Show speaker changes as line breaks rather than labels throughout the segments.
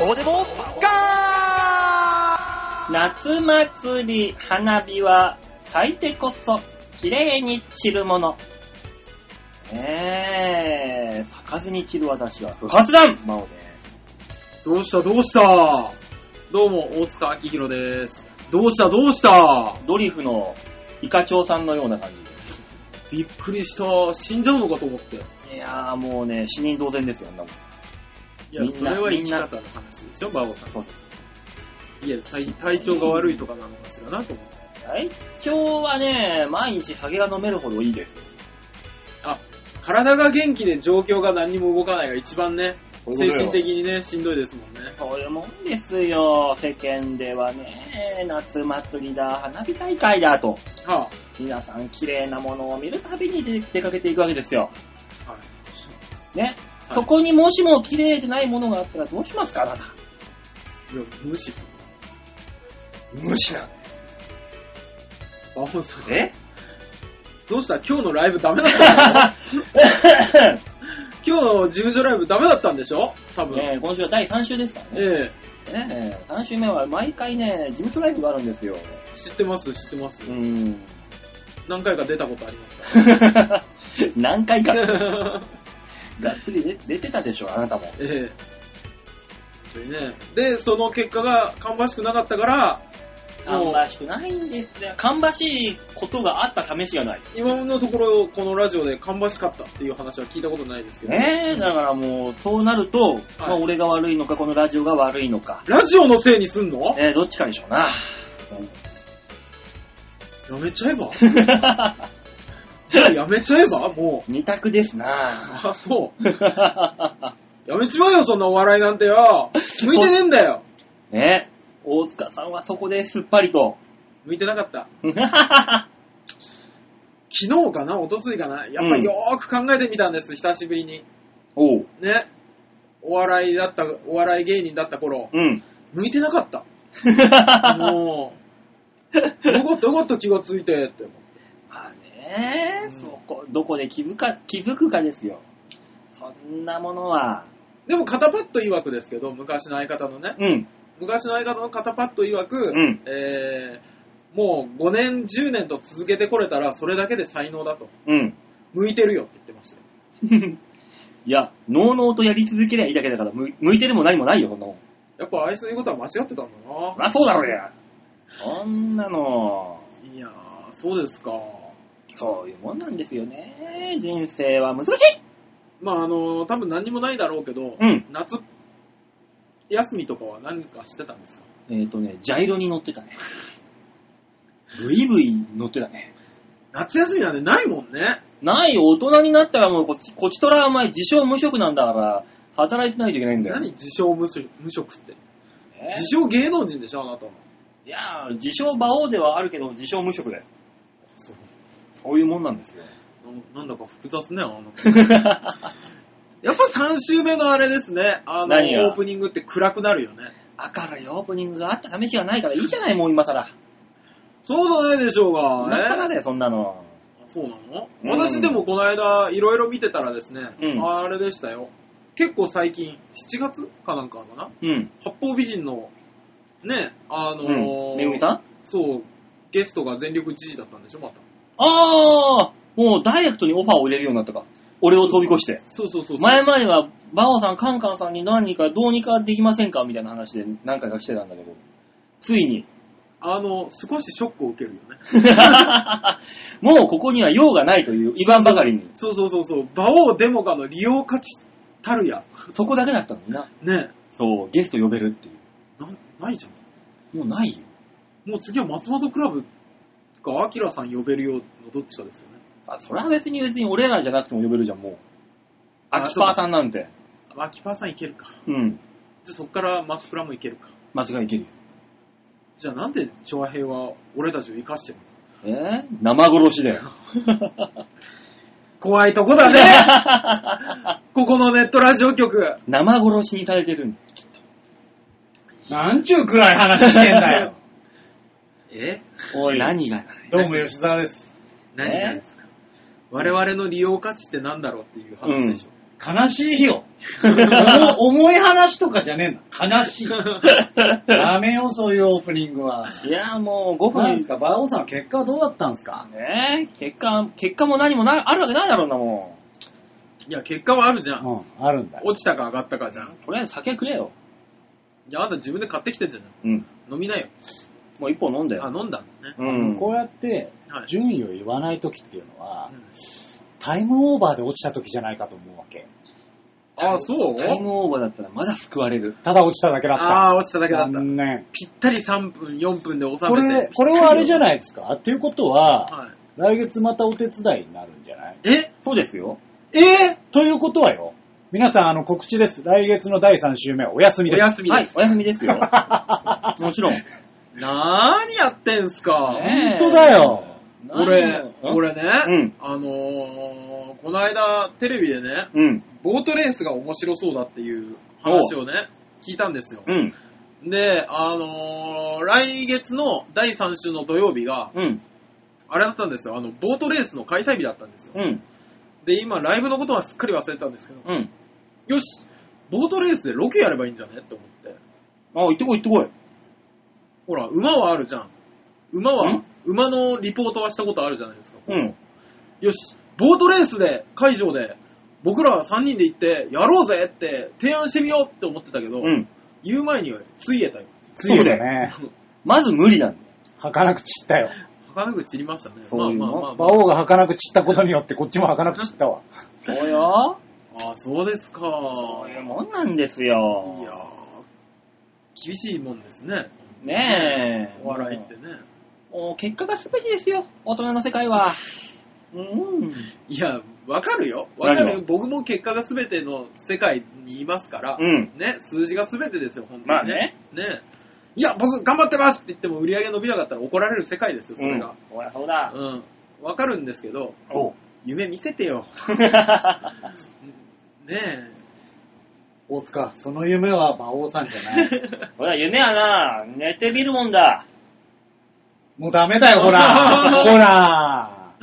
こでもガー夏祭り花火は咲いてこそ綺麗に散るもの。えー、咲かずに散る私は不発弾
マオです。
どうしたどうしたどうも、大塚明宏です。どうしたどうした
ドリフのイカチョウさんのような感
びっくりした。死んじゃうのかと思って。
じ。いやーもうね、死人同然ですよ、あんなもん。み
い
ん
や、
な
それは生き方の話でしょ、馬王さ
そうそ
ん。いや、最体調が悪いとかなのかしらなと思って。
体調はね、毎日酒が飲めるほどいいですよ。
あ、体が元気で状況が何にも動かないが一番ね、
そういう
精
こと
神
よ
的にね、しんどいですもんね。
そういうもんですよ、世間ではね、夏祭りだ、花火大会だと。
は
皆さん綺麗なものを見るたびに出出かけていくわけですよ。
あ、はい。
ね。
はい
そこにもしも綺麗でないものがあったらどうしますかあなた。
いや、無視する。
無視なん
馬王さん、
え
どうした今日のライブダメだったの今日の事務所ライブダメだったんでしょ多 分。
ね今週は第3週ですからね。
え
ね3週目は毎回ね、事務所ライブがあるんですよ。
え知ってます、知ってます
う。ーん。
何回か出たことありました。
何回か、
え
がっつり出出てたでしょ、あなたも。
えそれね。で、その結果が芳しくなかったから、もう
芳しくないんですよ。芳しいことがあった試しがない。
今のところこのラジオで芳しかったっていう話は聞いたことないですけど、
ねえ、だからもう、そうなると、まあ俺が悪いのか、このラジオが悪いのか。
ラジオのせいにすんの
えー、どっちかでしょうな。
やめちゃえばやめちゃえばも
二択です
う。
な。
あ、そう。やめちまえよ、そんなお笑いなんてよ。向いてねえんだよ。
ね大塚さんはそこですっぱり と。
向いてなかった。
う
昨日かな一昨日かなやっぱりよーく考えてみたんです、久しぶりに。
おう。
ね。お笑いだった、お笑い芸人だった頃、
うん。
向いてなかった。もう、よかったよかった気がついてって。
まあね
うん
そこ、どこで気づか、気づくかですよ。そんなものは。
でも、肩パッド曰くですけど、昔の相方のね、
うん。
昔の相方の肩パッド曰く、
うん
えーもう5年、10年と続けてこれたら、それだけで才能だと。
うん。
向いてるよって言ってましたよ。
いや、のうのうとやり続けりゃいいだけだから、む向いてるも何もないよ、そんなもん。
やっぱ、あいつの言うことは間違ってたんだ
そりゃそうだろうや。そんなの、
な。いやー、そうですか。
そういうもんなんですよね。人生は難しい
まあ、あのー多分何にもないだろうけど、
うん
夏休みとかは何かしてたんですか
えっ、とね、ジャイロに乗ってたね。ブイブイ乗ってたね。
夏休みなんてないもんね。
ないよ、大人になったらもうこっち、こっちとらお前自称無職なんだから、働いてないといけないんだよ。
何自称無職無職って。
え
自称芸能人でしょ、あなたは。
いやー、自称馬王ではあるけど、自称無職だよ。
そう。
そういうもんなんですよ。
なんだか複雑ね、あ の。やっぱ3週目のあれですね。あの、オ
何が
ープニングって暗くなるよね。
明るいオープニングがあった試しがないからいいじゃない、もう今更。
そうじゃないでしょうが。
今更
ね
だよ、そんなの。
そうなの、
うん
私でもこの間、いろいろ見てたらですね、
うん
あれでしたよ。結構最近、7月かなんかかな
うん。
八方美人の、ね、あのー
うん。めぐみさん
そう、ゲストが全力知事だったんでしょ、また。
あー、もうダイレクトにオファーを入れるようになったか。俺を飛び越して。
そうそうそうそう。
前々は、バオさん、カンカンさんに何かどうにかできませんかみたいな話で何回か来てたんだけど、ついに、
あの、少しショックを受けるよね。
もうここには用がないという言わんばかりに、
そうそうそうそう、馬王デモカの利用価値たるや。
そこだけだったのにな。
ね
そう、ゲスト呼べるってい
な、ないじゃん。
う。もうないよ。
もう次は松本クラブか、アキラさん呼べるようのどっちかですよね。
あ、それは別に別に俺らじゃなくても呼べるじゃん、もう。
あ
アキパーさんなんて。
まあ、キパーさんいけるか。
うん。
じゃあそっから松倉もいけるか。
間違いいけるよ。
じゃあなんで長平は俺たちを生かしてるの
えー生殺しだよ。
怖いとこだね ここのネットラジオ局。
生殺しにされてるんだ
なんちゅうくらい話してんだよ。
え
おい、
何が
どうも吉沢です。
何がですか、我々の利用価値ってなんだろうっていう話でしょ。
悲しいよ。重重い 話とかじゃねえんだ。悲しい。 ダメよ、そういうオープニングは。
いや、もう5
なんで
分
す。か、バオさんは結果はどうだったんですか
ねえ、結果、結果も何もなあるわけないだろうな、も
いや、結果はあるじゃん。
うん、あるんだ。
落ちたか上がったかじゃ
う。
ん。
とりあえず酒くれよ。
いや、あんた自分で買ってきてんじゃん。
うん。
飲みなよ。
もう一本飲んだ
あ、
よ。
飲んだのね。
うん。
こうやって
はい、
順位を言わないときっていうのは、
うん
タイムオーバーで落ちたときじゃないかと思うわけ。
あ、そう
タイムオーバーだったらまだ救われる。
ただ落ちただけだった。
ああ、落ちただけだった。
残念。
ぴったり3分、4分で収
こ
め
れ
て。、
これはあれじゃないですか。っていうことは、
はい。
来月またお手伝いになるんじゃない
え
そうですよ。
え
ということはよ、皆さん、あの、告知です。来月の第3週目はお休み
お
です。
休み
は
で
い、
す。
お休みですよ。もちろん。
なーにやってんすか。
ねえ
本当だよ。
俺、
うん
俺ね、
うん
あのー、この間テレビでね、
うん。
ボートレースが面白そうだっていう話をね、聞いたんですよ。
うん。
で、あのー、来月の第3週の土曜日が、
うん。
あれだったんですよ。あの、ボートレースの開催日だったんですよ。
うん。
で、今、ライブのことはすっかり忘れてたんですけど、
うん。
よし、ボートレースでロケやればいいんじゃねって思って。
あ、行ってこい行ってこい。
ほら、馬はあるじゃん。馬は
ん、
馬のリポートはしたことあるじゃないですか。
うん。
よし、ボートレースで、会場で、僕ら3人で行って、やろうぜって提案してみようって思ってたけど、
うん。
言う前にはついえたよ。
ついだね。
まず無理なんだよ。
儚く散ったよ。
儚く散りましたね。
そういうの
まあまあま
馬王が儚く散ったことによって、こっちも儚く散ったわ。
そうよ。
あ。ああ、そうですか。
そういうもんなんですよ。
いやー厳しいもんですね。
ねえ。
お笑いってね。
もう結果が全てですよ。大人の世界は。うん。
いや、わかるよ。わかる
何
よ。
が
僕も結果が全ての世界にいますから、
うん。
ね、数字が全てですよ、本当に、ね。
まあね。
ねいや、僕頑張ってますって言っても売り上げ伸びなかったら怒られる世界ですよ、それが。
ほら、そうだ。
うん。わかるんですけど、
おう。
夢見せてよ。ね
大塚、その夢は馬王さんじゃ ない。
ほら、夢はな、寝てみるもんだ。
もうダメだよ、ほら。ほら。
え。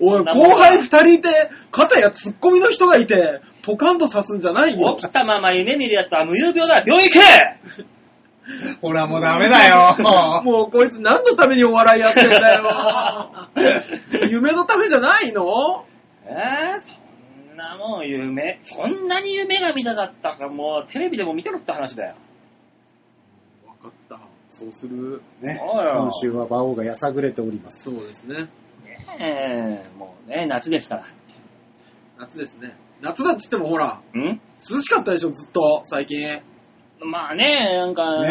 おい、後輩二人いて、肩やツッコミの人がいて、ポカンと刺すんじゃないよ。
起きたまま夢見るやつは無遊病だ。病院行け
ほら、もうダメだよ。
もうこいつ何のためにお笑いやってんだよ。夢のためじゃないの
えー、そんなもん夢、そんなに夢が見たかったから、もうテレビでも見てろって話だよ。
わかった。そうする。
ね、
おいおい
今週は馬王がやさぐれております。
そうですね。
ねえ、もうね、夏ですから。
夏ですね。夏だっつってもほら、
ん
涼しかったでしょ、ずっと、最近。
まあね、なんか、
ね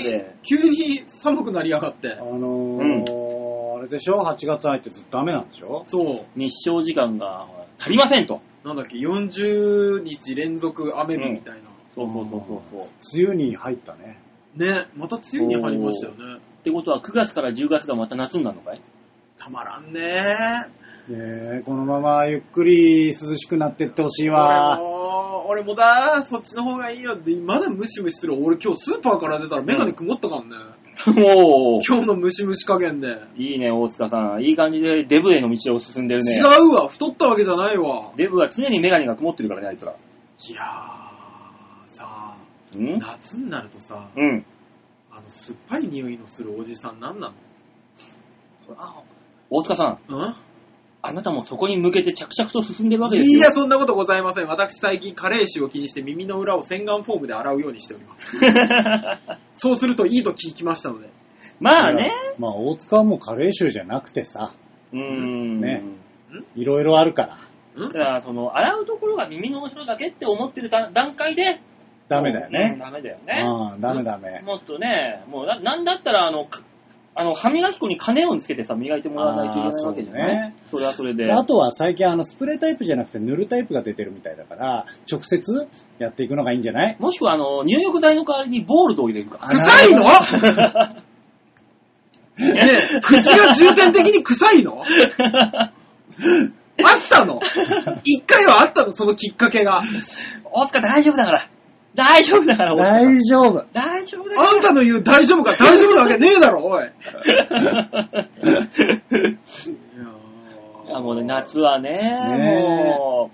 え
で
急に寒くなりやがって
あ。のー、あれでしょ ?8 月入ってずっとダメなんでしょ
そ
日照時間がほら足りませんと。
う。なんだっけ、40日連続雨日みたいな。
そうそうそうそうそう。っ
梅雨に入ったね。
ね、また梅雨に入りましたよね。
てことは9月から10月がまた夏になるのかい
たまらんね
ねえこのままゆっくり涼しくなってってほしいわ
俺。も、俺もだそっちの方がいいよって、まだムシムシする。俺今日スーパーから出たらメガネ曇ったからね。
おー
今日のムシムシ加減で。
いいね、大塚さん。いい感じでデブへの道を進んでるね。
違うわ、太ったわけじゃないわ。
デブは常にメガネが曇ってるからね、あいつら。
いやー、さあ、
ん
夏になるとさ、
うん。
あの、酸っぱい匂いのするおじさんなんな
大塚さん、
のん
あなたもそこに向けて着々と進んでるわけですよ。
いや、そんなことございません。私最近、加齢臭を気にして耳の裏を洗顔フォームで洗うようにしております。 そうするといいと聞きましたので。
まあね。
まあ、大塚はもう加齢臭じゃなくてさ、
うーん。
ねいろいろあるから、
だから、その、洗うところが耳の後ろだけって思ってる段段階で、
ダメだよ
うん
ね。
ダメだよね。
うん、ダメダメ。
もっとね、もうな、なんだったら、あの、かあの、歯磨き粉に金をつけてさ、磨いてもらわないといけないわけじゃな
あー
いそ,、
そうね
れはそれで。
であとは最近あのスプレータイプじゃなくて塗るタイプが出てるみたいだから、直接やっていくのがいいんじゃない
もしくは、あの、入浴剤の代わりにボールドを入れるか。
臭いの ねえ口が重点的に臭いのあったの一回はあったのそのきっかけが。あ
大塚大丈夫だから。大丈夫だから、大塚
大丈夫。
大丈夫 だ
んたの言う大丈夫か大丈夫なわけねえだろ、おい。い
から。いや、もうね、夏はね、
ねえ
も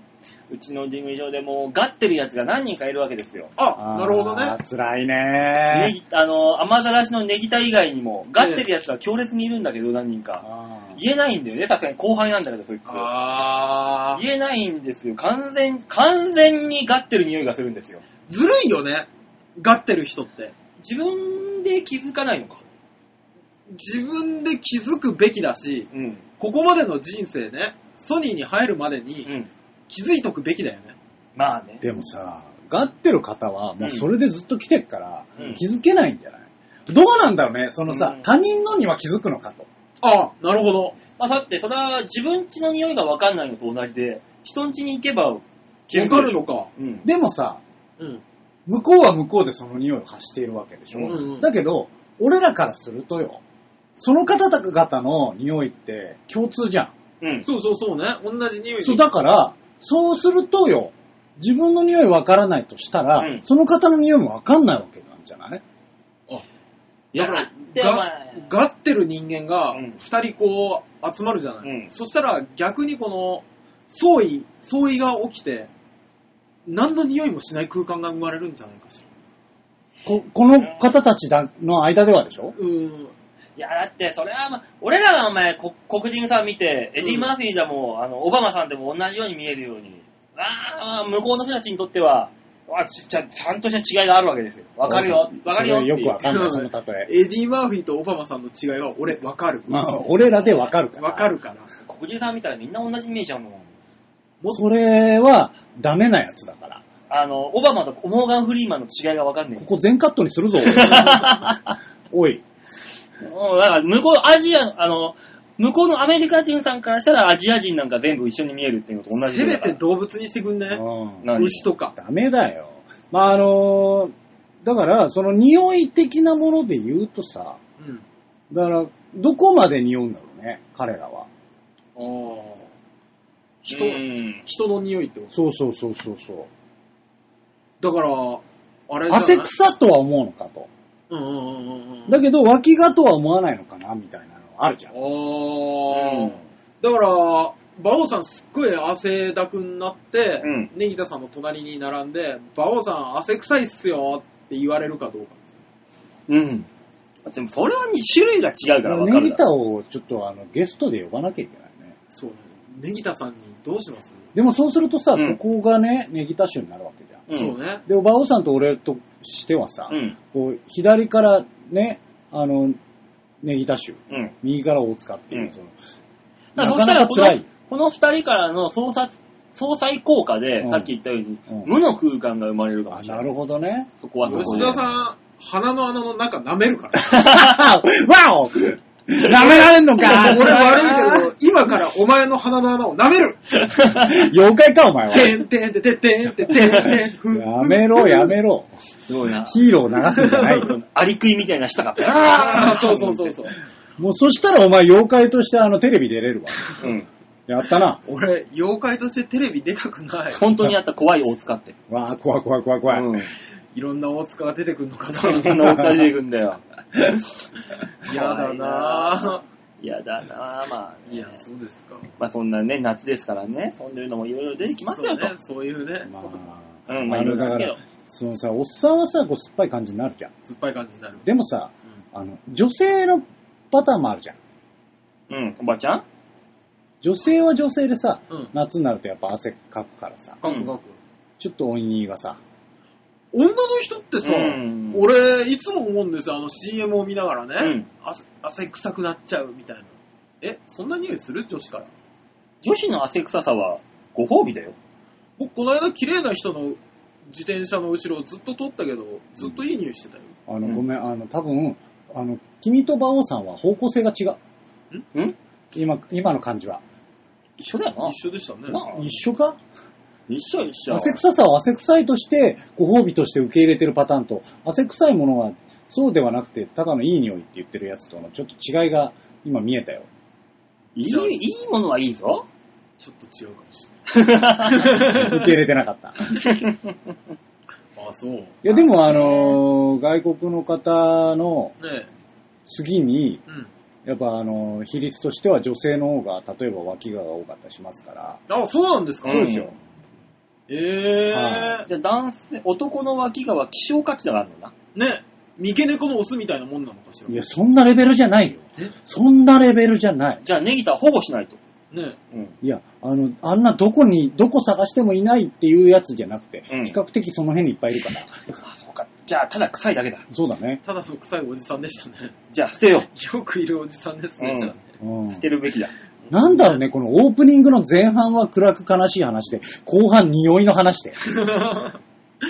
う、うちの事務所でもう、がってるやつが何人かいるわけですよ。
あ、なるほどね
あー。辛い
ネ
ね。
ギあの、雨ざらしのネギタ以外にも、がってるやつが強烈にいるんだけど、何人か。
あー
言えないんだよね、さすがに後輩なんだけど、そいつ。
あー。
言えないんですよ。完全、完全にがってる匂いがするんですよ。
ずるいよね。がってる人って。
自分で気づかないのか。
自分で気づくべきだし、
うん。
ここまでの人生ね、ソニーに入るまで
う
に
ん。
気づいとくべきだよね。
まあね。
でもさ、がってる方はもうそれでずっと来てるから、
うん
気づけないんじゃないどうなんだろうね、そのさ、
うん
他人のには気づくのかと。
ああ、なるほど。
まあ、だって、それは自分家の匂いがわかんないのと同じで、人ん家に行けば気づ
わ
く
か
で
る
しょ
のか。
うん。
でもさ、
うん。
向こうは向こうでその匂いを発しているわけでしょ、
うんうん
だけど、俺らからするとよ、その方々の匂いって共通じゃん。
うん。
そうそうそうね。同じ匂い。
そう、だから、そうするとよ、自分の匂いわからないとしたら、
うん
その方の匂いもわかんないわけなんじゃない
いや、だって、お
が
前。
がってる人間が
うん
二人こう集まるじゃない、
うん
そしたら逆にこの相違相違が起きて何の匂いもしない空間が生まれるんじゃないかし
ここの方たちだの間ではでしょ
らうーん
いや、だって、それは、まあ、俺らがお前、こ黒人さん見て、エディ・マーフィーだも、あの、オバマさんでも同じように見えるように、ああ、向こうの人たちにとっては、あちちゃちゃんとした違いがあるわけですよ。わかるよ、わかるよって
そ
い
れ
う。
よくわかんな
う
い、
ん
その例え。
エディ・マーフィーとオバマさんの違いは俺分かる
まあ、俺らでわかるから。
分かるから
黒人さん見たらみんな同じに見えちゃうもん。
それは、ダメなやつだから。
あの、オバマとモーガン・フリーマンの違いがわかんね
こ
え。
こ全カットに するぞ。おい。
うんだから、向こう、アジア、あの、向こうのアメリカ人さんからしたらアジア人なんか全部一緒に見えるっていうのと同じ
せ
だ
め
から
て動物にしてくんね
うん
何
牛とか
ダメだよ。まあ、あのーだから、その匂い的なもので言うとさ、
うん
だから、どこまで匂うんだろうね、彼らは。
ああ人,、
うん
人の匂いってこ
そうそうそうそうそう。
とだからあれじゃない
汗臭とは思うのかと。
うんうんうんうんうん
だけど、脇がとは思わないのかな、みたいなのあるじゃん。
ああ、
うん
だから、馬王さんすっごい汗だくになって、
うん
ネギタさんの隣に並んで、馬王さん汗臭いっすよって言われるかどうかです。
うん。でもそれはに種類が違うから分か
ネ
る
ギ
だろ
タをちょっとあのゲストで呼ばなきゃいけないね。
そうね。ネギタさんにどうします、
でもそうするとさ、
うん
ここがね、ネギタ州になるわけじゃん。
うん
そうね。
で、おばおさんと俺としてはさ、
うん。
こう左からね、あの、ネギタ州、
うん。
右から大塚っていう、
うん
その
だからそ
な
した
からなか
こ
辛
の
い。、
この二人からの相殺、相殺効果で、
うん
さっき言ったように、
うん
無の空間が生まれるかもし
あ
れな。
ないるほどね。
そこはそこで
吉田さん、鼻の穴の中舐めるから。
わお舐められんのか
俺悪いけど、今からお前の鼻の穴を舐める
妖怪か、お前は。
てんてんてんてんてんてんてんてんふん。
やめろ、やめろ。
すごいな。
ヒーローを流すんじゃないよ。
アリクイみたいなしたか った。
ああ、そうそうそうそう。
もうそしたらお前妖怪としてあのテレビ出れるわ。
うん。
やったな。
俺、妖怪としてテレビ出たくない。
本当にあった怖い大塚って。
わあ、怖い怖い怖い怖い。
うん。
いろんな大塚が出てくるのか
そ
な。
んな大塚出てくんだよ。
嫌だな
嫌だなぁ、まあ、
ぁ。い
ね。
や、そうですか。
まあそんなね、夏ですからね、そんでるのもいろいろ出てきますよと。
そうね、そういうね、
まあ、
うん、まあ
あ
いろ
の
いろ
だ
だ
か
けど
ら。、そのさ、おっさんはさ、こう酸っぱい感じになるじゃん。
酸っぱい感じになる。
でもさ、あの、女性のパターンもあるじゃん。
うん、おばちゃん
女性は女性でさ、
うん
夏になるとやっぱ汗かくからさ、
ガクガク。
ちょっとおいにがさ、
女の人ってさ、
うん
俺、いつも思うんですよ、あの CM を見ながらね、
うん
汗汗臭くなっちゃうみたいな。え、そんな匂いする女子から。
女子の汗臭さはご褒美だよ。
僕、この間、綺麗な人の自転車の後ろをずっと撮ったけど、ずっといい匂いしてたよ。
あの、
うん
ごめん、あの、多分、あの、君と馬王さんは方向性が違う。
ん
今、今の感じは。
一緒だよ
一緒でしたね。
なあ
一緒か
一緒一緒。
汗臭さは汗臭いとして、ご褒美として受け入れてるパターンと、汗臭いものはそうではなくて、ただのいい匂いって言ってるやつとのちょっと違いが今見えたよ。
いい、いいものはいいぞ。
ちょっと違うかもし
受け入れてなか った。い
れない。あ、そう。ね
や、でもあのー外国の方の
え。
次に、
うん。
やっぱあのー比率としては女性の方が、例えば脇が多かったりしますから、
あ、そうなんですか、
うん
ですよ。
え
は
ー。
じゃあ男性、男の脇がは希少価値があるのな。
ね、三毛猫のオスみたいなもんなのかしら。
い
ね
や、そんなレベルじゃないよ
え。
そんなレベルじゃない。
じゃあネギタは保護しないと。うん。
いや、あの、あんなどこに、どこ探してもいないっていうやつじゃなくて、
うん
比較的その辺にいっぱいいるから。
あ、そうか。じゃあただ臭いだけだ。
そうだね。
ただの臭いおじさんでしたね。
じゃあ捨てよ
よくいるおじさんですね、
うん
じゃあね。
うん
う。捨てるべきだ。
なんだろうね、このオープニングの前半は暗く悲しい話で、後半匂いの話で。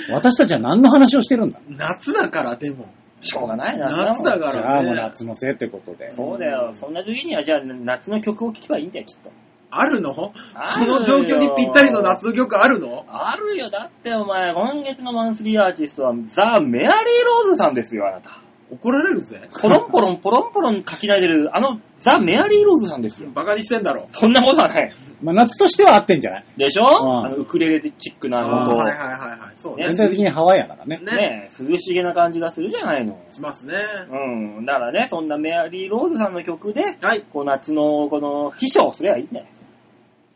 私たちは何の話をしてるんだ
夏だから、でも。
しょうがないな。
夏だ
が
か
じゃ
ら
あもう
ね。
夏のせいってことで。
そうだよ。そんな時にはじゃあ夏の曲を聴けばいいんだよ、きっと。
あるのこ
あるよ
の状況にぴったりの夏の曲あるの
あるよ。だってお前、今月のマンスリーアーティストはザ・メアリー・ローズさんですよ、あなた。
怒られるぜ。
ポロンポロン、ポロンポロン書きないでる、あのザ・メアリー・ローズさんですよ。
バカにしてんだろ。
そんなことはない。
まあ夏としては合ってんじゃない
でしょ、
うん
あのウクレレチックな
あ
あ
ー
の
はい
音。
はいはいはい。そう
ね
ね。
全体的にハワイアンだからね。
ね。
ねえ涼しげな感じがするじゃないの。
しますね。
うん。だからね、そんなメアリー・ローズさんの曲で、
はい。
こう夏のこの秘書をすればいいんだよ。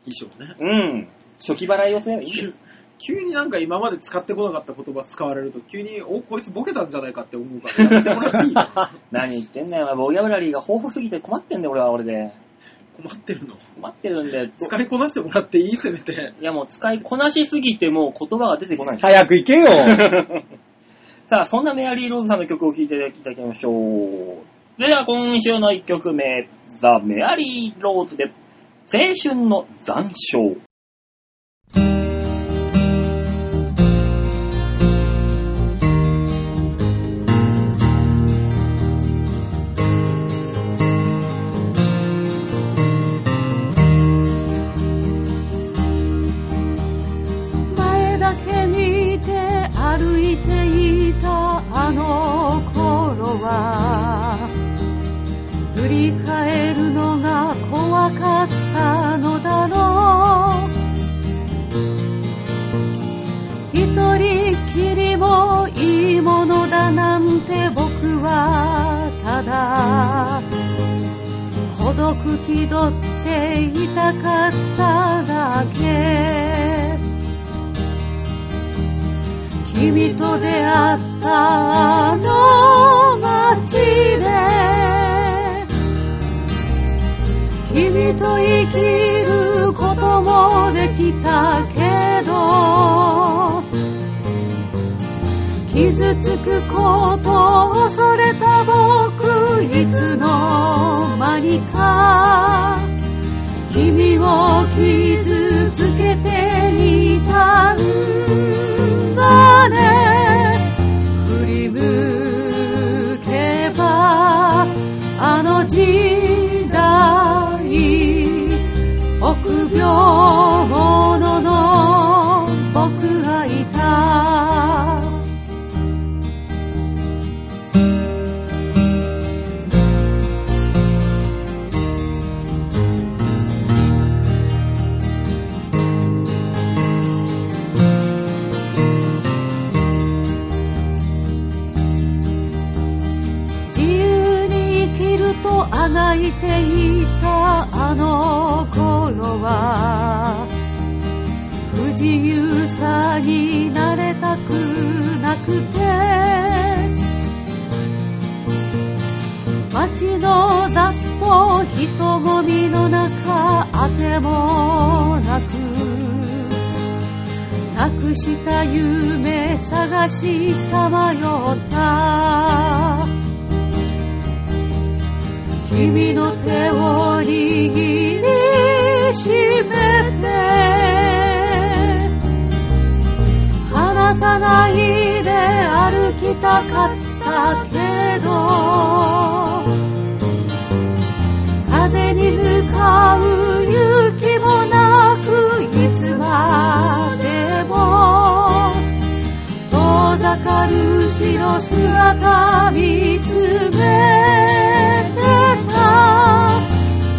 衣装ね。
うん。初期払いをすればいいんだよ。
急になんか今まで使ってこなかった言葉使われると、急に、お、こいつボケたんじゃないかって思う から、やめてもらっていいよ
何言ってんだよ、お前ボキャブラリーが豊富すぎて困ってんだよ、俺は俺で。
困ってるの。
困ってるんだよ。
使いこなしてもらっていいせめ て。
いやもう使いこなしすぎてもう言葉が出てこない。
早く行けよ
さあ、そんなメアリー・ローズさんの曲を聴いていただきましょう。では、今週の1曲目、ザ・メアリー・ローズで、青春の残照。
前だけにいて歩いていたあの頃は振り返るのが怖かったのだろう一人きりもいいものだなんて僕はただ孤独気取っていたかっただけ君と出会ったあの街で君と生きることもできたけど傷つくことを恐れた僕いつの間にか君を傷つけていたんだね振り向けばあの時代臆病者の僕がいた自由に生きるとあがいていたあの頃は不自由さになれたくなくて街のざっと人混みの中あてもなくなくした夢探しさまよった君の手を握りしめて離さないで歩きたかったけど風に向かう勇気もなくいつまでも遠ざかる後ろ姿見つめてた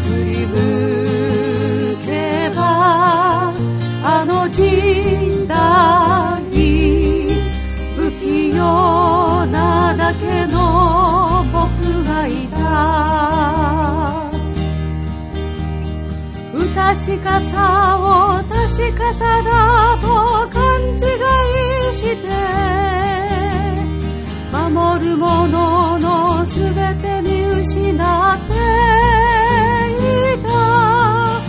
振り向けばあの時代不器用なだけの僕がいた歌確かさを確かさだと勘違いして守るもののすべて見失っていた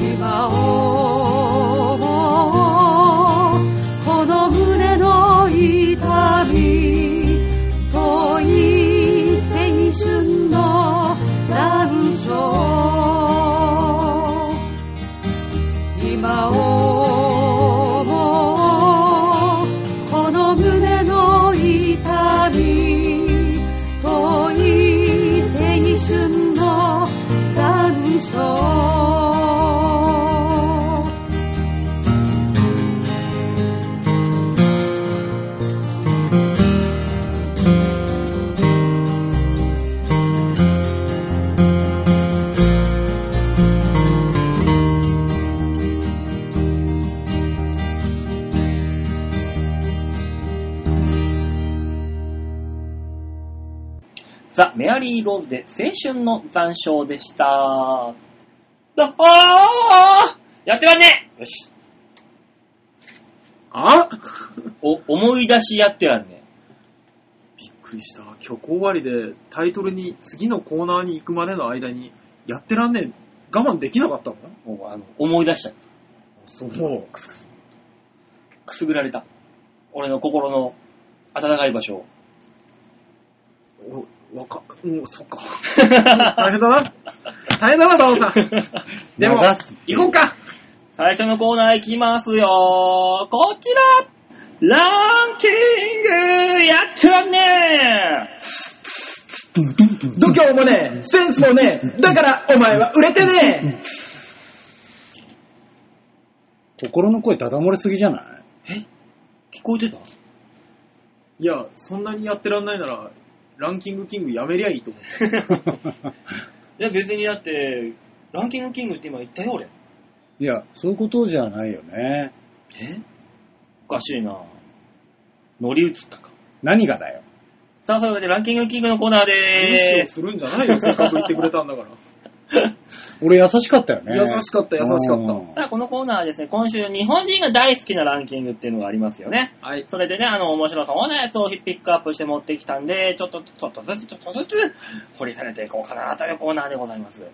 今思うこの胸の痛み遠い青春の残暑今思うこの胸の痛み遠い青春の残暑
ザ・メアリー・ローズで青春の残照でした。だあーやってらんねえよし。
あ
お、思い出しやってらんね
びっくりした。曲終わりでタイトルに次のコーナーに行くまでの間にやってらんねえ。我慢できなかったの
え。もうあの、思い出しちゃった。
そう。
くすぐられた。俺の心の温かい場所を。
おわか、うん、そっか。 大変だな。大変だな、サオさん。でも
流す、
行こうか。
最初のコーナーいきますよこちらランキングやってらんねえ
度胸もねえ、センスもねえ、だからお前は売れてね
心の声ダダ漏れすぎじゃない
聞こえてた
え。いや、そんなにやってらんないなら、ランキングキングやめりゃいいと思う。
いや別にだって、ランキングキングって今言ったよ俺。
いや、そういうことじゃないよね。
えおかしいな乗り移ったか。
何がだよ。
さあ、それでランキングキングのコーナー
無視
で
を
ーす。
するんじゃ ないよ、せっかく言ってくれたんだから。
俺優しかったよね。
優しかった優しかった
うん
さあ、このコーナーはですね、今週日本人が大好きなランキングっていうのがありますよね。
はい。
それでね、あの、面白そうなやつをピックアップして持ってきたんで、ちょっと、ちょっとずつ、ちょっとずつ、掘り下げていこうかなというコーナーでございます。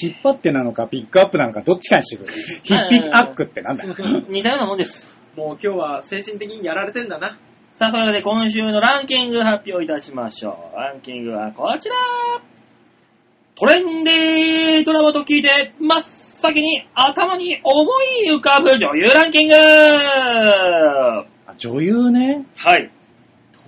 引っ張ってなのか、ピックアップなのか、どっちかにしてくれ。ヒッピックアックってなんだ
似たようなもんです。
もう今日は精神的にやられてんだな。
さあ、それで今週のランキング発表いたしましょう。ランキングはこちらトレンディードラマと聞いて、真っ先に頭に思い浮かぶ女優ランキングは
あ女優ね。
い。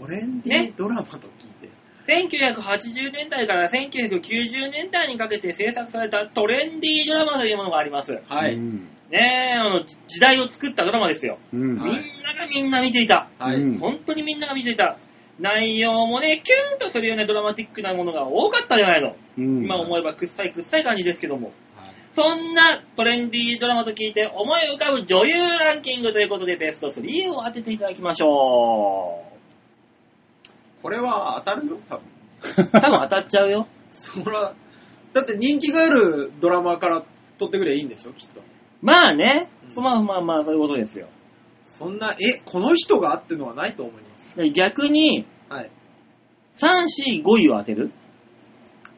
トレンディ
ね
ードラマと聞いて。
1980年代から1990年代にかけて制作されたトレンディードラマというものがあります。
は
う
い。
ん。
ねえ、あの、じ時代を作ったドラマですよ。
うん
みん
はい
ながみんな見ていた。
はい。
うん
本当にみんなが見ていた。内容もね、キュンとするようなドラマティックなものが多かったじゃないの。
うん
今思えばくっさいくっさい感じですけども。そんなトレンディードラマと聞いて思い浮かぶ女優ランキングということでベスト3を当てていただきましょ
これは当たるよ、多分。
う。多分当たっちゃうよ。
そら、だって人気があるドラマから撮ってくればいいんでしょ、きっと。
まあね
うん、
まあまあまあそういうことですよ。
そんな、え、この人がってのはないと思います。
逆に、
はい。
3、4、5位を当てる。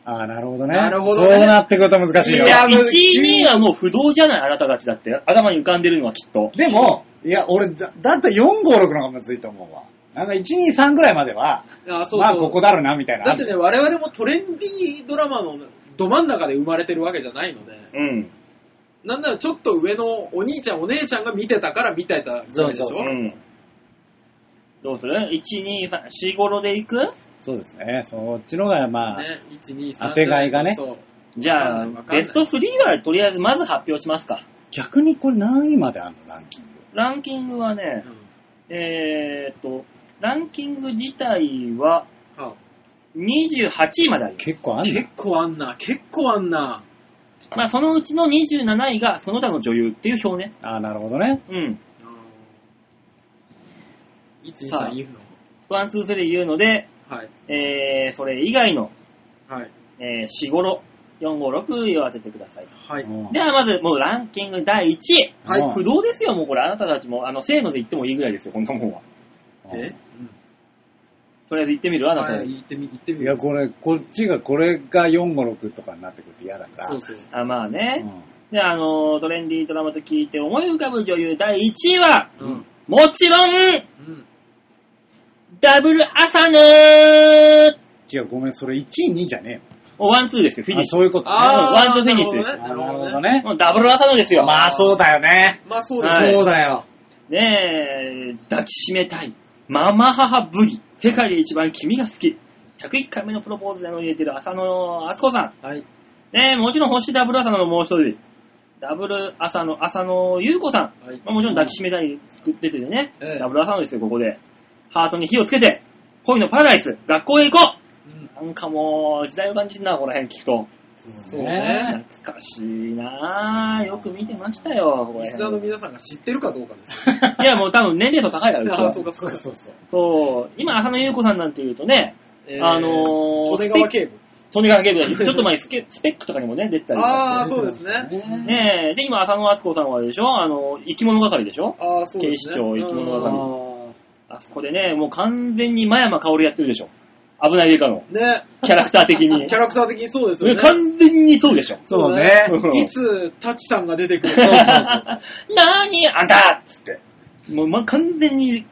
ああ、なるほどね。
なるほどね
そうなってくると難しいよ
い。や
1
むず
位、2位はもう不動じゃない、あなたたちだって。頭に浮かんでるのはきっと。
でも、いや、俺、だだって4、5、6の方がむずいと思うわ。なんか1、2、3ぐらいまでは、
あ、そうそう。
まあ、ここだろうな、みたいな。
だってね、我々もトレンディードラマのど真ん中で生まれてるわけじゃないので、
うん。
なんならちょっと上のお兄ちゃんお姉ちゃんが見てたから見てたぐらいでしょ
そう
うん。どうする ?1、2、3、4、5、でいく
そうですね。そっちの方が、まあ、
ね、1、2、3。
当てがいがね
そう。
じゃあ
わかん、ない
ベスト3はとりあえずまず発表しますか。
逆にこれ何位まであんの、ランキング。
ランキングは
う
ね、
ん
えーっと、ランキング自体は
あ
28位まであります。
結構あんの
結構あんな、結構あんな。
まあそのうちの27位がその他の女優っていう表ね。
ああ、なるほどね。
うん。
1、2、
さあ
3、言うの。
ワン、ツー、スリー言うので、
はい。
えー、それ以外の、
はい。
えー、4、5、 456位を当ててください。
はい。
うん
ではまず、もうランキング第1位。
はい
うん
不動ですよ、もうこれ。あなたたちも、あの、せーので言ってもいいぐらいですよ、こんなもんは。
え
う
とりあえず言ってみるあなた。
はい、行ってみ、行って
ん
み
いや、
よ
これ、こっちが、これが4、5、6とかになってくると嫌だから。
そうそう。
あ、まあね。
ん
で、あの、トレンディードラマと聞いて思い浮かぶ女優第1位は、
うん。
もちろん、
うん。
ダブルアサヌー
違う、ごめん、それ1位、2位じゃね
おワンツーですよ、
え
フィ
よ。
ニ
あ
ッシ
そういうことね。
あーワンズフィニッ
なる
シュです
ほどね
なる
なる
ほ
ほ
ど
どね。
ュ。
ね。
もうダブルアサヌーですよ。
まあ、そうだよね。
まあそうです
はい
そう
ね。
だよ。
ねえ、抱きしめたい。ママ母ぶり。世界で一番君が好き。101回目のプロポーズでの入れてる浅野敦子さ
は
ん。
い。
ねえ、もちろん星ダブル浅野のもう一人。ダブル浅野、浅野優子さん。
はい。
まあもちろん抱きしめたい作っててね。
ええ
ダブル浅野ですよ、ここで。ハートに火をつけて。恋のパラダイス。学校へ行こ
うん
う。なんかもう、時代を感じるな、この辺聞くと。
そ
そうう
ね
ね。
懐かしいなぁ。よく見てましたよ、こ
リ
れ。
スナーの皆さんが知ってるかどうかです。
いや、もう多分年齢層高いから、うち
あ
は
あ、そうか、そうか。
そうそう。
そう、今、浅野ゆう子さんなんて言うとね、あのー
ー、利根川警部。
とにかく警部だしちょっと前スケ、スペックとかにもね、出てたりと
あ
か
あ、そうですね。
して。ねえ、で、今、浅野敦子さんはあれでしょあの、生き物係でしょ
ああ、そうです
警視
ね。
庁生き物
あ
係
うん
ー
あそこでね、もう完全に真山薫やってるでしょ危ないデカの、
ね。
キャラクター的に。
キャラクター的にそうですよね。
完全にそうでしょ。
そうね。
そうね
いつ、タチさんが出てくる
そう そう
か。
そう。
なーにあんたっつって。もう、ま、完全に、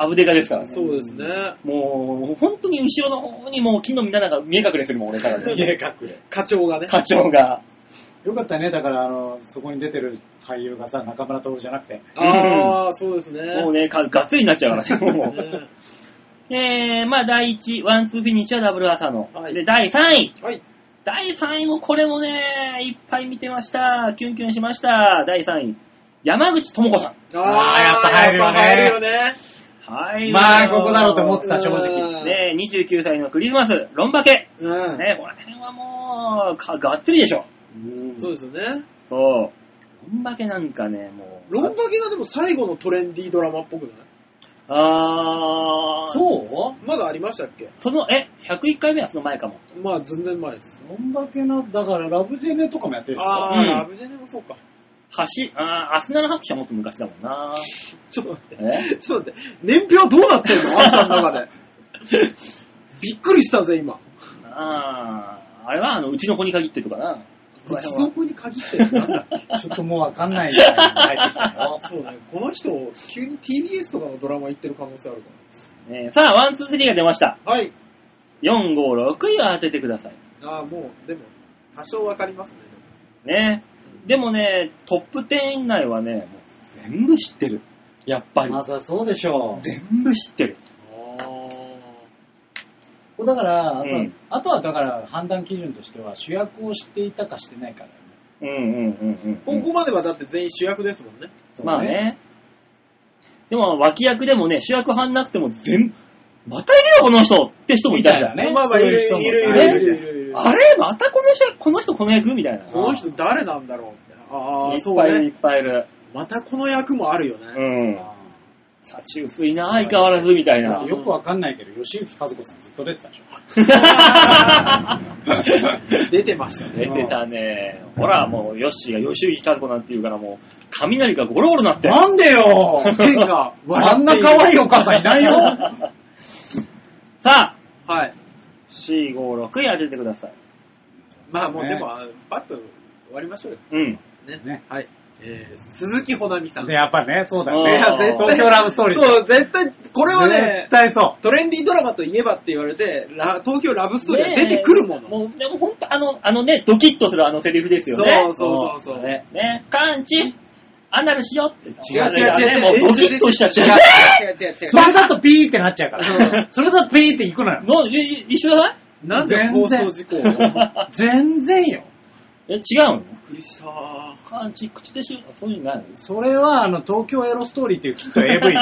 アブデカですからね。
そうですね。
もう、本当に後ろの方にもう木の実なんか見え隠れするもん、俺からね。
家隠れ。
課長が ね。
課長が。
よかったね、だから、あの、そこに出てる俳優がさ、中村徹じゃなくて。
ああ、そうですね。
もうね、かがっつりになっちゃう からね、もう。
ね
えー、まあ、第1、ワンツーフィニッシュはダブル朝の。
はい
で、第3位。
はい。
第3位もこれもね、いっぱい見てました。キュンキュンしました。第3位。山口智子さん。
あーやっぱ入る
ね。
よ
やっぱ入るよね。
はい。
まあ、ここだろうと思ってた、正
うん
直。
ね29歳のクリスマス、ロンバケ。
うん。
ねこの辺はもう、か、がっつりでしょ。
そうですよね。
そう。ロンバケなんかね、もう。
ロンバケがでも最後のトレンディードラマっぽくない
あー。う。
そう
まだありましたっけ
その、え、101回目はその前かも。
まあ、全然前です。
そんだけな、だから、ラブジェネとかもやってるでしょ。
あ
う
あ、
ん
ラブジェネもそうか。
橋、あー、アスナの拍手はもっと昔だもんな。
ちょっと待って。
え
ちょっと待って。年表どうなってんのあんたの中で。びっくりしたぜ、今。
ああ、あれはあのうちの子に限ってとかな。
うちの子に限ってなんだ
ちょっともうわかんないじゃん。入ってきたの
ああ、そうね。この人、急に TBS とかのドラマ行ってる可能性あるか
ねさあ、ワン、ツー、スリーが出ました。
ら。はい。
4、5、6位は当ててください。
ああ、もう、でも、多少わかりますね。
ね。でもね、トップ10以内はね、もう全部知ってる。やっぱり
ま。あ、そりゃそうでしょ
全部知ってる。
う。だから、あと,、
うん
あとはだから判断基準としては主役をしていたかしてないから、ね。
うんうんうんうん、
ここまではだって全員主役ですもんね。
そう
まあ。ね。でも、脇役でもね、主役はんなくても全、またいるよ、この人って人もいたじゃん。
ね
まあまあ、
そう
い
いう
るい
人
る
も
いるい
ね
るいるいるいる。
あれまたこの人、この人、この役みたいな。
この人誰なんだろうみたいな。
い
ああ、
っ
そう
ぱいいる、い
ね。
っぱいいる。
またこの役もあるよ
う
ね。
ん。
あ
幸薄いな、相変わらず、みたい
ー
な。
よくわかんないけど、吉行和子さんずっと出てたでしょ。
出てましたね。
出てたね。ほら、もう、ヨッシーが吉行和子なんて言うから、もう、雷がゴロゴロなって。
んでよ
天が
あ
笑
ん
って
ない
る。
可愛いお母さんいないよ
さあ、
はい。
4、5、6位当ててください。
まあもうで
ね
も、あのバッと終わりましょうよ。
うん。
ね。
ね
はい。えー、鈴木ほなみさん。
で、やっぱね、そうだよ
い
ね。
や絶対
東京ラブストーリーでしょ。
そう、絶対、これはね
絶、対そ
トレンディードラマといえばって言われて、ラ東京ラブストーリーが出てくるもの。
ねえもう、でも本当あの、あのね、ドキッとするあのセリフですよね。
そうそうそうそう。
ね。ね。カンチ、アナルしようって。
違う違
ね
う
もうドキッとしちゃって。
違う違う違う違
う。
う。
それだとピーってなっちゃうから。それだとピーって行くのよ。
もう、い一緒じゃ ない
なんで放送事故 をびっ
全然よ。
え、違うの
くりした。
カンチ、口でしよう。そういうのないの
それは、あの、東京エロストーリーっていうきっと AV。
違う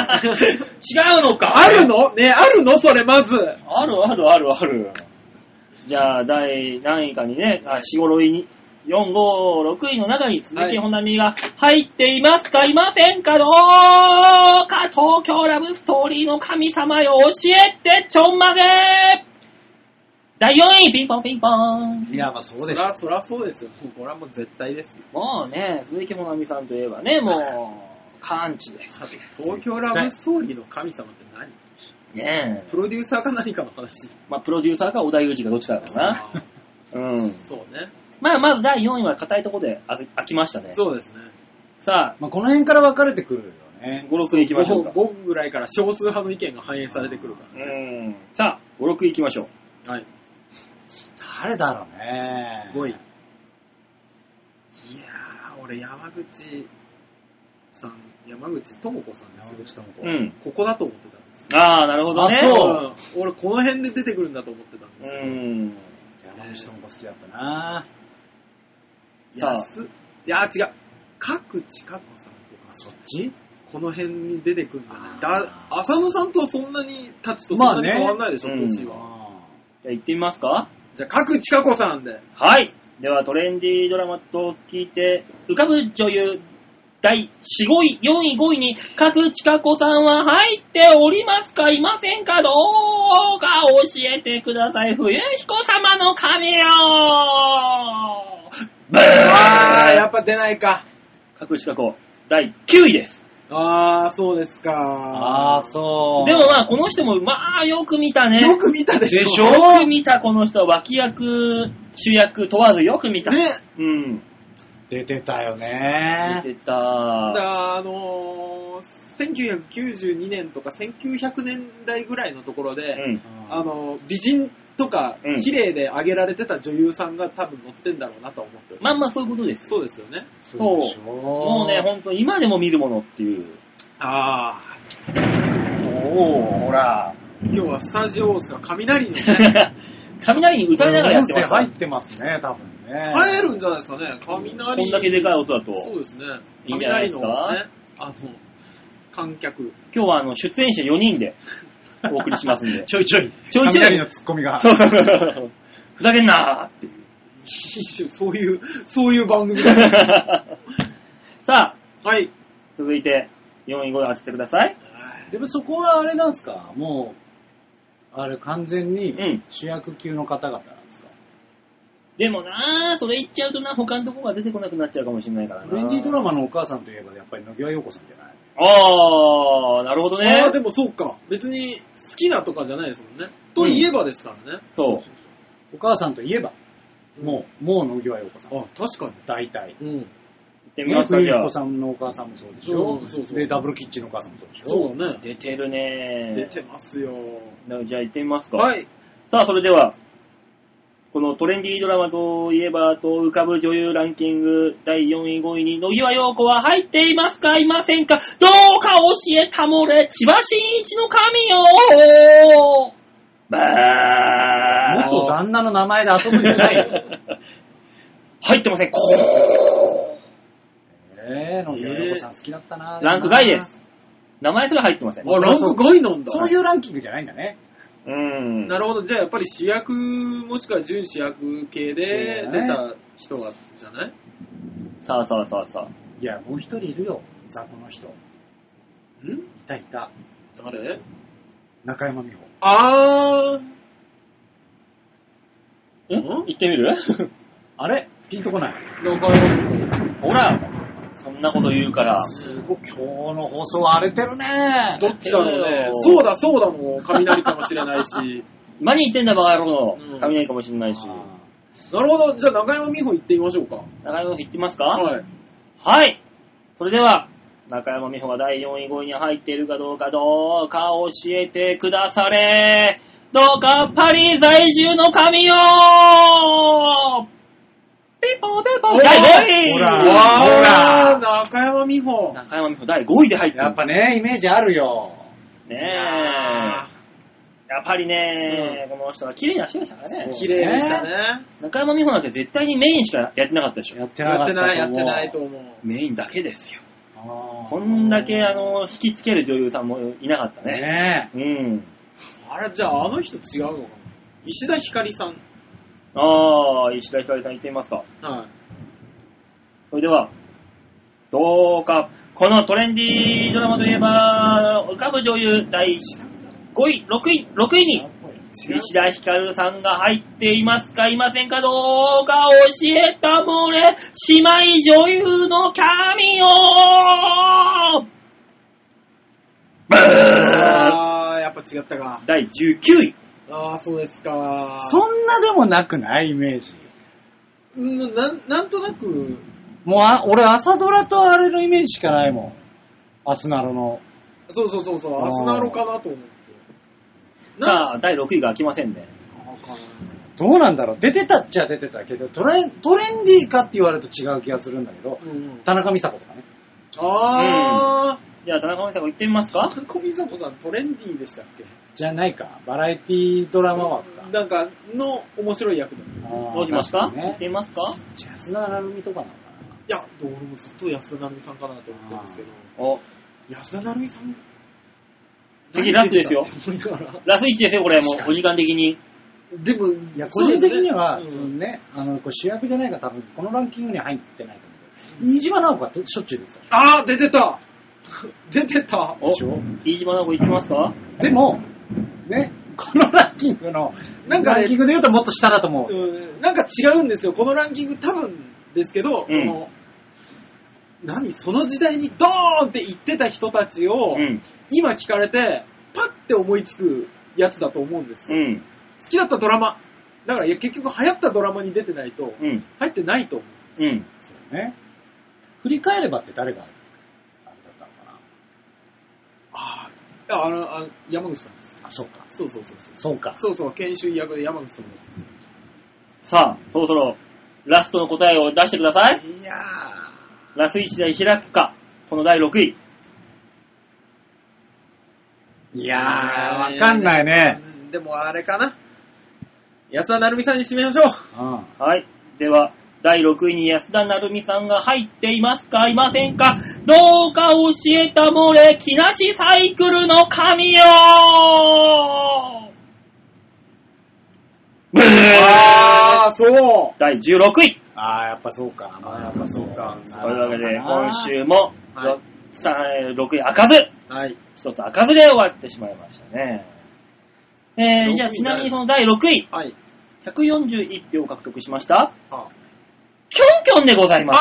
のか
あるのねあるのそれまず。
あるあるあるある。じゃあ、第何位かにね、あ、4、5位に、4、5、6位の中に鈴木ほなみが入っていますか、い、ませんかどうか東京ラブストーリーの神様よ教えてちょんまげ第4位、ピンポンピンポン。
いや、まあそう
そ
でしょ。
ら、そらそうですよ。もうこれはもう絶対ですよ。
もうね、鈴木もなみさんといえばね、もう、完治です。
さて、東京ラブストーリーの神様って何
ねえ
プ。ロデューサーか何かの話。
まあ、プロデューサーか小田裕二かどっちかだからな。
あ
うん
ー。そうね。
まあ、まず第4位は硬いとこで開きましたね。
そうですね。
さあ、
まあこの辺から分かれてくるよね
5、。6位行きましょうか
5。5ぐらいから少数派の意見が反映されてくるか
うん。さあ、5、6位行きましょう。
ら。はい。
誰だろうね。
5位。いやー、俺山口さん、山口智子さんです
山
よ
口智子。
うん。
ここだと思ってたんですよ。
ああ、なるほどね。
あそ
う
う
ん俺この辺で出てくるんだと思ってたんですよ。
うん。
山口智子好きだったな。
さあ
安いやー違う。各地かこさんとか、
そっち
この辺に出てくるんだね。だ
あー
浅野さんとはそんなに、たちとそんなに
まあね
変わんないでしょ、
うん
年は。
あ
じゃあ行ってみますか
じゃあ、各地かこさんで。
はい。では、トレンディードラマと聞いて、浮かぶ女優、第4、5位、4位、5位に、各千佳子さんは入っておりますかいませんかどうか教えてください。冬彦様の神よブ
あー、や
ー
っぱ出ないか。
各千佳子、第9位です。
あー、そうですか。
あー、そう。
でもまあ、この人も、まあ、よく見たね。
よく見たでしょ。
でしょ
よく見た、この人。脇役、主役問わずよく見た。
ね。
うん。
出てたよ
見
ね。
てた。
だあのー、1992年とか1900年代ぐらいのところ
う
で、
ん。
うん
あのー、美人とか
うん、
綺麗で挙げられてた女優さんが多分乗ってんだろうなとは思ってる。
まあまあ、そういうことです。
そうですよね。
そ
そう
でしょ
もうね、ほんと、今でも見るものっていう。
ああ。
おおほら。
今日はスタジオですか、雷のね、
雷に打たれながらやってます
音声
から。
入ってますね、多分ね。
入るんじゃないですかね、雷。
こんだけでかい音だと。
そうですね。
いいんじゃないで
雷
す
の
か
ね、あの、観客。
今日はあの、出演者4人で お送りしますんで。
ちょいちょい。
ちょいちょい
雷のツッコミが。
そうそうそうそう。 ふざけんなー っていう。
一種そういう、そういう番組 だ、ね、
さあ、
はい。
続いて、4位5位当ててください。
でもそこはあれなんですかもう、あれ完全
うん
に主役級の方々なんですか、
でもなー、それ言っちゃうとな、他のとこが出てこなくなっちゃうかもしれないからな。
トレンディードラマのお母さんといえばやっぱり野際陽子さんじゃない
あー、なるほどね
ああ、。でもそうか。別に好きなとかじゃないですもんね。といえばですからね。
そう。
お母さんといえば、もう、もう野際陽子さん。
あ、確か
大体。
に。うん。
行ってみますか、
ね
じゃ
冬
あ
子。さんのお母さんもそうでしょ、
うんそうそう
で、ダブルキッチンのお母さんもそうでしょ
そうだね。
出てるねー。
出てますよ。
だからじゃあ行ってみますか。
はい。
さあ、それでは、このトレンディードラマといえばと浮かぶ女優ランキング第4位5位に野際陽子は入っていますかいませんかどうか教えたもれ千葉真一の神よばー
元旦那の名前で遊ぶんじゃない よ。
入ってません。こ
えー、野際陽子さん好きだったな
うランク外です。。名前すら入ってません。
あ、ランク外なんだ。
そういうランキングじゃないんだね。
うん。
なるほど。じゃあやっぱり主役、もしくは準主役系で出た人が、じゃない
さあさあさあさあ。
いや、もう一人いるよ。雑魚の人。い
ん
たいた。
誰
中山美穂。
あ
ん行ってみる
あれピンとこない。
ー、なんかよ
ほら、そんなこと言うから。
すごい、今日の放送荒れて るね。
どっちだろう
え
ね
ー。
そうだそうだもん、雷かもしれないし。
何言ってんだバカ野郎
う
の。
ん
雷かもしれないし。
あ
なるほど。じゃあ中山美穂行ってみましょうか。
中山美穂行ってますか
はい。
はい。それでは、中山美穂が第4位5位に入っているかどうか、どうか教えてくだされ。どうかパリ在住の神よピンポンピンポン
おー
第5位
ほら
わ
ほら
ー、中山美穂。
中山美穂第5位で入っ
ー
て
やっぱね、イメージあるよ。
ねえ。やっぱりね、この人は綺麗な人でしたからね。
そう
綺麗でしたね。
中山美穂なんて絶対にメインしかやってなかったでし
や
ょ。
ってな
や
か
っ
った
て
と思
な
う
い、やってないと。思う。
メインだけですよ。
あー
こんだけ、あの、引きつける女優さんもいなかったね。
ね
うん。
あれ、じゃああの人違うのかな石田ひかりさん。
ああ、石田ひかりさん行ってみますか。
はい。
それでは、どうか、このトレンディードラマといえば、浮かぶ女優第5位、6位、6位に、石田ひかるさんが入っていますか、いませんか、どうか教えたもれ、姉妹女優のキャミオブー
ああ、やっぱ違ったか。
第19位。
ああ、そうですか。
そんなでもなくないイメージ。
うんなん、なんとなく、
もうあ、俺朝ドラとあれのイメージしかないもん。アスナロの。
そうそうそうそう、
あー
アスナロかなと思って。
さ
あ
あ、第6位が開きませんね。
どうなんだろう出てたっちゃ出てたけど、トレントレンディーかって言われると違う気がするんだけど、
うん、
田中美佐子とかね。
あ
じゃあ、田中美佐子行ってみますか
ー、田中美佐子さんトレンディーでしたっけ
じゃないか。バラエティドラマ枠か。
なんか、の面白い役だ。い
あー
どうしますか
確に
行って
ね。
みますか
じゃあ安田成美とかなのか
や、俺もずっと安田成美さんかなと思ってるんですけど、
お、
安田成美さん
次ラストですよ。
何言ってんだって思いながら
ラス1ですよ、これ、もう、お時間的に。
でも、
な。いや、個人的には、
そうで
そ
す
の
ね
ね、あの、こう主役じゃないから多分、このランキングには入ってないと思うけど。飯島直子はしょっちゅうですよ。
あー、出てた 出てた
お
でしょ、
飯島直子行ってみますか
でも、ね、このランキングの、
なんかね
ランキングで言うともっと下だと思う。
うんなんか違うんですよ、このランキング、多分ですけど、
うん
この何その時代にドーンって言ってた人たちを、
うん。
今聞かれて、パッて思いつくやつだと思うんです
う
よ、
ん。
好きだったドラマ、だからいや結局流行ったドラマに出てないと、
うん。
入ってないと思う。
うん。
そうね。振り返ればって誰が、あれだったのか
あーあのあの山口さんです。
な。あ、そうか。
そうそうそうそう。
そうか。
そうそう、研修医役で山口さんです。
さあ、そろそろ、ラストの答えを出してください。
いや
ラス1台開くか、この第6位。
い
ー。
やー、わかんないね。
うん。でもあれかな。安田成美さんに締めましょう。
うん。
はい。では、第6位に安田成美さんが入っていますかいませんかどうか教えたもれ、木梨サイクルの神よブー
あー、そう。
第16位
ああ、やっぱそうか。まあ、やっぱそうか。
というわけで、
なるほどな
今。週も、
はい
ろさんえー6位開かず
はい。
一つ開かずで終わってしまいましたね。えー、
六位
じゃあちなみにその第6位、
はい。
141票獲得しました、
あ
キョンキョンでございます。
あ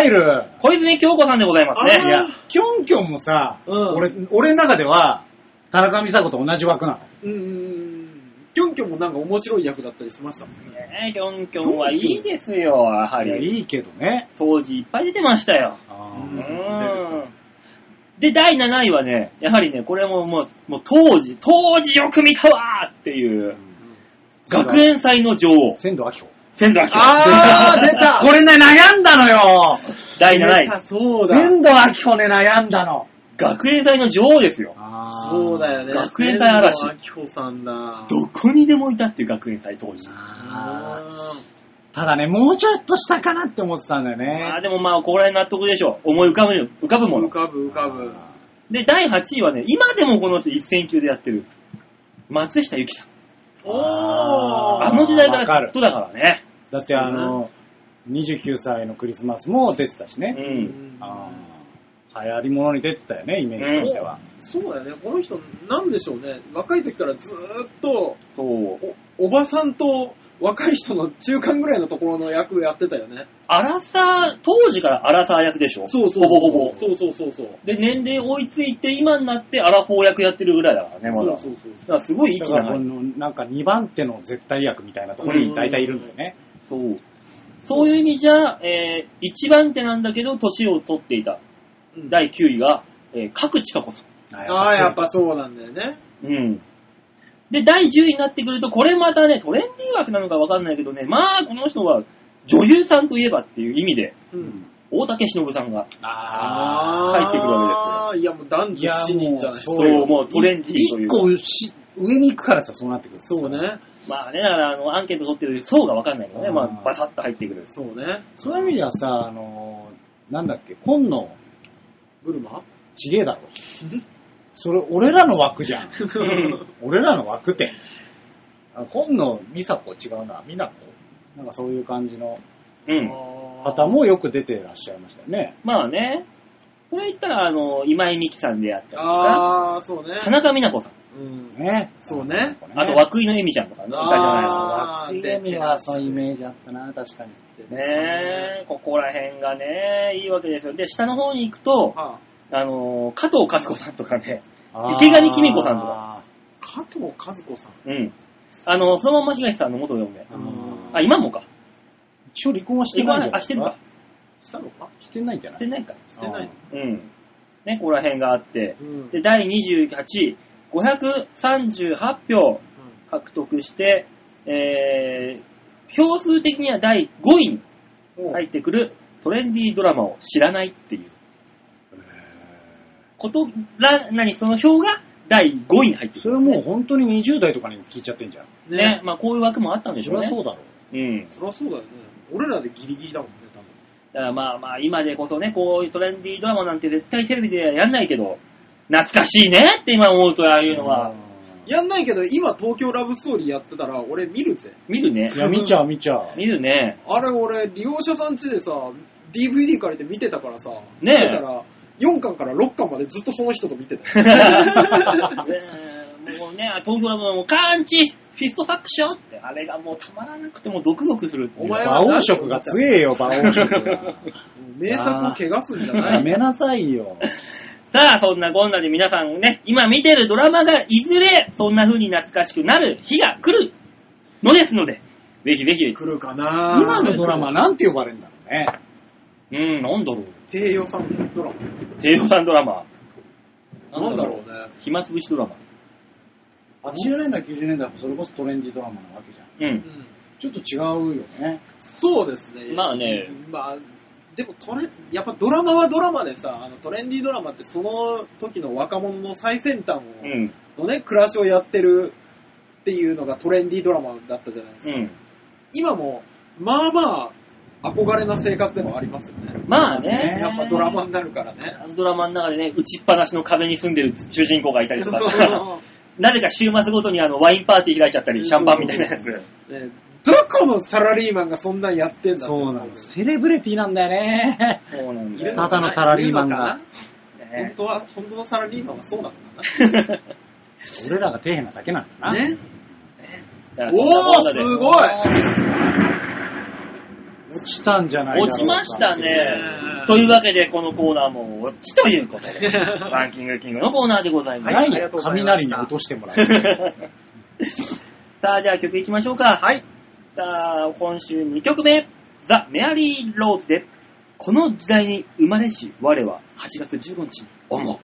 入る。
小泉京子さんでございますね。
あー
いや、キョンキョンもさ、
うん
俺、俺の中では、田中美佐子と同じ枠なの。
ーうんうんうん。キョンキョンもなんか面白い役だったりしましたもんね。
ねえ、キョンキョンはいいですよ、やはい
や、
り。
いいけどね。
当時いっぱい出てましたよ。
あ
う
うん
ん。で、第7位はね、やはりね、これももう、もう当時、当時よく見たわーっていう、学園祭の女王、
仙道明子。
千田明
あー出た
これね、悩んだのよ
第7
出た
位、
そうだ。
仙道明子ね、悩んだの。
学園祭の女王ですよ。
そうだよね。
学園祭嵐
千堂明子さんだ。
どこにでもいたっていう学園祭当時。
あ
あ
ーただね、もうちょっと下かなって思ってたんだよ
まあ
ね。
でもまあ、ここら辺納得でしょう。思い浮かぶ、浮かぶ
ー
も
浮
の。
かぶ浮かぶ。
で、第8位はね、今でもこの人一戦級でやってる、松下由紀さん。
おー
あー
あの時代か
わから
ず
る
っとだからね。
だってあの、29歳のクリスマスも出てたし
う
ね。
ん。
あー流行り物に出てたよね、イメージとしては。
そうだよね。この人、なんでしょうね。若い時からずーっと、
そう。
お、おばさんと若い人の中間ぐらいのところの役やってたよね。
アラサー、当時からアラサー役でしょ
そうそうそう。
ほぼほぼ。
そうそうそうそう。
で、年齢追いついて今になってアラフォー役やってるぐらいだからね、まだ。
そうそうそう。
だからすごい
だ
息
か
が
らこ
ない。
のなんか2番手の絶対役みたいなところに大体いるんだよね。
そう。そういう意味じゃ、えー、一番手なんだけど、年を取っていた。
うん
第9位が、えー、角千佳子さん。
ああ、やっぱそうなんだよね。
うん。で、第10位になってくると、これまたね、トレンディー枠なのかわかんないけどね、まあ、この人は女優さんといえばっていう意味で、
うん。
大竹しのぶさんが、
あ
ー入ってくるわ
けですよ。いや、もう男
い
女7
や
人じゃない
そ
そう
よ
う、もうトレンディーとい
1
うか。
個し上に行くからさ、そうなってくる。
そう。ね。
まあね、だからあの、アンケート取ってる層がわかんないけどね、
うん
まあ、バサッと入ってくる。
そうね。
そういう意味ではさ、あのー、なんだっけ、今野
ブルマ
ちげえだろ。それ、俺らの枠じゃん。 俺らの枠って。あ今野美佐子違うな、美奈子なんかそういう感じの
うん。
方。もよく出てらっしゃいましたよね。
まあね、これ言ったら、あの、今井美樹さんであったりとか、
あーあー、そうね。
田中美奈子さん。
うん。
ね。
そうね。
あと、涌井の恵美ちゃんとかね、いたじゃ
あー
意味はそういうイメージあったな、確かに。
ないの。ねえ、ここら辺がね、いいわけですよ。で、下の方に行くと、
はあ、
あのー、加藤和子さんとかね、池上紀美子さんと
か。
加藤和子さん。
うん。あの、そのまま東さんの元嫁。
あー
あ、今もか。
一応離婚はして
離
ないん
婚
じゃ
は
ない
あ、してるか。。
したのか
してないんじゃな
し
い
てないか。
してないの
うん。ね、ここら辺があって。
うん
で、第28位、538票獲得して、えー、票数的には第5位に
うん
入ってくるトレンディードラマを知らないっていうことら、何、その票が第5位に入ってく
そ
る
れ
んですね、
もう本当に20代とかに聞いちゃってんじゃん。
ねまあこういう枠もあったんでし
そ
ょう
りゃ
ね。
そうだろう。
うん。
そりゃそうだよね。俺らでギリギリだもんね、多分。
だからまあまあ、今でこそね、こういうトレンディードラマなんて絶対テレビでやんないけど、懐かしいねって今思うと、ああいうのは。
うん
やんないけど、今東京ラブストーリーやってたら、俺見るぜ。
見るね
い。や、見ちゃう見ちゃう。
見る ね。
あれ俺、利用者さん家でさ、DVD 借りて見てたからさ、
ねえ
見てたら、4巻から6巻までずっとその人と見て たよ。
ねもうね、東京ラブもう、カーンチフィストファックしようって、あれがもうたまらなくてもうドクドクするっていう
お前
馬王色が強えよ、馬王色が。
名作を汚すんじゃな
や
い
めなさいよ。
さあ、そんなこんなで皆さんね、今見てるドラマがいずれそんな風に懐かしくなる日が来るのですので、ぜひぜひ、
来るかな
今のドラマなんて呼ばれるんだろうね。
うん、なんだろう。
低予算ドラ
低予算ドラマ。
マ。なんだろうね。
暇つぶしドラマ。
80年代、90年代はそれこそトレンディードラマなわけじゃ
う。
う
ん。
んん
ちょっと違うよね。
そうですね。
まあね
まあ、でもトレ、やっぱドラマはドラマでさ、あのトレンディードラマってその時の若者の最先端を、
うん。
のね、暮らしをやってるっていうのがトレンディードラマだったじゃないです
う
か。
ん。
今も、まあまあ、憧れな生活でもありますよね。
まあね。
やっぱドラマになるからね。
あのドラマの中でね、打ちっぱなしの壁に住んでる主人公がいたりと
そうそう
か、
そ
なぜか週末ごとにあのワインパーティー開いちゃったり、シャンパンみたいなやつ。
うね どこのサラリーマンがそんなんやってんだって
そうなの。セレブレティなんだよね。
そうなん
い
だ
る
よ
のか
ただ
な
のサラリーマンが
いるのかな本
ね
当は、本当のサラリーマンはそうなのか
俺らが底辺なだけなんだ
な。
な。
ね。
だ からそんな
お
こん
ー、
なです
ごい
落ちたんじゃないだろう
落
か
ちました
ね
ね。というわけで、このコーナーも落ちということで、 ランキングキングのコーナーでございま
な
す。
は
い
いありが
よ。
とうございました
雷に落としても らう。
さあ、じゃあ曲いきましょうか。
はい。
さあ、今週2曲目、ザ・メアリー・ローズで、この時代に生まれし我は8月15日に思う。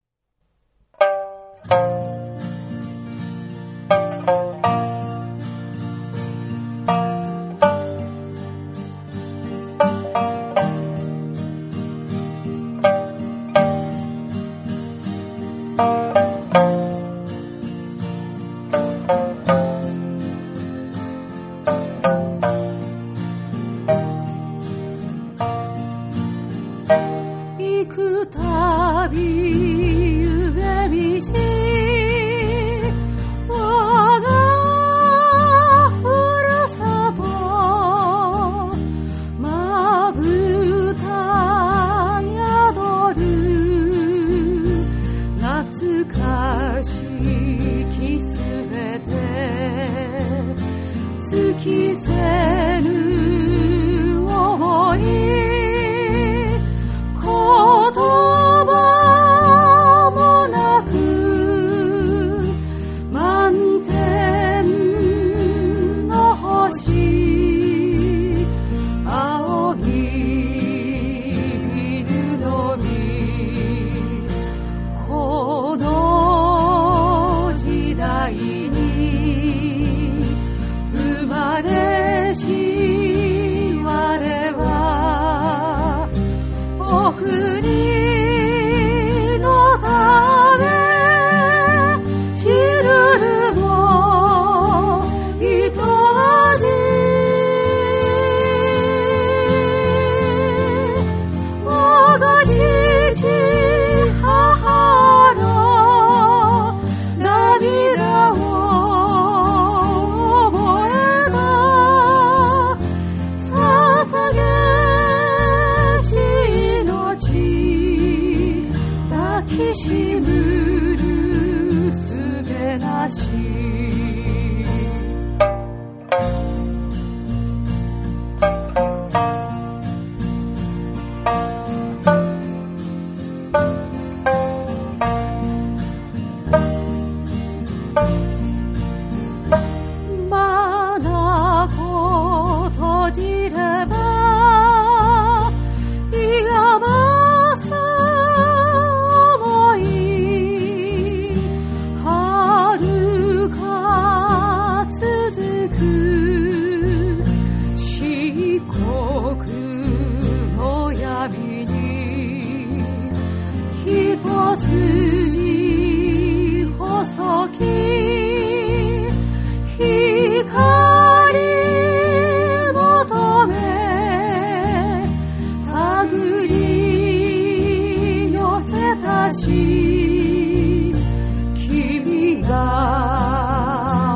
行くたび夢見し我がふるさとまぶた宿る懐かしきすべて尽きせぬ想い言葉もなく満天の星青いビルのみこの時代に生まれし我はお国のため知るるも一味我が父母の涙を覚えた捧げし命抱きしむるすべれなしまだこ閉じればいやまさ思い遥か続く漆黒の闇に一筋細き光求め手繰り寄せたし君が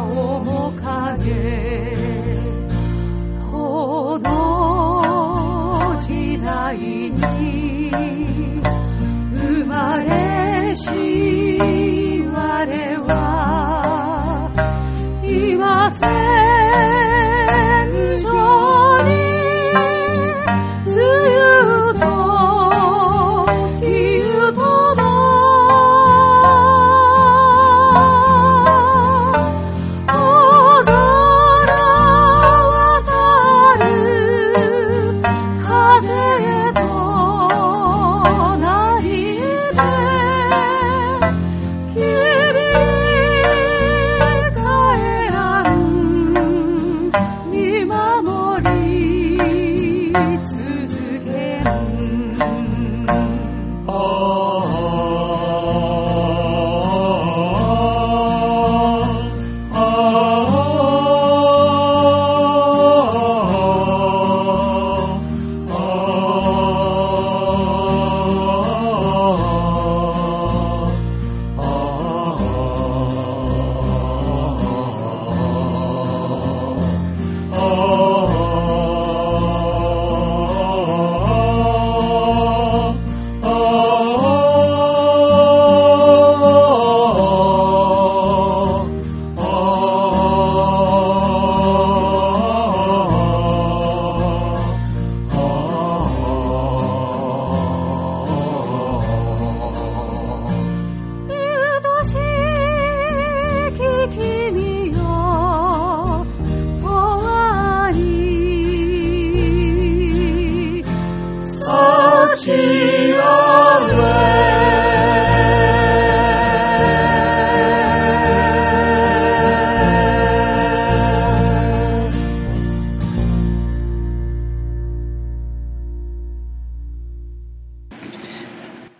面影この時代に生まれし我は今戦場に梅雨と義勇との大空渡る風へとなりて君に帰らん見守り続けん愛しき君よ永遠に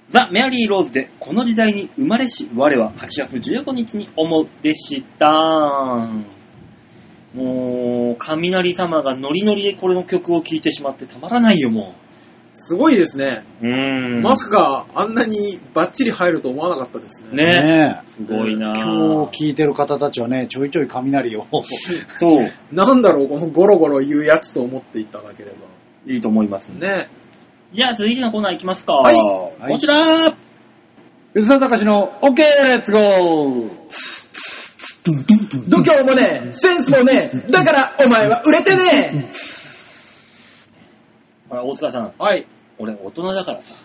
ザ・メアリー・ローズで、この時代に生まれし我は8月15日に思うでした。もう、雷様がノリノリでこれの曲を聴いてしまってたまらないよ、も
すごいですね。
う。うーん。
まさかあんなにバッチリ入ると思わなかったですね。
ね
ねえ
すごいな
今日聞いてる方たちはね、ちょいちょい 雷を。
そう、
なんだろう、このゴロゴロ言うやつと思っていただければ。
いいと思いますね。
ね。
じゃあ続いてのコーナーいきますか。
はい
はい
こちら
吉田隆の OK、レッツゴー
度胸もねえ、センスもねえ、だからお前は売れてね
ほら、大塚さん
え。はい。
俺大人だからさ。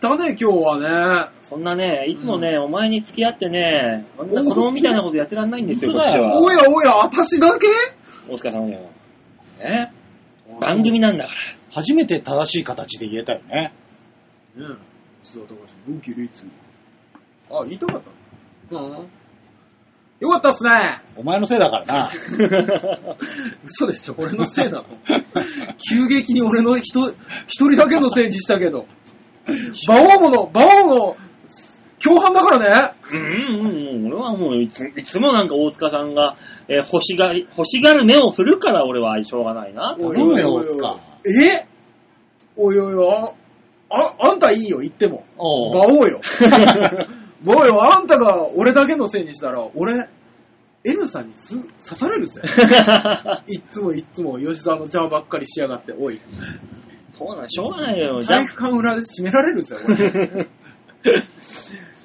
だね、今日はね。
そんなね、いつもね、お前に付き合ってね、あんな
お
子供みたいなことやってらんないんですよ、こ
本
っ
当
ち
だよ
お
は。
やおや、私だけ
大塚さんよ。ね番組なんだから。
初めて正しい形で言えたよね。
ねえ、吉田隆、文気ルイツ。あ、言いたかったうん。よかったっすね。
お前のせいだから な。
嘘でしょ、俺のせいなの。急激に俺の人、一人だけのせいにしたけど。 馬王もの、馬王の、共犯だからね。
うんうんうん、俺はもういついつもなんか大塚さんが、えー欲しが、欲しがる目をするから俺はしょうがないな。
頼むよ 大塚
えおいおいおい、あ、ああんたいいよ、言っても。
お
馬王 よ。馬王よ、あんたが俺だけのせいにしたら、俺、N さんにす刺される ぜ。いっつもいっつも吉沢の邪魔ばっかりしやがって、おい、
そうなん、しょうがないよ。じゃ
体育館裏で閉められるぜ、俺。
ね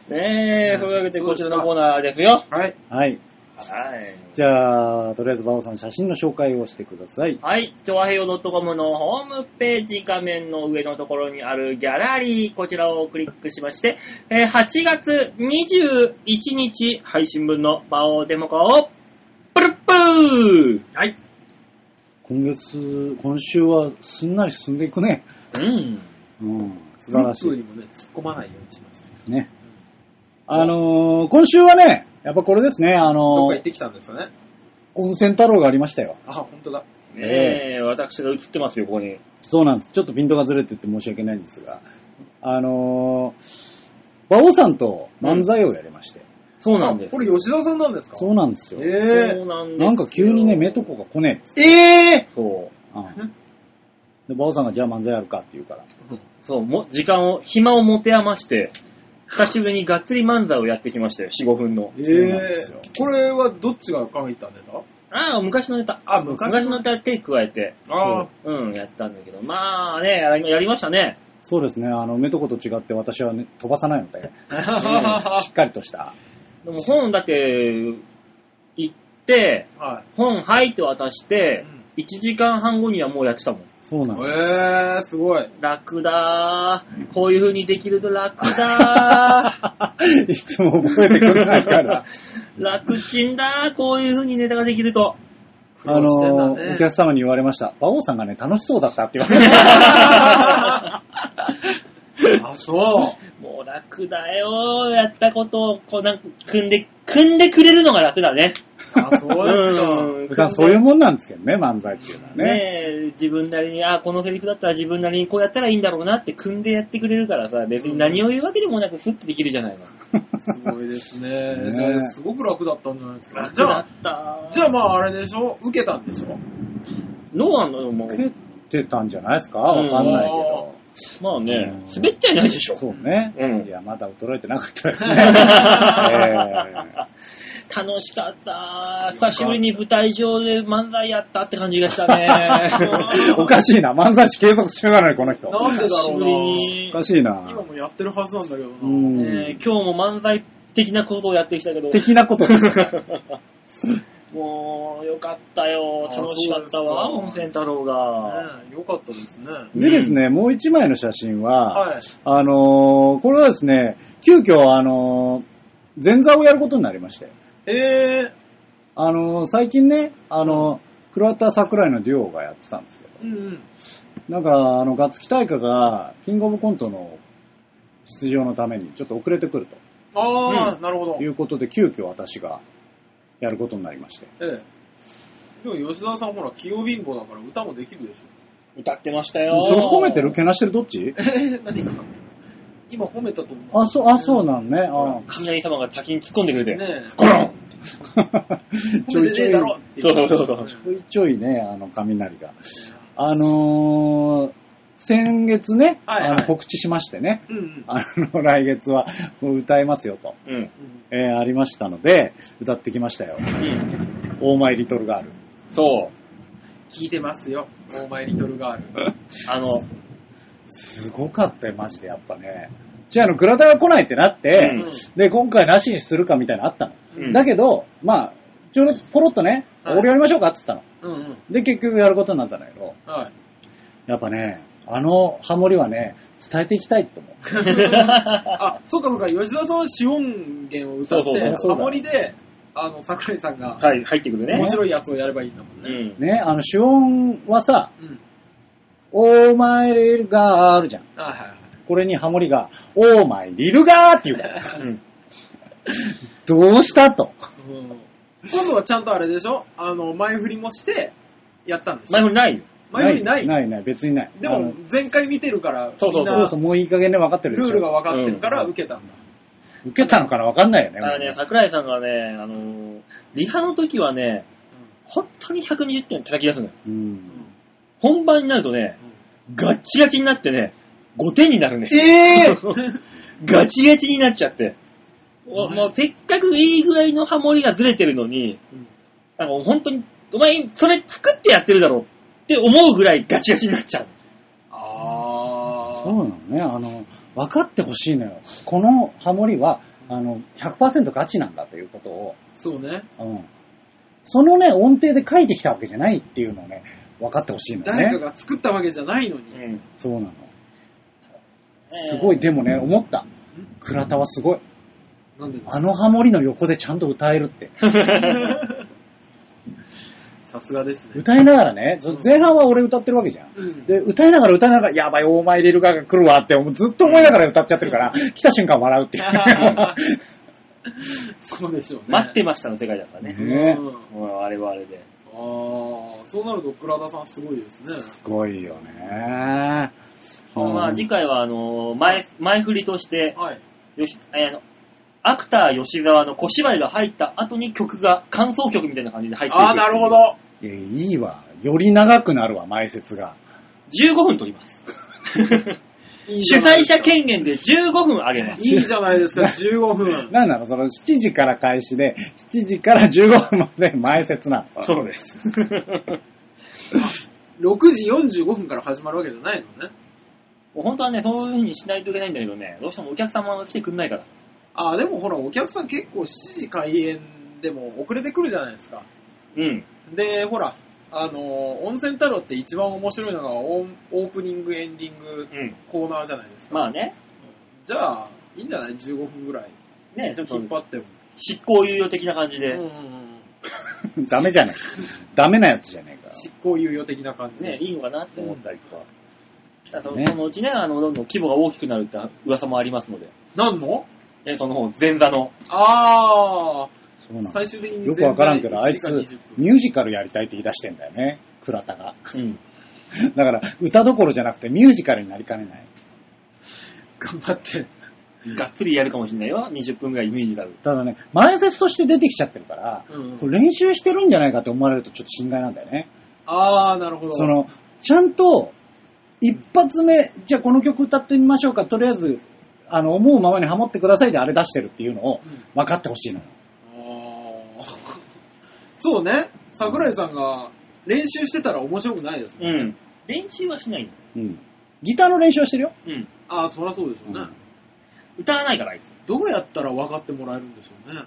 ねえ、そういうわけでこちらのコーナーですよ。
はい。
は
はい。
い。
じゃあ、とりあえず馬王さん写真の紹介をしてください。
はい、調和平洋 .com のホームページ画面の上のところにあるギャラリー、こちらをクリックしまして、えー8月21日配信分のバオデモカを、プルップー
はい。
今月、今週はすんなり進んでいくね。
うん。
うん。素晴らし
フルー
い。
プにもね、突っ込まないようにしました。
ね。あのー、今週はね、やっぱこれですね、あ
どっ
の
か行っ
ー、
てきたんですよね。
温泉太郎がありましたよ。
あ、本当だ。
ねえ、私が映ってますよ、ここに。
そうなんです。ちょっとピントがずれてて申し訳ないんですが、あのー、馬王さんと漫才をやりまして。
そう
あ
なんです。
これ吉田さんなんですか
そうなんですよ。
え
そうなんですよ
なんか急にね、目とこが来ねえっつって。
え。え
そう。
うんで、馬王さんがじゃあ漫才やるかって言うから。
ぇ
そう、も、時間を、暇を持て余して、久しぶりにがっつり漫才をやってきましたよ、4、5分の。
え
そうなんですよ
ーこれはどっちが考えたネタ
ああ、昔のネタ。
あ
昔のネタ手加えて。
あー
うん、やったんだけど。まあね、やりやりましたね。
そうですね、あの、目とこと違って私はね、飛ばさないので、しっかりとした。
でも本だけ行って、
はい。
本入って渡して
うん、
1時間半後にはもうやってたもん。
そうなんです。
えー、すごい。
楽だー。こういう風にできると楽だ
いつも覚えてくれないか
ー。
ら。
楽ちんだー。こういう風にネタができると。
苦
あ
労してんだ
の、
ね
お客様に言われました。馬王さんがね、楽しそうだったって言われました。
あ、そ
もう楽だよー。やったことを、こうなんか、組んで、組んでくれるのが楽だね。
う。あ、そうですか。
ん
普段そういうもんなんですけどね、漫才っていうのはね。
ねえ、自分なりに、あ、このセリフだったら自分なりにこうやったらいいんだろうなって組んでやってくれるからさ、別に何を言うわけでもなくスッてできるじゃないの。
すごいですね。
ね
じゃあ、すごく楽だったんじゃないですか。
楽
じゃ
だ
あ
っ、た。
じゃあまああれでしょ受けたんでしょ
どうなんだろう、も
受
う。
けてたんじゃないですかわかんないけど。
まあね
う、ん
滑っちゃいないでしょ。
そうね。
うん
いや、まだ衰えてなかったですね。え
楽しかった。久しぶりに舞台上で漫才やったって感じがした ね。
えおかしいな。漫才師継続してない、この人。
なんでだ
久し
ろう
ぶ
な
りに
お。かしいな。
今もやってるはずなんだけどな。
うん。
ねえ今日も漫才的なことをやってきたけど、
的なことです。
もう、よかったよ。
あ
楽しかったわ、
そう
温
ですか
泉太郎が。
ねえよかったですね。
でですね、もう一枚の写真は、
はい。
あのーこれはですね、急遽、あのー前座をやることになりまして、
え
あのー最近ね、あのー黒田桜井のデュオがやってたんですけど、
ー、うんうん。
なんか、あの、ガッツキ大会が、キングオブコントの出場のために、ちょっと遅れてくる
ああ、
う
なるほど
とい。うことで、急遽私がやることになりまして。
ええ。でも吉沢さんほら、器用貧乏だから歌もできるでしょ。
歌ってましたよ。
それ褒めてるけなしてるどっち
え何今今褒めたと思う。
あ、そう、あ、そうなん ね。あ
雷様が先に突っ込んでくれて。
ね
コロン
え。
ちょいちょい、
だろ
ち
って言
そうそうそう
ょいちょいね、あの、雷が。あのー先月ね、
はいはい
あの告知しましてね、
うんうん。
あの、来月は歌いますよと、
うん。
えーありましたので、歌ってきましたよ。
うん。
オーマイリトルガール。
そう。
聞いてますよ。オーマイリトルガール。
あの、
すごかったよ、マジで、やっぱね。じゃあ、あの、グラダが来ないってなって、
うん
で、今回なしにするかみたいなのあったの。
うん
だけど、まあ、ちょうどポロッとね、
はい
俺やりましょうかって言ったの。
うんうん。
で、結局やることになったんだけど、
はい。
やっぱね、あのハモリはね、伝えていきたいと思う。
あ、そうかそうか、吉田さんは主音源を歌
そ
っ
うそうそう
て、ハモリで、あの、桜井さんが
はい、入ってくるね
面。白いやつをやればいいんだもん
う
ね。
ん。
ね、あの、主音はさ、
うん。
オーマイリルガールじゃん。
はいはいはい。
これにハモリが、オーマイリルガーって言うから。
うん
どうしたと。
うん今度はちゃんとあれでしょあの、前振りもして、やったんでしょ
前振りないよ。
前振りない。
ないない、別にない。
で
あ
も
の、
前回見てるから、
そうそう
みんな
そうそう、もういい加減で分かってるで
ルー
しょ。
ルが分かってるから
うん
受けたんだ。
受けたのかな分かんないよね。
だからね、桜井さんがね、あのー、リハの時はね、本当に120点叩き出すのよ。
うん。
本番になるとね、ガッチガチになってね、5点になるんですよ。
ええ
ガチガチになっちゃって。おもうせっかくいい具合のハモリがずれてるのに、なんか本当に、お前、それ作ってやってるだろうって思うぐらいガチガチになっちゃう。
あ
そ
ー。
うなのね。あの、分かってほしいのよ。このハモリは、ああの、100%ガチなんだということを、
そうね。
うん。そのね、音程で書いてきたわけじゃないっていうのをね、分かってほしいんだ
誰か
ね。
が作ったわけじゃないのに。
うん。
そうなの。すごい、でもね、思った。倉田はすごい。
な んで
あのハモリの横でちゃんと歌えるって。
さすがですね。
歌いながらね、ず
うん
前半は俺歌ってるわけじゃん。
うん
で、歌いながら歌いながら、やばい、大前リルガが来るわって、ずっと思いながら歌っちゃってるから、来た瞬間笑うっていう。
そうでしょうね。
待ってましたの世界だからね。
ね
うん
うん、あれはあれで。
ああ、そうなると倉田さんすごいですね。
すごいよね。
まあ、次回は、あの、前、前振りとして、
はい。
よし、えーあの、アクター吉沢の小芝居が入った後に曲が、感想曲みたいな感じで入っていく
ああ、なるほ。ど。
いやいいわ。より長くなるわ、前説が。
15分撮ります。
いいじ
主
ゃない
催
です
者
か
権限で15分あげます。
いいじゃな いですか、15分。
なんなのその7時から開始で、7時から15分まで 前説なの。
そうです。
6時45分から始まるわけじゃないのね。
もう本当はね、そういう風にしないといけないんだけどね、どうしてもお客様が来てくんないから。
ああ、でもほら、お客さん結構7時開演でも遅れてくるじゃないですか。
うん。
で、ほら、あの、温泉太郎って一番面白いのがオンオープニング、エンディング
うん。
コーナーじゃないですか。
まあね、
じゃあ、いいんじゃない ?15 分ぐらい。
ね、ちょっと
引っ張っても。
執行猶予的な感じ
うん
で、
うん
ダメじゃねえ。ダメなやつじゃねえ
うん
か。
執行猶予的な感じで。
ね、いいのかなって 思ったりとか。だからそ
ね
そのうちね、あの、どんどん規模が大きくなるって噂もありますので、
なんの
ね、その方、前座の。
ああ、
そうなの。
最終的に
よくわからんけど、あ
全
いつ
体1時間20、分
ミュージカルやりたいって言い出してんだよね。倉田が。
うん。
だから、歌どころじゃなくてミュージカルになりかねない。
頑張って。
がっつりやるかもしれないよ。20分ぐらいミュージカル。
ただね、前説として出てきちゃってるから、
うん
これ練習してるんじゃないかって思われるとちょっと心外なんだよね。
ああ、なるほど。
その、ちゃんと、一発目、じゃあこの曲歌ってみましょうか、とりあえず、あの、思うままにハモってくださいであれ出してるっていうのを
うん
分かってほしいのよ。
あー そうね、桜井さんが練習してたら面白くないですもん。
うん。練習はしないの。
うん。ギターの練習はしてるよ。
うん。
ああ、そりゃそうでしょうね、
うん
歌わないから、あいつ。
どうやったら分かってもらえるんでしょうね。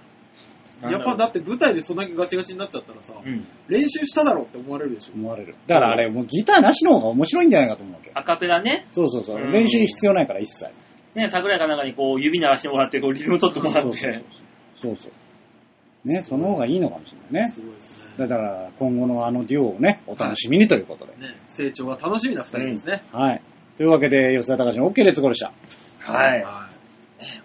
やっぱだって舞台でそんだけガチガチになっちゃったらさ、
うん。
練習しただろうって思われるでしょ。
思われる。だからあれ、もうギターなしの方が面白いんじゃないかと思うわけ。
アカペラね。
そうそうそう。
うん
練習必要ないから、一切。
ね、桜井かなんかにこう、指鳴らしてもらって、こう、リズム取ってもら
そう
っ
そう
て。
そうそう。ね、その方がいいのかもしれないね。
すごいですね
だ。から、今後のあのデュオをね、お楽しみにということで。
ね、成長が楽しみな二人ですね。
はい。というわけで、吉田隆の OK 列ゴでした。
はい。
は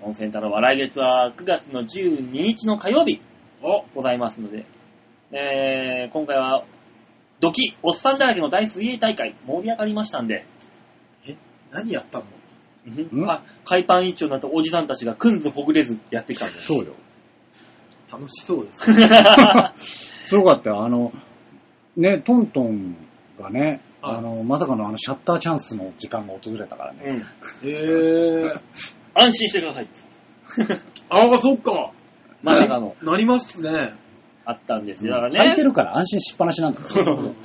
温泉太郎は来月は9月の12日の火曜日
いお、
ございますので、えー、今回は、ドキ、おっさんだらけの大水泳大会、盛り上がりましたんで、
何やったの
ん
か海パン一丁になったおじさんたちがくんずほぐれずやってきたんで。
そうよ。
楽しそうですね。
すごかったよ。あの、ね、トントンがね、
はい
あの、まさかのあの、シャッターチャンスの時間が訪れたからね。
うん。
へえ。
安心してください。
ああ、そっか。
まさかの、
なりますね。
あったんですよ。だからね。
空いてるから安心しっぱなしなんだよ。
そう
うん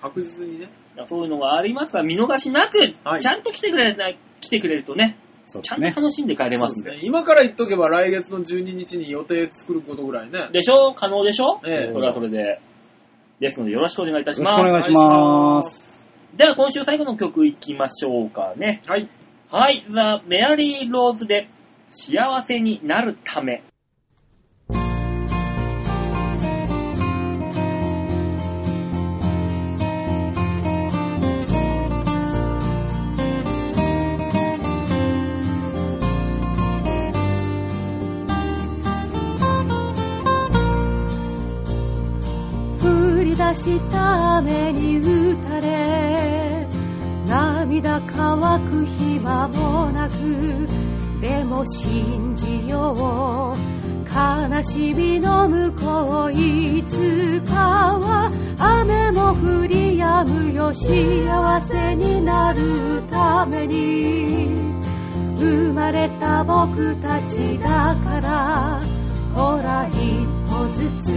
確実にね。
いやそういうのがありますから、見逃しなく、
はい
ちゃんと来てくれない、来てくれるとね、
そう
ち
で
ゃ
す
んと
ね。
楽しんで帰れますんで。で
そうですね今から言っとけば来月の12日に予定作ることぐらいね。
しょ可能でしょ
ええ
それはそれで。ですので、よろしくお願いいたしま
よろしくお願
す。
いします。
では、今週最後の曲いきましょうかね。
はい。
はい、ザ・メアリー・ローズで、幸せになるため。
降り出した雨に打たれ涙乾く暇もなくでも信じよう悲しみの向こういつかは雨も降り止むよ幸せになるために生まれた僕たちだからほら一歩ずつ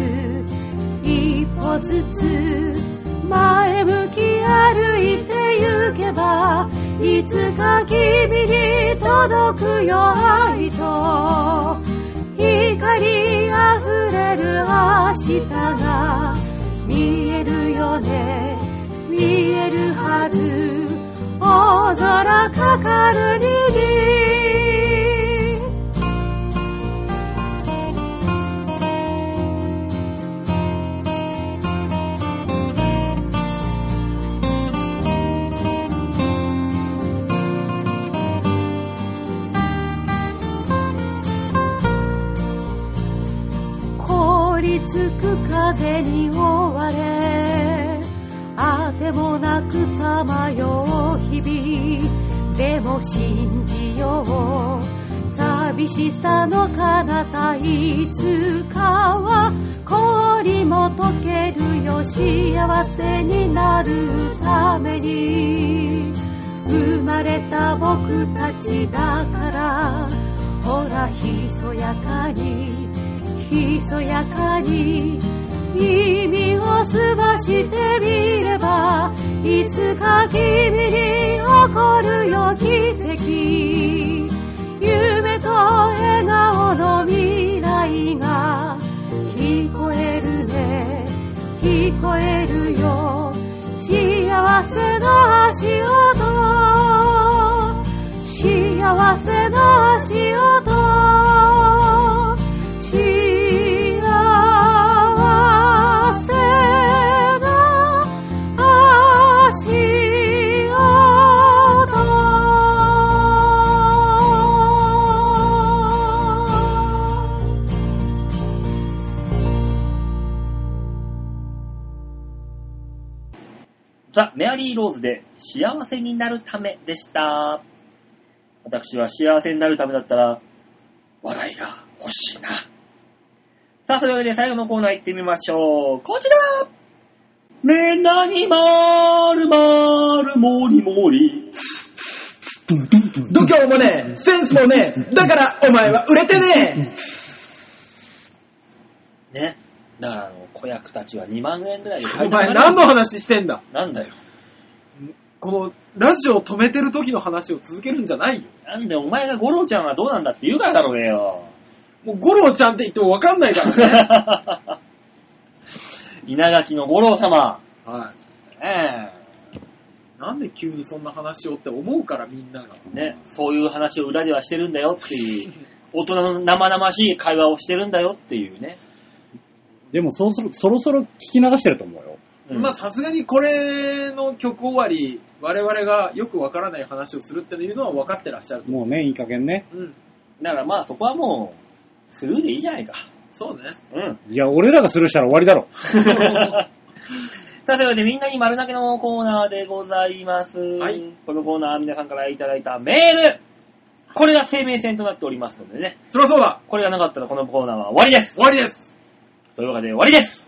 一歩ずつ前向き歩いてゆけばいつか君に届くよ愛と下が見えるよね見えるはず大空かかる虹凍りつく風に追われあてもなくさまよう日々でも信じよう寂しさの彼方いつかは氷も溶けるよ幸せになるために生まれた僕たちだからほらひそやかにひそやかに耳をすましてみればいつか君に起こるよ奇跡夢と笑顔の未来が聞こえるね聞こえるよ幸せの足音幸せの足音幸せな足音
ザ・メアリー・ローズで幸せになるためでした。私は幸せになるためだったら、笑いが欲しいな。さあ、そういうわけで最後のコーナー行ってみましょう。こちらみんなにまるまるもりもり。
度胸もねえ、センスもねえ、だからお前は売れてね
ね。だからあの、子役たちは2万円ぐらいで
え。お前何の
の
話してんだ
なんだよ。
この、ラジオを止めてる時の話を続けるんじゃないよ。
なんでお前が五郎ちゃんはどうなんだって言うからだろうねよ。
もう、ゴロちゃんって言ってもわかんないから ね。
稲垣の五郎様。
は
ええ
い。なんで急にそんな話をって思うからみんなが。
ね、そういう話を裏ではしてるんだよっていう、大人の生々しい会話をしてるんだよっていうね。
でもそろそろ、そろそろ聞き流してると思うよ。
うん
まあさすがにこれの曲終わり、我々がよくわからない話をするっていうのは分かってらっしゃると思
もうね、いい加減ね。
う。うん。
だからまあそこはもう、スルーでいいじゃないか。
そうね。
うん。
いや、俺らがスルーしたら終わりだろ。
さあ、というわけでみんなに丸投げのコーナーでございます。
はい
このコーナーは皆さんからいただいたメールこれが生命線となっておりますのでね。
そりゃそうだ
これがなかったらこのコーナーは終わりです
終わりです
というわけで終わりです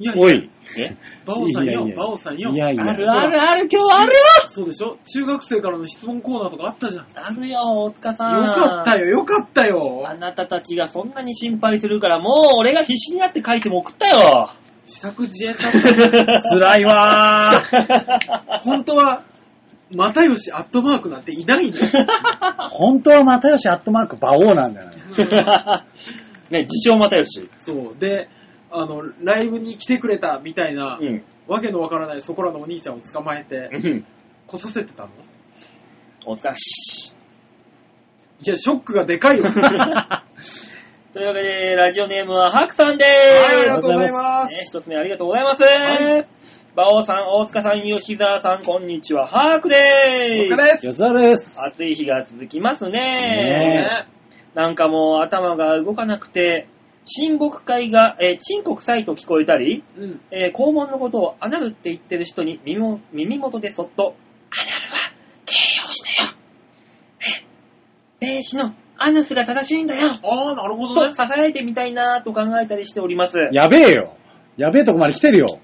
いやい
お
や、
い。
え
バオさん
いや
よ
いやい、や
バオさんよ。
いやいや
あるあるある今日あるよ
そうでしょ中学生からの質問コーナーとかあったじゃん。よ
あるよ、大塚さん。
かったよ、よかった
あ
よ。
なたたちがそんなに心配するから、もう俺が必死になって書いても送ったよ。
自作自演だった。
辛いわー。
本当は、又吉アットマークなんていない のよ。
本当は又吉アットマーク馬王なんだよ。
ね、自称又吉。
そう。で、あの、ライブに来てくれたみたいな、
うん。
わけのわからないそこらのお兄ちゃんを捕まえて、
うん。
来させてたの
大塚し。
いや、ショックがで かいよ。
というわけで、ラジオネームはハクさんで
はい、あり
ー。
がとうございますす。
ね、一つ目ありがとうございます。
は
馬王さん、大塚さん、吉沢さん、こんにちは。ハーク
お
でー
疲
す。
れです。
吉沢です。
暑い日が続きます
ね
ね。
ね
なんかもう頭が動かなくて、深国会が、えー、沈国祭と聞こえたり、
うん。
えー肛門のことをアナルって言ってる人に耳も耳元でそっと、アナルは形容詞だよ。名詞のアヌスが正しいんだよ。
ああ、なるほど
と
ね。
囁いてみたいなぁと考えたりしております。
やべえよ。やべえとこまで来てるよ。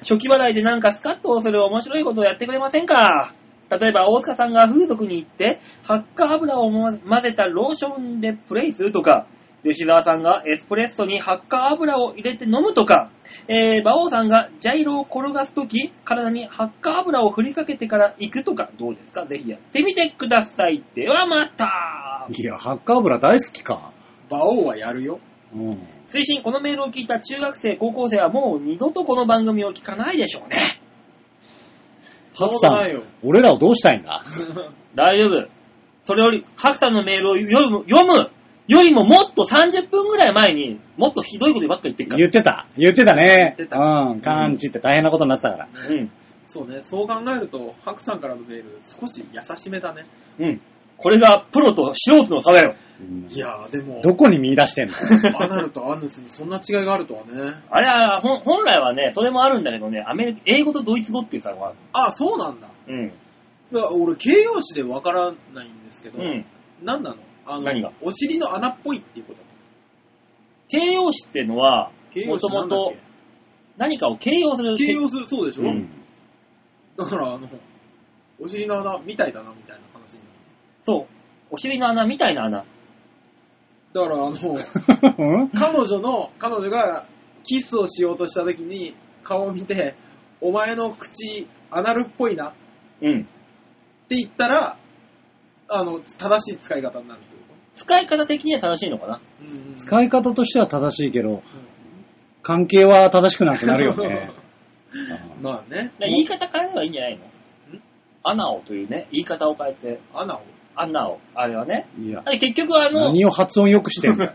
初期払いでなんかスカッとする面白いことをやってくれませんか例えば、大塚さんが風俗に行って、発火油をも混ぜたローションでプレイするとか、吉沢さんがエスプレッソに発火油を入れて飲むとか、えー、馬王さんがジャイロを転がすとき、体に発火油を振りかけてから行くとか、どうですかぜひやってみてください。ではまた
いや、ハッカー油大好きか。
馬王はやるよ。
うん。
推進、このメールを聞いた中学生、高校生はもう二度とこの番組を聞かないでしょうね。
そ
ハ
んなこ
ク
と
さ
ないよ
ん、俺らをどうしたいんだ
大丈夫。それより、ハクさんのメールを読む、読むよりももっと30分ぐらい前に、もっとひどいことばっか言ってるから。
言ってた。言ってたね。
言ってた
うん。感じって大変なことになってたから。
うん。
そうね、そう考えると、ハクさんからのメール、少し優しめだね。
うん。これがプロと素人の差だよ。
うん
いやー、でも、
どこに見出してんの
アナルとアンヌスにそんな違いがあるとはね。
あれは、ほん本来はね、それもあるんだけどね、アメリカ、英語とドイツ語っていう差がある。
あ、そうなんだ。
うん。
だから俺、形容詞でわからないんですけ
う
ど、
ん。
何なのあの
何が
お尻の穴っぽいっていうこと。
形容詞っていうのは、
形容
もと
詞な
も
んだっ
と何かを形容する。
け形容する、そうでしょ、
うん。
だから、あの、お尻の穴みたいだな、みたいな話に
そう。お尻の穴みたいな穴。
なる。だから、あの、
うん
彼女の、彼女がキスをしようとした時に顔を見て、お前の口、アナルっぽいなっ
うん。
て言ったら、あの、正しい使い方になるってこ
使い方的には正しいのかな。
とうん
使い方としては正しいけど、関係は正しくなくなる よね。
うんまあね、
で言い方変えればいいんじゃないの穴をというね、言い方を変えて、
穴を。
穴を、あれはね。
うんいや
だ、って結局あの、
何を発音良くしてん だ。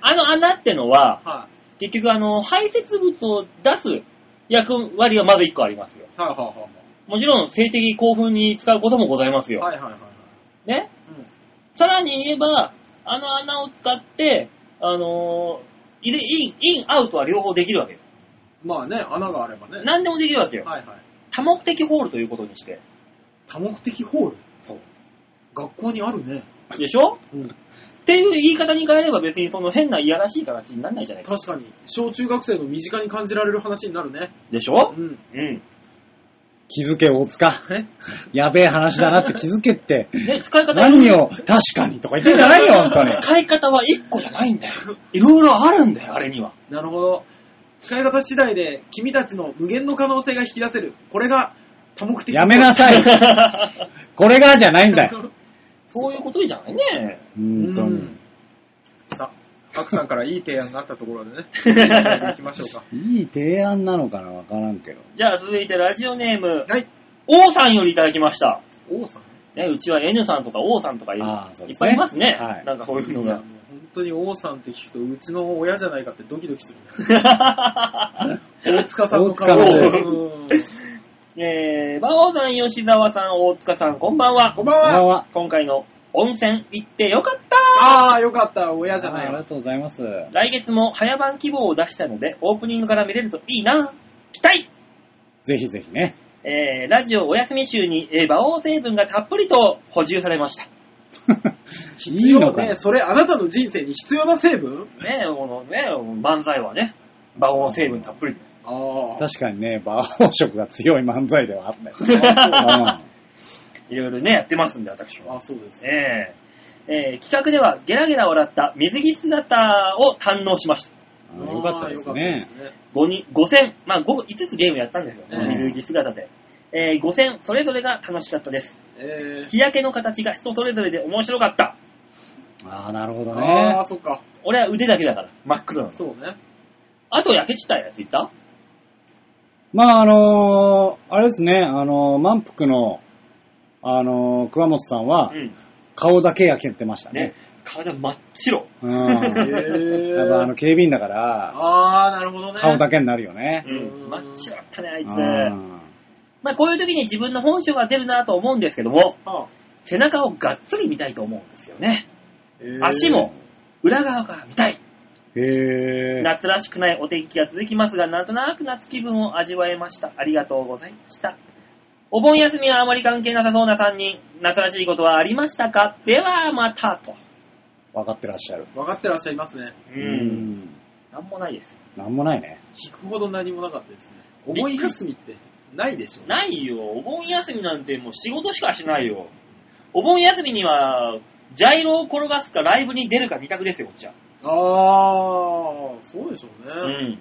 あの穴ってのは、
は
結局あの、排泄物を出す役割はまず一個ありますよ。
い、はいはいは
もちろん性的興奮に使うこともございます
い
よ。
はい。はいはいはいはい。
ね。
うん
さらに言えば、あの穴を使って、あのー入れ、イン、イン、アウトは両方できるわけよ。
まあね、穴があればね。
何でもできるわけよ。
はいはい。
多目的ホールということにして。
多目的ホール。
そう。
学校にあるね。
でしょ
うん。
っていう言い方に変えれば別にその変ないやらしい形にならないじゃないか。
確かに、小中学生の身近に感じられる話になるね。
でしょ
うん。
うん。
気づけ大塚。
え
やべえ話だなって気づけって。
ね、使い方
何を確かにとか言ってんじゃないよ、 本当に。
使い方は一個じゃないんだよ。いろいろあるんだよ、あれに は。
なるほど。使い方次第で君たちの無限の可能性が引き出せる。これが多 目的
やめな
う
さい。これがじゃないん だよ。
そういうことじゃないね。
本当
ん
に。
さあ、アクさんからいい提案があったところでね、行きましょうか。
いい提案なのかなわからんけど。
じゃあ続いてラジオネーム、
はい。
王さんよりいただきました。
王さん
ね、うちは N さんとか O さんとかい,、
あーそう
い
で
っ
す
ぱ
ね
いいますね。
はい
なんかこういうの
いや
が
もう。本当に王さんって聞くと、うちの親じゃないかってドキドキするね。大塚さんの顔
塚
大
の
うん
えー、馬王さん、吉沢さん、大塚さん、こんばんは
こん。ば
こんば
ん
ん
は。
は。
今回の温泉行ってよかった
ああ、よかった。親じゃ
あ
ない
り
わ
がとうございます。
来月も早番希望を出したので、オープニングから見れるといいな。期待
ぜひぜひね。
えー、ラジオお休み週に、えー、馬王成分がたっぷりと補充されました。
いいのか
ね、
な
それあなたの人生に必要な成分
ねえ、このね、漫才はね、馬王成分たっぷり。
あ
確かにね、馬王色が強い漫才ではあったよ。
いろいろね、やってますんで、私
あ、
は。
あそうですね。
えーえー企画ではゲラゲラ笑った水着姿を堪能しました。
うんあよかったですね。
あー。よかったです
5人、5戦、まあ 5, 5つゲームやったんですよね、
うん
水着姿で。えー、5戦、それぞれが楽しかったです。
え
日焼けの形が人それぞれで面白かった。
ああ、なるほ
ー、
ど
あ
ね
あ、。そっか。
俺は腕だけだから、真っ黒なの。
そうね。
あと焼けてたやついた
まあ、あのーあれですね、あのー満腹の、あのー桑本さんは、
ん。
顔だけ焼けてました
ね
ね。、
体真っ白。
う
え
ん。やっぱあ
ー、
の警備員だから、
ああ、なるほどね。
顔だけになるよね
う。ん、真っ白だったね、あいつ。
うん
まあこういう時に自分の本性が出るなと思うんですけども、
あ
背中をがっつり見たいと思うんですよね。
えー
足も裏側から見たい。
へえ。
夏らしくないお天気が続きますが、なんとなく夏気分を味わえました。ありがとうございました。お盆休みはあまり関係なさそうな3人、夏らしいことはありましたかではまたと。
分かってらっしゃる。
分かってらっしゃいますね。
う。
うんん。
なんもないです。
なんもないね。
聞くほど何もなかったですね。思い休みってないでしょ。
ないよ。お盆休みなんてもう仕事しかしないよ。お盆休みには、ジャイロを転がすかライブに出るか二択ですよ、こっちは。
ああ、そうでしょう
う
ね。
ん。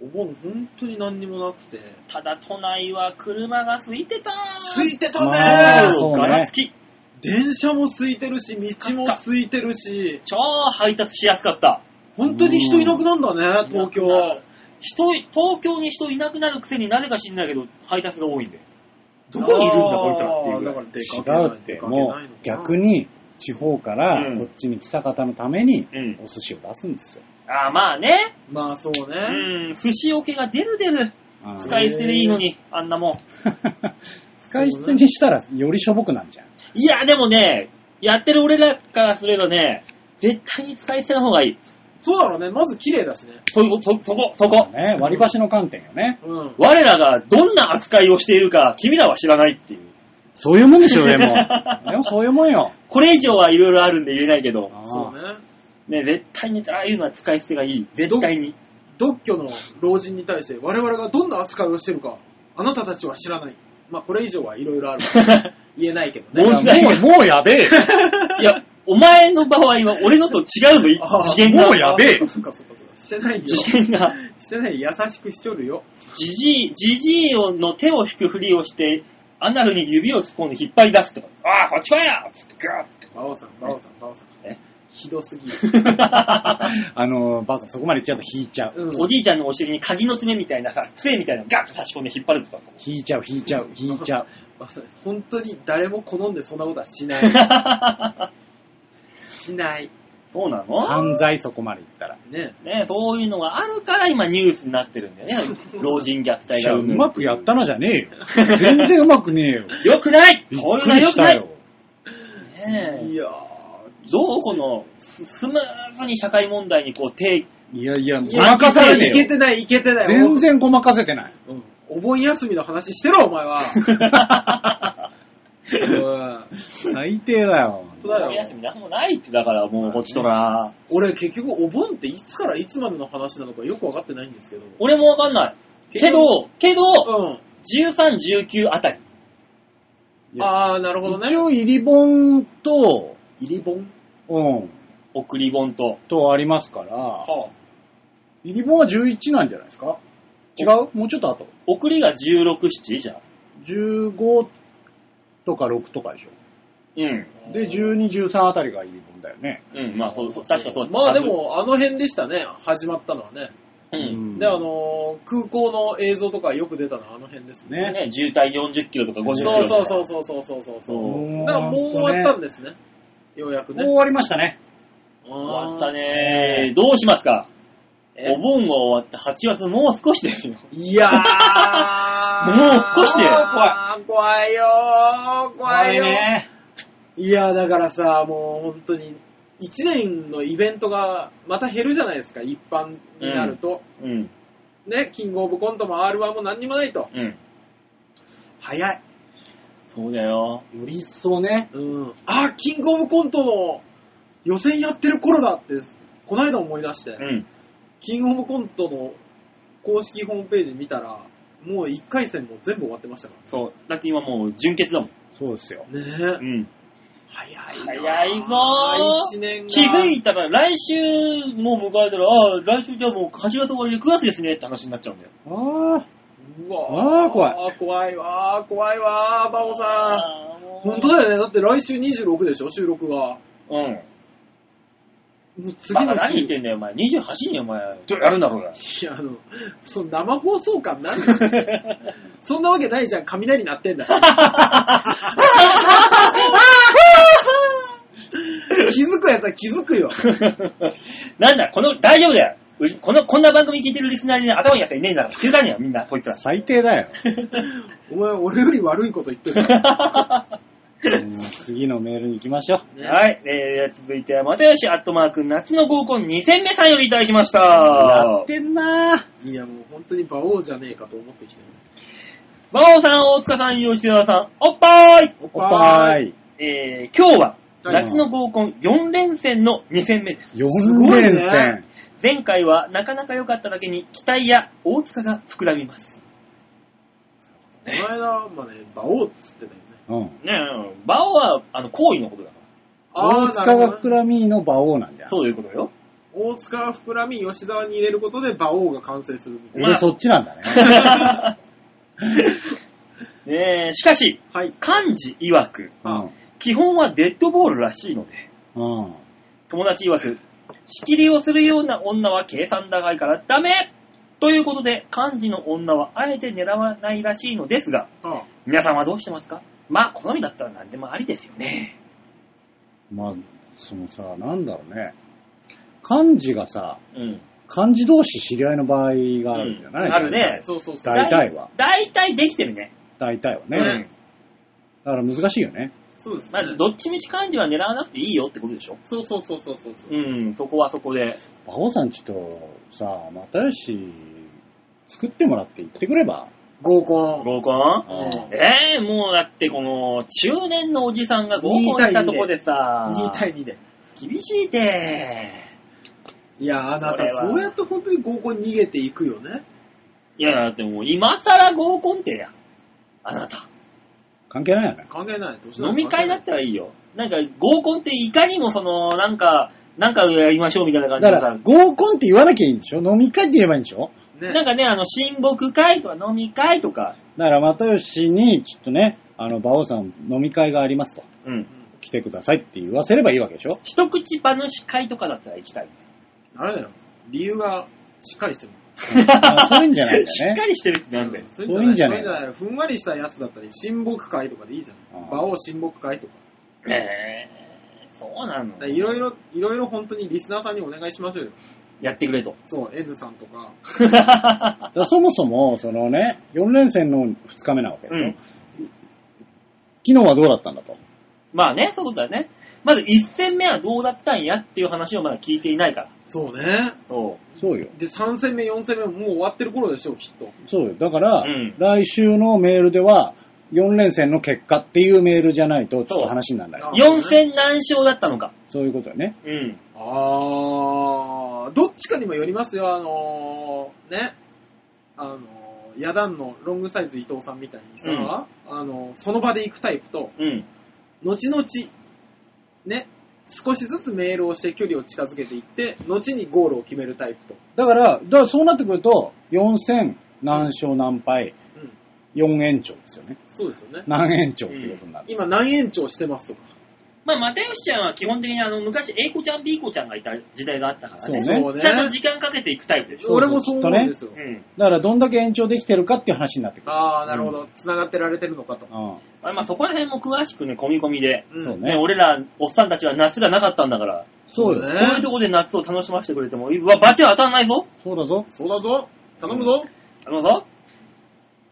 お盆本当に何にもなくて。
ただ都内は車が空いてた。
空いてたね
まあ
ー
そうね
ガラつき。
電車も空いてるし、道も空いてるし、
超配達しやすかった。
本当に人いなくなんだね、東京。
人い、東京に人いなくなるくせになぜか知んないけど、配達が多いんで。どこにいるんだ、こいつらっていうぐらい。
違うって、もう逆。に地方から
うん
こっちに来た方のために
うん
お寿司を出すんですよ。
ああ、まあね。
まあそう
う
ね。
ん、寿司桶が出る出る。
あー
使い捨てでいいのに、あんなもん。
使い捨てにしたらよりしょぼくなんじゃん。
いや、でもね、やってる俺らからすればね、絶対に使い捨ての方がいい。
そうだろうね、まず綺麗だしね。
そ、そ、そこ、そこ。
ね、割り箸の観点よね。
うん。
我らがどんな扱いをしているか、君らは知らないっていう。
そういうもんでしょ、 でも。でもそういうもんよ。
これ以上はいろいろあるんで言えないけど、
あー
そうね。
ね、絶対に、ああいうのは使い捨てがいい。絶対に。
独居の老人に対して我々がどんな扱いをしてるか、あなたたちは知らない。まあこれ以上はいろ いろあるから。言えないけどね。
問題が
いやもう、もうやべえよ。
いや、お前の場合は俺のと違うの、い
あー
次元が。
もうやべ え
そっかそっかそっか。してないよ。
次元が。
してない優しくしとるよ。
じじい、じじいの手を引くふりをして、アナルに指を突っ込んで引っ張り出すとか。ああ、こっち来いよつってガーって。
バオさん、バオさん、バオさん。
え
ひど すぎる。
あの、ばあさんそこまで言っちゃうと引いちゃう。
うん
おじいちゃんのお尻に鍵の爪みたいなさ、杖みたいなのガッと差し込んで引っ張るとか。
引いちゃう、引いちゃう、引いちゃう。
まさに本当に誰も好んでそんなことはしない。しない。
そうなの
犯罪そこまで言ったら。
ね。
ねそういうのがあるから今ニュースになってるんだよね。老人虐待
いや、
が
う
生む。
まくやったなじゃねえよ。全然うまくねえよ。
よくない
びっ
そういう
く
のは
り
よ
し
くな
た
い、
よ。
ね
い
え
や
どうこのス、スムーズに社会問題にこう、定
いやいや、
ー。
ごまかされ
い
ね
け
えよ。
てない、いけてない。
全然ごまかせてない。
うん。お盆休みの話してろ、お前は。うん
最低だよ。
そうだよ
お休みなんもないって、だからもうこっちとら。
俺結局お盆っていつからいつまでの話なのかよくわかってないんですけど。
俺もわかんない。けど、けど、
うん。
13、19あたり。
いや
あー、なるほど
一
ね。
応、入り本と、
入り盆
うん、
送り本と。
とありますから、入り本は11なんじゃないですか違うもうちょっと後。
送りが16、7じゃん。
15とか6とかでしょ。
うん。
で、12、13あたりが入り本だよね。
うん、まあ、そう、そう確かそう
まあで、も、あの辺でしたね、始まったのはね。
うん。
で、あのー空港の映像とかよく出たのはあの辺ですね。
ね。
ね、渋滞40キロとか50キロ
そう
とか。
そうそうそうそうそうそう
そう
だからもう終わったん
で
ですね。ようやく
も
ね。
う終わりましたね。
終わった
え
ね。どうしますか
え
お盆が終わって8月もう少しですよ。
いやー
もう少しで
怖い。怖いよー怖いよー
ね。
いやーだからさ、もう本当に、一年のイベントがまた減るじゃないですか、一般になると。
うん。
ね、キングオブコントも R1 も何にもないと。
うん。
早い。
そうだよ。
より一層ね。
うん。あー、キングオブコントの予選やってる頃だって、この間思い出して。
うん。
キングオブコントの公式ホームページ見たら、もう1回戦も全部終わってましたか
そう。だって今もう純潔だもん。
そうですよ。
らね。
う
ね
ん。
早いな。
早いぞー
1年が。
気づいたら来週もう迎えたら、ああ、来週じゃもう8月終わりで9月ですねって話になっちゃうんだよ。
あ
うわ
あー怖
い。怖いわー、怖いわー、バオさ
ああ、も
ん。
う
本当だよね。だって来週26でしょ、収録が。
うん。
もう次
次の
の
何言
週。
ってんだよ、お前。28にお前、やるんだろうが。
いや、あの、その生放送感何そんなわけないじゃん、雷鳴 ってんだし。気づくやつは気づくよ。
なんだ、この、大丈夫だよ。うこの、こんな番組聞いてるリスナーにね頭にやついねえんだから、急 だねよ、みんな、こいつ
あ、
ら。
最低だ よ。
お前、俺より悪いこと言ってるから。
うん次のメールに行きましょう。
はい、えー、続いては、又吉アットマーク、夏の合コン2000名さんよりいただきまし
や
た
っ。てんなー
いや、もう本当に馬王じゃねえかと思ってきてる。
馬王さん、大塚さん、吉沢さん、おっぱーい
おっぱーい。
えー、今日は、
はい
夏の合コン4連戦の2戦目です。
すごい
4
ね
連戦。
前回はなかなか良かっただけに、期待や大塚が膨らみます。
お前らまね、馬王っつってたよね。
うん。
ねえ、馬王は、あの、行為のことだか
大塚
なる
が
ほ
膨
どね
らみの馬王なんじゃ
ら。
ん。
そういうこと よ。
大塚が膨らみ、吉沢に入れることで馬王が完成するみたい
まあ
俺そっちなんだね。
ねえ、しかし、
な。はい。
漢字曰く、
う
あ
ん。
基本はデッドボールらしいので、
うん。
友達曰く、仕切りをするような女は計算高いからダメということで、漢字の女はあえて狙わないらしいのですが、
あ
皆さんはどうしてますかまあ、好みだったら何でもありですよね。
まあ、そのさ、なんだろうね。漢字がさ、
うん。
漢字同士知り合いの場合があるんじゃない、
うんあるね
そうそうそう。
大体は。
大体できてるね。
大体は
う
ね。
ん
だから難しいよね。
そうです
まあ、どっちみち漢字は狙わなくていいよってことでしょ。
そうそうそうそうそうそう。
うん、そこはそこで。
馬王さんちとさ、又吉作ってもらって行ってくれば。
合コン。
合コン
うん
ええもうだってこの中年のおじさんが合コンしたとこでさ、
2対2で。
厳しいて。
いや、あな
そ
た、
れは
そうやって本当に合コン逃げていくよね。
いや、だってもう今更合コンってやん。あなた。
関係ないよね。
考えない。どうし
飲み会だったらいいよ。なんか合コンっていかにもその、なんか、なんかやりましょうみたいな感
だ
じ
か
で
ら、
さ、
合コンって言わなきゃいいんでしょ飲み会って言えばいいんでしょ
ね。
なんかね、あの、親睦会とか飲み会とか、
だから、又吉に、ちょっとね、あの、馬王さん飲み会がありますと。
うん。
来てくださいって言わせればいいわけでしょ
一口話会とかだったら行きたいね。
あれだよ。理由がしっかりしてる。
あそういうんじゃないん
し
だ
っ
よ
か
ね。
りしてるってなんだよ。
そ
そういうんじゃね
そうい
え
うんじゃないふんわりしたやつだったり、親睦会とかでいいじゃ
あ
ん。
あ
馬王親睦会とか。
えー、そうなの
だからいろいろ、いろいろ本当にリスナーさんにお願いしましょうよ。
やってくれと。
そう、N さんとか。
だからそもそも、そのね、4連戦の2日目なわけでしょ、
うん
昨日はどうだったんだと。
まあね、そういうことだね。まず1戦目はどうだったんやっていう話をまだ聞いていないから。
そうね。
そ
そうよ。
で、3戦目、4戦目ももう終わってる頃でしょう、きっと。
そうよ。だから、
うん。
来週のメールでは、4連戦の結果っていうメールじゃないと、ちょっと話にならない。
そうあ
4戦何勝だったのか。
そういうことよね。
うん。
あー、どっちかにもよりますよ、あのー、ね。あのー、野団のロングサイズ伊藤さんみたいにさ、
う
あのー、その場で行くタイプと、
うん。
後々、ね、少しずつメールをして距離を近づけていって、後にゴールを決めるタイプと。
だから、だからそうなってくると、4戦何勝何敗、
うん、
4延長ですよね。
そうですよね。
何延長っていうことになる。
今何延長してますとか。
まあ、又吉ちゃんは基本的にあの、昔、A 子ちゃん、B 子ちゃんがいた時代があったからね。
そうね
ちゃんと時間かけていくタイプでしょ。
俺もそう思うんですよ。
うん。
だから、どんだけ延長できてるかっていう話になってくる。
あー、なるほど。繋がってられてるのかと。
うん
まあまあ、そこら辺も詳しくね、込み込みで。
ん
そうね
ね、俺ら、おっさんたちは夏がなかったんだから、
そうよ
ね
こういうとこで夏を楽しませてくれても、うわ、バチは当たんないぞ。
そうだぞ。
そうだぞ。頼むぞ。
あのぞ。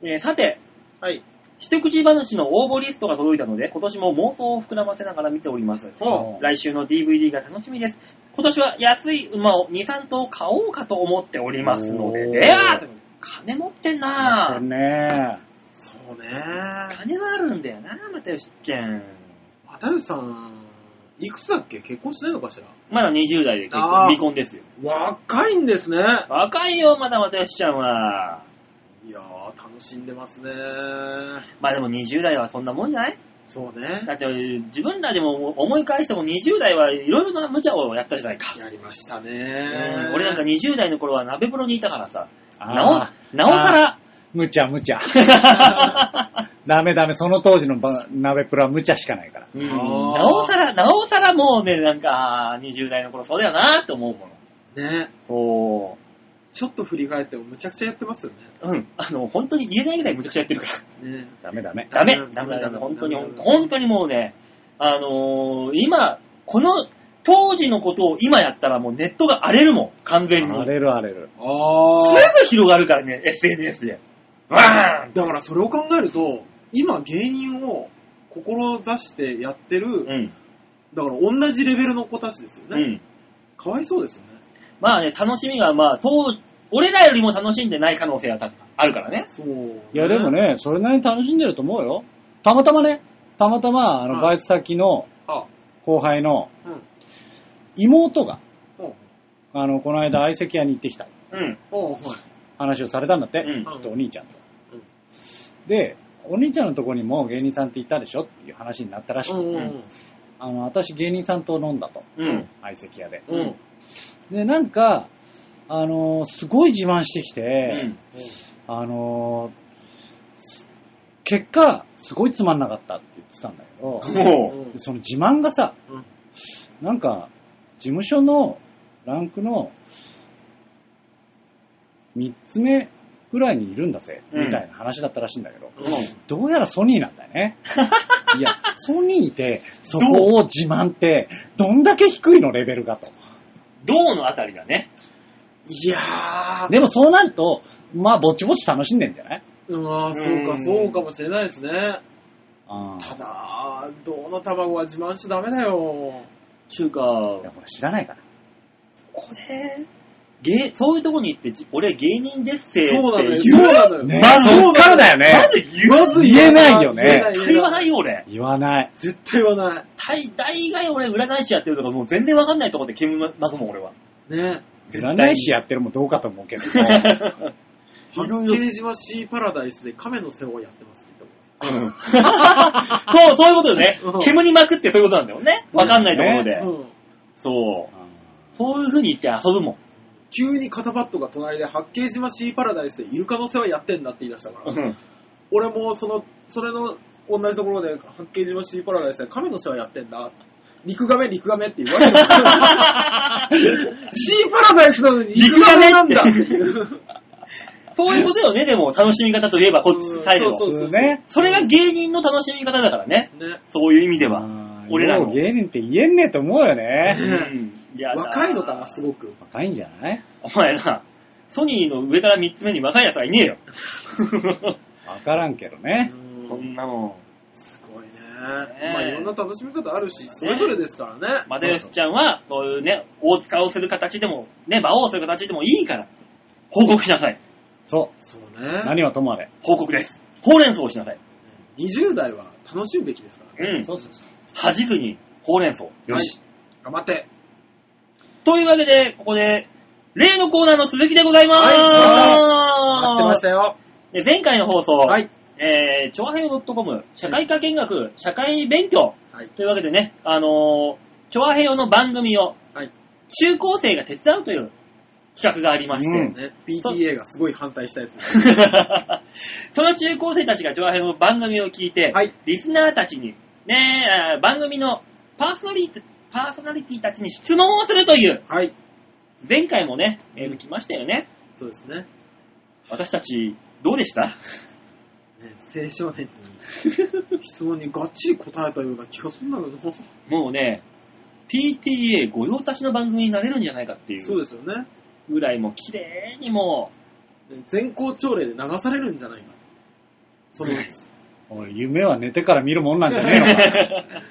えーさて、
はい。
一口話の応募リストが届いたので、今年も妄想を膨らませながら見ております。
ほ
う
来週の DVD が楽しみです。今年は安い馬を2、3頭買おうかと思っておりますので、
おー
では、金持ってんなぁ。
ね
そうね。
金はあるんだよなぁ、またよしっちゃん。
又吉さん、いくつだっけ結婚しないのかしら
まだ20代で結構
あー
離婚ですよ。
若いんですね。
若いよ、まだまたよしちゃんは。
いやー、楽しんでますね。
まあでも20代はそんなもんじゃない
そう
だ
ね。
って自分らでも思い返しても20代はいろいろな無茶をやったじゃないか。
やりました
う
ね
ん。俺なんか20代の頃は鍋風呂にいたからさ、
え。
な
あ
お、なおさら、
ーむちゃむちゃ。ダメダメ、その当時のば鍋プロは無茶しかないから。
うん
あー
なおさら、なおさらもうね、なんか、20代の頃そうだよなって思うもの。
ね。
お
ちょっと振り返ってもむちゃくちゃやってますよね。
うん。あの、本当に言えないぐらいむちゃくちゃやってるか
ね
ダメダメ。
ら。ダメ
ダメ
ダメダ
ダメ
メ本当に、
ダメ
本当に本当にもうね、あのー今、この、当時のことを今やったらもうネットが荒れるもん、完全に。
荒れる荒れる。
あ
すぐ広がるからね、SNS で。わーン
だからそれを考えると、今芸人を志してやってる、
うん。
だから同じレベルの子たちですよ
う
ね。
ん。
かわいそうですよね。
まあね、楽しみが、まあ、当、俺らよりも楽しんでない可能性があるからね。
そう、
いや、でも。ね、それなりに楽しんでると思うよ。たまたまね、たまたま、あ
は
の、
い
バイト先の
あ、
後輩の
うん。
妹が、
ほう
あの、この間相席屋に行ってきた
うん。
ほうほう
話をされたんだって。
うん
ちょっとお兄ちゃんと
うん。
で、お兄ちゃんのとこにも芸人さんっていたでしょっていう話になったらし
うん
く、
うん
あの、私芸人さんと飲んだと。
うん。
相席屋で。
うん。うん。
で、なんか、あのーすごい自慢してき
う
て、
ん。
あのーす結果、すごいつまんなかったって言ってたんだけど、
もう。
その自慢がさ、
うん
なんか、事務所のランクの3つ目ぐらいにいるんだぜ、
うん
みたいな話だったらしいんだけど、
うん
どうやらソニーなんだよ ね。いや、ソニーでそこを自慢って、どんだけ低いのレベルがと。
銅のあたりだね。
いやー、
でもそうなると、まあ、ぼちぼち楽しんでんじゃないう
わーそう
うん
か、そうかもしれないですね。
あ
ただ、銅の卵は自慢しちゃダメだよ。
ちゅうか、
いや、ほら、知らないから。
これ、芸、そういうとこに行って、じ俺芸人ですせ
そうなの
って
よ、
言
そう
う
なのよ。
ね
まず
そっからだよね。
まず言う
まず
言えない
言
よ
え
ね
な。い
絶対言わないよ、俺。
言わない。
絶対言わない。
大、大概俺占い師やってるとかもう全然わかんないとこで煙巻くもん、俺は。
ね。
絶対に
占い師やってるもどうかと思うけども。
いろいろ
八景島シーパラダイスで亀の世話をやってますけど。
うんそう、そういうことでね
うん。
煙巻くってそういうことなんだよね。わかんないところで。
うん
そう。そういう風に言って遊ぶもん。
急に肩パッドが隣で八景島シーパラダイスでイルカの世話やってんだって言い出したから。俺もその、それの同じところで八景島シーパラダイスで亀の世話やってんだ。陸亀、陸亀って言われてる。 シーパラダイスなのに陸亀なんだって いう。
そういうことよね、でも、楽しみ方といえば、こっちサイドの。
そう
そ
そうそう
普通ね。
れが芸人の楽しみ方だからね。
ね。
そういう意味で
う
は。
ん
俺らの
もう芸人って言えんねえと思うよね。
うんいや
若いのかな、す
い。
ごく。
若いんじゃない
お前な、ソニーの上から3つ目に若い奴はいねえ よ。
わからんけどね。
こんなも
すごいね。
え
まあいろんな楽しみ方あるし、それぞれですからね
ん。。マテヨシちゃんは、そういうね、大塚をする形でも、ね、馬王をする形でもいいから、報告しなさい。
そ
そう
う。
ね。
何はともあれ。
報告です。ほうれん草をしなさい。
20代は楽しむべきですから
う
ね。
ん。
そうそうそう。
恥じずに、ほうれん草。よし。
頑張って。
というわけで、ここで、例のコーナーの続きでございまーす、
待ってましたよ。
で前回の放送、
はい。
えー、超平洋 .com、社会科見学、社会勉強、
はい。
というわけでね、あのー、チョアヘヨの番組を
はい。
中高生が手伝うという企画がありまして、
うん
ね、PTA がすごい反対したやつ。
その中高生たちがチョアヘヨの番組を聞いて、
はい
リスナーたちに、ねえー番組のパーソナリティ、パーソナリティたちに質問をするという、
はい。
前回もね、メール来ましたよね。
そうですね。
私たち、どうでした
ね青少年に質問にがっちり答えたような気がするんだけど。
もうね、PTA 御用達の番組になれるんじゃないかってい
そう
う
ですよね。
ぐらい、もう綺麗にも
ね全校朝礼で流されるんじゃないかと。そのうち。
おい夢は寝てから見るもんなんじゃねえのか。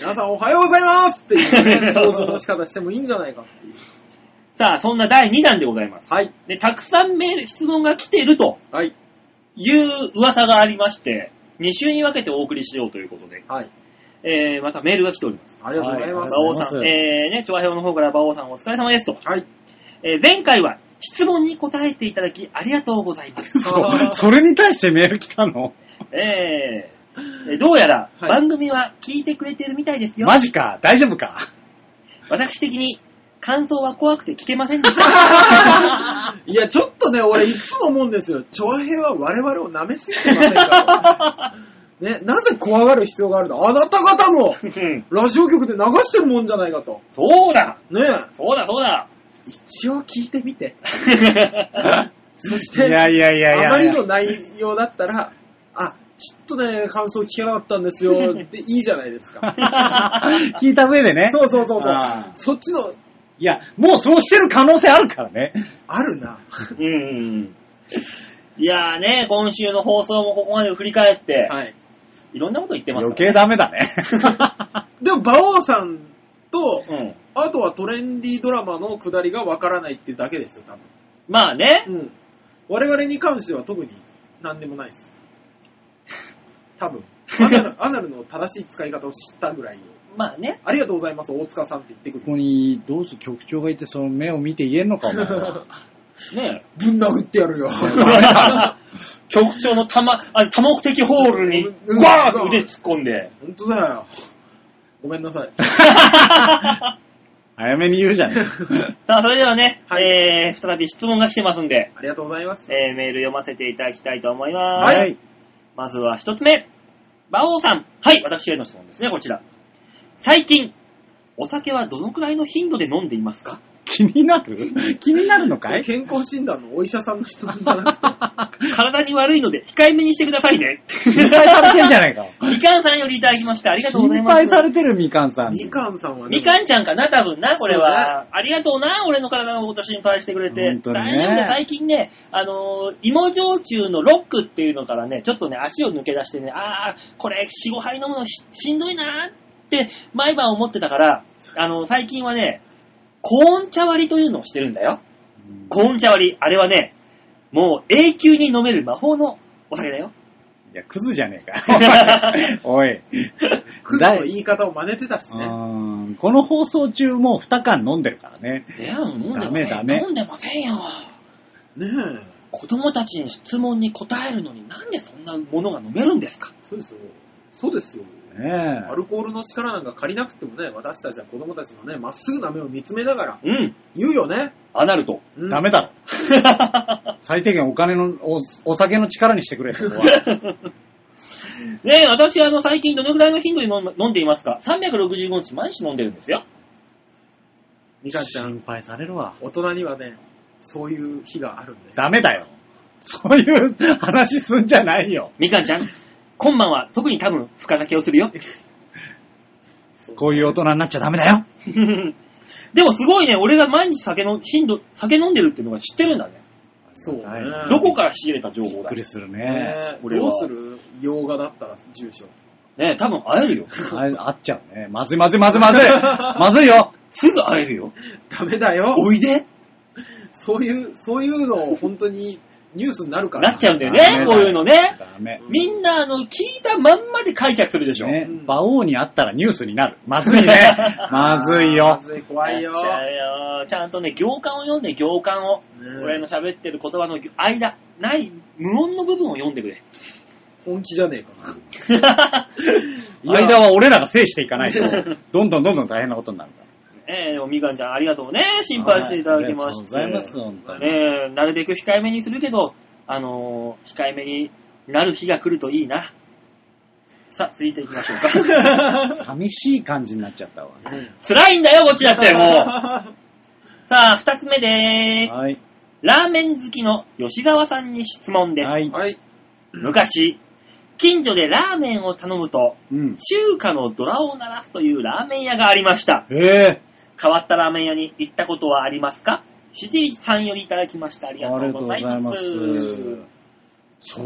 皆さんおはようございますっていうね登場の仕方してもいいんじゃないかっていう。
う、 さあ、そんな第2弾でございます。
はい。
で、たくさんメール、質問が来てると
はい。
いう噂がありまして、2週に分けてお送りしようということで、
はい。
えー、またメールが来ております。
ありがとうございます。
馬王さ
ありがとうござい
ん、
ます
えー、ね、調和表の方から馬王さんお疲れ様ですと。
はい。
えー、前回は質問に答えていただきありがとうございます。
そう。 それに対してメール来たの
えー、えどうやら
はい
番組は聞いてくれてるみたいですよ。
マジか大丈夫か
私的に感想は怖くて聞けませんでした。
いや、ちょっとね、俺いつも思うんですよ。長平は我々を舐めすぎてませんかね、 なぜ怖がる必要があるのあなた方のラジオ局で流してるもんじゃないかと。
そうだ
ね
そうだそうだ
一応聞いてみて。そし
い
て、
やいやいやい
あま
やい
り
や。
の内容だったら、あ、ちょっとね、感想聞けなかったんですよ。で、いいじゃないです か。
聞いた上でね。
そうそうそうそう
あ。ー
そっちの、
いや、もうそうしてる可能性あるからね。
あるな。
うん。いやーね、今週の放送もここまで振り返って、
はい。
い、ろんなこと言ってます
余
から
計ダメだね。
でも、馬王さんと、
うん。
あとはトレンディードラマの下りがわからないってだけですよ、多分。
まあね、
うん。我々に関しては特に何でもないです。多分。ア ナルアナルの正しい使い方を知ったぐらいよ。
まあね。
ありがとうございます、大塚さんって言ってく
ここ
る。
に、どうして局長がいて、その目を見て言えんのか、お前は
ね
ぶん殴ってやる よ。
局長の多ま、あ多目的ホールに、
うん
わーって腕突っ込ん で。
本当だよ。ごめんな さい。
早めに言うじゃん。
さあ、それではね、
はい
えー、再び質問が来てますんで、
ありがとうございます。
えー、メール読ませていただきたいと思います。
はい。
まずは一つ目。馬王さん。はい、私への質問ですね、こちら。最近、お酒はどのくらいの頻度で飲んでいますか
気になる気になるのかい
健康診断のお医者さんの質問じゃなくて、
体に悪いので、控えめにしてくださいね。
心配されてんじゃないか。
みかんさん よりいただきました。ありがとうござい
心
ます。
配されてるみか んさんに。
みかんさんはね、
みかんちゃんかな、多分な、これ
そう
は。ありがとうな、俺の体のこと心配してくれて。
本当に
大
ね
丈夫だよ、最近ね、あのー芋焼酎のロックっていうのからね、ちょっとね、足を抜け出してね、あー、これ、4、5杯飲むのししんどいなーって、毎晩思ってたから、あのー最近はね、コーン茶割りというのをしてるんだよ。
うん
コーン茶割り、あれはね、もう永久に飲める魔法のお酒だよ。
いや、クズじゃねえ か。おい。
クズの言い方を真似てたし
う
ね。
ーんこの放送中もう2缶飲んでるからね。
いや、飲
んでませんダメダメ
飲んでませんよ。
ねえ。
子供たちに質問に答えるのになんでそんなものが飲めるんですか
そうですよ。そうですよ。
ね
アルコールの力なんか借りなくてもね、私たちは子供たちのね、まっすぐな目を見つめながら
うん。
言うよね。
アナルト。
え。
うん
ダメだろ。 最低限お金の、おお酒の力にしてくれ、そこ は。
ねえ、私、あの、最近どのくらいの頻度に飲む飲んでいますか ?365 日毎日飲んでるんですよ。
みかんちゃん、
心配されるわ。
大人にはね、そういう日があるんだよ。
ダメだよ。そういう話すんじゃないよ。
みかんちゃん、今晩は特に多分深酒をするよ。
こういう大人になっちゃダメだよ。
でもすごいね、俺が毎日酒の頻度、酒飲んでるっていうのが知ってるんだね。
そうね
はい
どこから仕入れた情報
びっ
だ
くりするね。
ねえ
俺
ど
は
うする洋画だったら住所。
ねえ、多分会えるよ。
ああっちゃうね。まずいまずいまずいま ずい。まずいよ。
すぐ会えるよ。
ダメだよ。
おいで
そういう、そういうのを本当にニュースになるから。
なっちゃうんだよ
ダメ
ね、
だ
こういうのね。
ダメ。
みんな、あの、聞いたまんまで解釈するでしょ。
ね
う、ん
馬王に会ったらニュースになる。まずいね。 まずいよ
ま。ずい、怖いよ。
やっちゃうよちゃんとね、行間を読んで、行間を。
ね
俺の喋ってる言葉の間、ない、無音の部分を読んで くれ。
本気じゃねえかな。いや
間は俺らが制していかない と、どんどんどんどん大変なことになるから。
ええでもみかんちゃん、ありがとうね。心配していただきまして。
はいありがとうございます、本当に。
ねえ、なるべく控えめにするけど、あのー控えめになる日が来るといいな。さあ、続いていきましょう か。
寂しい感じになっちゃったわ。
辛いんだよ、こっちだって、もう。 さあ、二つ目でーす。
はい。
ラーメン好きの吉川さんに質問です。
は い。
はい。
昔、近所でラーメンを頼むと、
うん。
中華のドラを鳴らすというラーメン屋がありました。
ええ
変わったラーメン屋に行ったことはありますかひじりさんよりいただきました。ありがとうございます。
ありがとうございますそ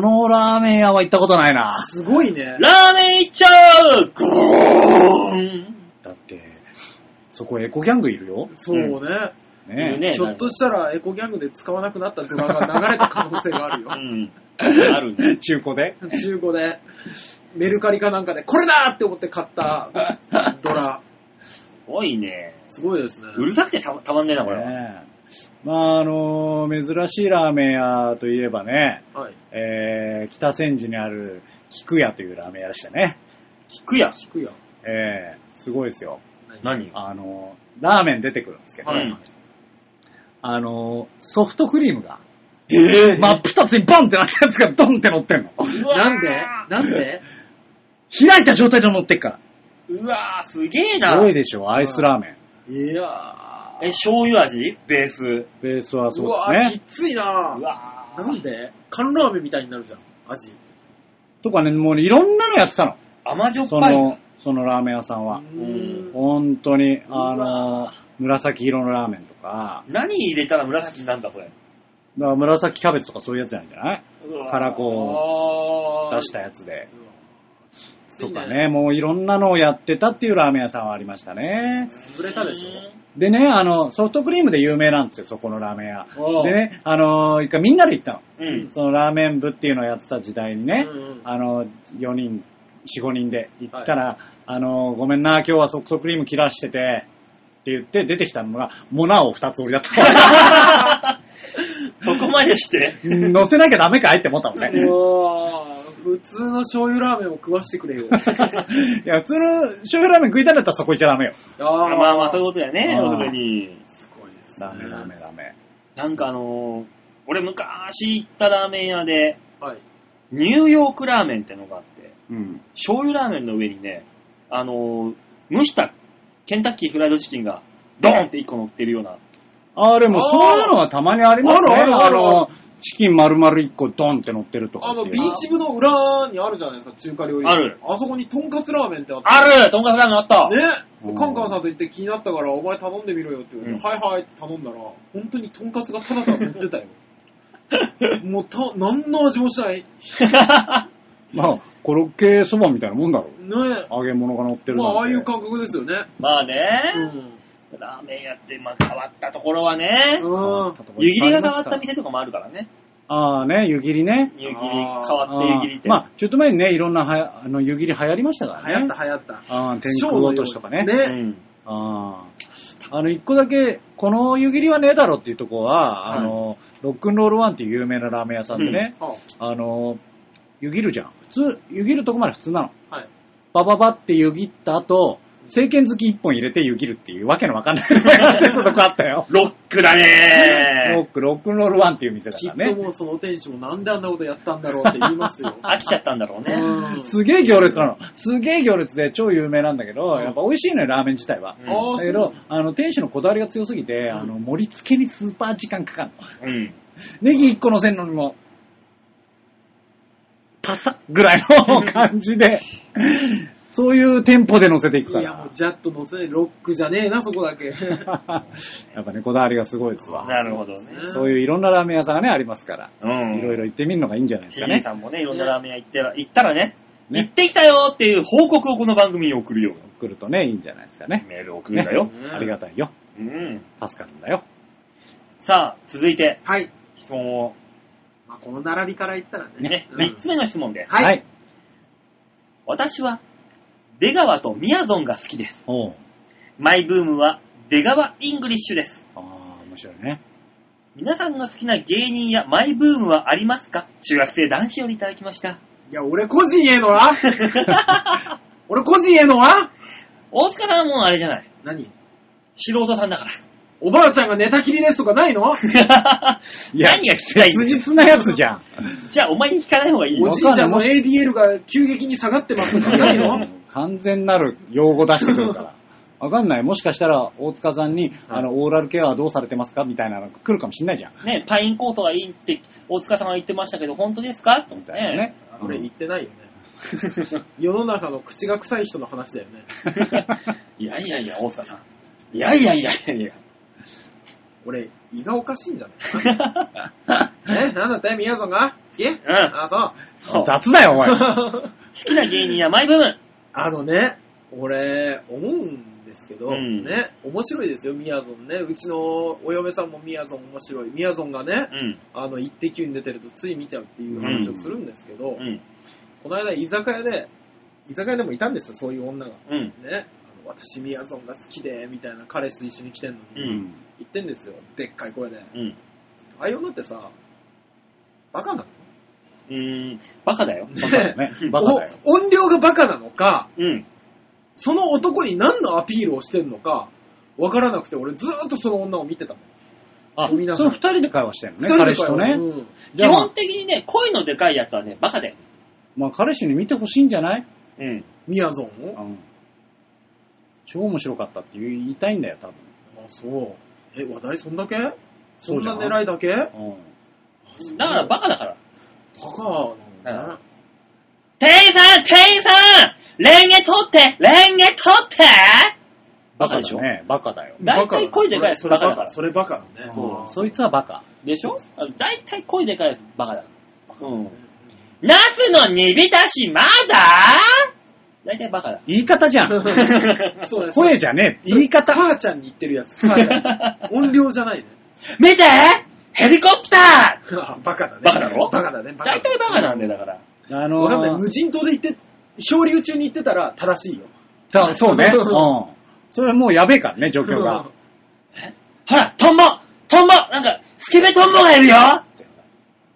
のラーメン屋は行ったことないな。
すごいね。
ラーメン行っちゃうゴーン
だって、そこエコギャングいるよ。
そうね。
いるね
ひょっとしたらエコギャングで使わなくなったドラが流れた可能性があるよ
う。ん。あるね。
中古で。
中古で、メルカリかなんかで、これだって思って買ったドラ。
すごいね。
すごいですね。
うるさくてたたまんねえな、これは。
ねえまあ、あの珍しいラーメン屋といえばね、
はい。
えー、北千住にある菊屋というラーメン屋でしたね。
聞くや。
聞くよ。
えー、すごいですよ。
何
あのラーメン出てくるんですけど、
はい
うん
あのソフトクリームが、
えぇ
真っ二つにバンってなったやつがドンって乗ってんの。
なんでなんで
開いた状態で乗ってっか
うわぁ、すげえ
ら。
な
すご。いでしょ、アイスラーメン。
いやー。
え、醤油味ベース。
ベースはそうう
わ
です
き
ね。
ついな
うわ
な
ぁ。
んで缶ラーメンみたいになるじゃん、味。
とかね、もうねいろんなのやってた
甘じょ
の。
っ
そ
ぱい
の。、そのラーメン屋さんは
う。ーん
本当に、
わ
あの、紫色のラーメンとか、
何入れたら紫になるんだ、それ。
だから紫キャベツとかそういうやつなんじゃないう
わぁ
カラコ
あ
を
ー
出したやつで。
うわきつ
と
い
かね、もういろんなのをやってたっていうラーメン屋さんはありましたね。
潰れたでしょ
でね、あの、ソフトクリームで有名なんですよ、そこのラーメン屋。
おう
でね、あのー一回みんなで行った
う
の。
ん。
そのラーメン部っていうのをやってた時代にね、
うんうん
あの、4人、4、5人で行ったら、あのーごめんな、今日はソフトクリーム切らしてて、って言って出てきたのが、モナを2つ俺だった。
そこまでして。
うん乗せなきゃダメかいって思ったもんね。
うわー普通の醤油ラーメンを食わしてく れよ。
いや、普通の醤油ラーメン食いたんだったらそこ行っちゃダメよ。
あ
まあまあ、そういうことだよね、
うん
要するに。
すごいですね。
ダメダメダメ。
なんかあのー俺昔行ったラーメン屋で、
はい。
ニューヨークラーメンってのがあって、
うん。
醤油ラーメンの上にね、あのー蒸したケンタッキーフライドチキンがドーンって一個乗ってるような。
ああ、でもそういうのはたまにありますね。
あるあ
あ
るある
の、チキン丸々1個ドンって乗ってるとか
あ
って
の、
いう。
ビーチ部の裏にあるじゃないですか、中華料理。
ある。
あそこにとんかつラーメンってあって。
あるとんかつラーメンあった、
う
ね
ん
カンカンさんと言って気になったから、お前頼んでみろよって言われて、はいはいって頼んだら、本当にとんかつがただただ乗って たよ。もうた、何の味もしない。ね
まあ、コロッケそばみたいなもんだろう。
え。
揚げ物が乗ってる
ま
なんて
あ、ああいう感覚ですよね。
まあ
う
ね、
ん。
ラーメン屋って、まあ変わったところはね、
うん。
あったとこい
湯
っ
切
ぱ
り
い
が
あま
変
す
わ
か
った店とかもあるからね。
ああね、湯切りね。
湯切り、変
あー
わって湯切りって。
ああまあ、ちょっと前にね、いろんなはやあの湯切り流行りましたから
流
ね。
行った流行った。
ああ、天空落としとかね。
う
ね。
ん。。
ああ。あの、一個だけ、この湯切りはねえだろっていうとこは、あの、ロックンロールワンっていう有名なラーメン屋さんでね、
あ
あの、湯切るじゃん。普通、湯切るとこまで普通なの。
はい。
バババって湯切った後、聖剣好き一本入れて湯切るっていうわけのわかんないのやってたとこあったよ
ロックだ
ロ
ね。
ック、ロックンロールワンっていう店だか
きっ
ら
と
ね。
もうその店主もなんであんなことやったんだろうって言いますよ
飽きちゃったんだろう
う
ね。うん
ん。
すげえ行列なの。すげえ行列で超有名なんだけど、やっぱ美味しいのよ、ラーメン自体は。
あー
だけ
そう
ど、あの、店主のこだわりが強すぎて、あの、盛り付けにスーパー時間かかるの。
うん。
ネギ1個乗せんのにも、パサッぐらいの感じで、そういうテンポで乗せていくか
いや、もう
ら。
ジャッと乗せない、ロックじゃねえな、そこだけ。
やっぱね、こだわりがすごいですわ。
なるほどね。
そういういろんなラーメン屋さんがね、ありますから。
うん。
いろいろ行ってみるのがいいんじゃないですか
TJ
ね。
さんもね、いろんなラーメン屋行ったら、行ったらね、
ね
行ってきたよっていう報告をこの番組に送るよ。
来るとね、いいんじゃないですかね。
メールを送るんだよ。
ね
ありがたいよ。
うん。
助かるんだよ。
さあ、続いて、
はい。
質問を。
まあ、この並びから言ったらね。
ね、
うん
3つ目の質問です。
はい。
はい。
私は、出川とみやぞんが好きです。
おう
マイブームは、出川イングリッシュです。
ああ、面白いね。
皆さんが好きな芸人やマイブームはありますか中学生男子よりいただきました。
いや、俺個人へのは俺個人へのは
大塚さんはもうあれじゃない。
何
素人さんだか
おばあちゃんが寝たきりですとかないの
ら。
いや
何が聞きたいんだ
切実なやつじゃん。
じゃあ、お前に聞かない方がいいよ
おじいちゃんの
わかん
ADL が急激に下がってますと かないの
完全なる用語出してくるから。わかんない。もしかしたら、大塚さんに、あの、オーラルケアはどうされてますかみたいなのが来るかもしんないじゃん。
ね、パインコートがいいって、大塚さんは言ってましたけど、本当ですかと思
み
って
たいなね
ね。。
うん
俺言ってないよね。世の中の口が臭い人の話だよね。
いやいやいや、大塚さん。いやいやいやいやいや。
俺、胃がおかしいんじゃない えなんだってみやぞんが好きうんあ、そう。
そう好
雑だよ、お前。
きな芸人やマイブーム。
あのね、俺、思うんですけど、
うん
ね、面白いですよ、みやぞんね。うちのお嫁さんもみやぞん面白い。みやぞんがね、
うん。
あの、イッテ Q に出てるとつい見ちゃうっていう話をするんですけど、
うん。
この間居酒屋で、居酒屋でもいたんですよ、そういう女が。
うん。
ね、あの私みやぞんが好きで、みたいな彼氏と一緒に来てんの
う
に、
ん。
言ってんですよ、でっかい声で。あ
うん。
あいう女ってさ、バカなの
うーん。バカだよ。
バカだよね。バカだよ。
お音量がバカなのか、
うん。
その男に何のアピールをしてんのか、わからなくて、俺ずーっとその女を見てたもん。
あ、
飲みながら
その二人で会話してるの
二
ね。
人
彼
で
氏
会
と
話
ね。
うん
じ
基
ゃあまあ
本、的にね、声のでかいやつはね、バカだよ。
まあ、彼氏に見てほしいんじゃない
うん。
みやぞんを
うん。超面白かったって言いたいんだよ、多分。
あ、そう。え、話題そんだけそ
そうんじ
な
ゃない
狙いだけあ
うん。
そう
だからバカだから。
バカなんだね。
店員さん店員さんレンゲ取ってレンゲ取ってバカでしょ
バね。バカだよ。
大体声でかいやつ
それ
バカだ
バ
から
カ、それバカだね。
そう
そいつはバカ。
でしょあの大体声でかいやつバカだから。うん。ナスの煮浸しまだ大体バカだ。
言い方じゃ ん。
そうね。
声じゃねえ。
言
言い
い方。母ちゃんに言ってるやつ。母ちゃん音量じゃないね。
見てヘリコプター
あバカだね。
バカだろ
バカだね。バカ
大体バカなんだよ、だから。
あのー
わかんない。無人島で行って、漂流中に行ってたら正しいよ。
そうそう ね。う
うん
ん。それはもうやべえからね、状況が。
ほら、トンボトンボなんか、スケベトンボがいる よ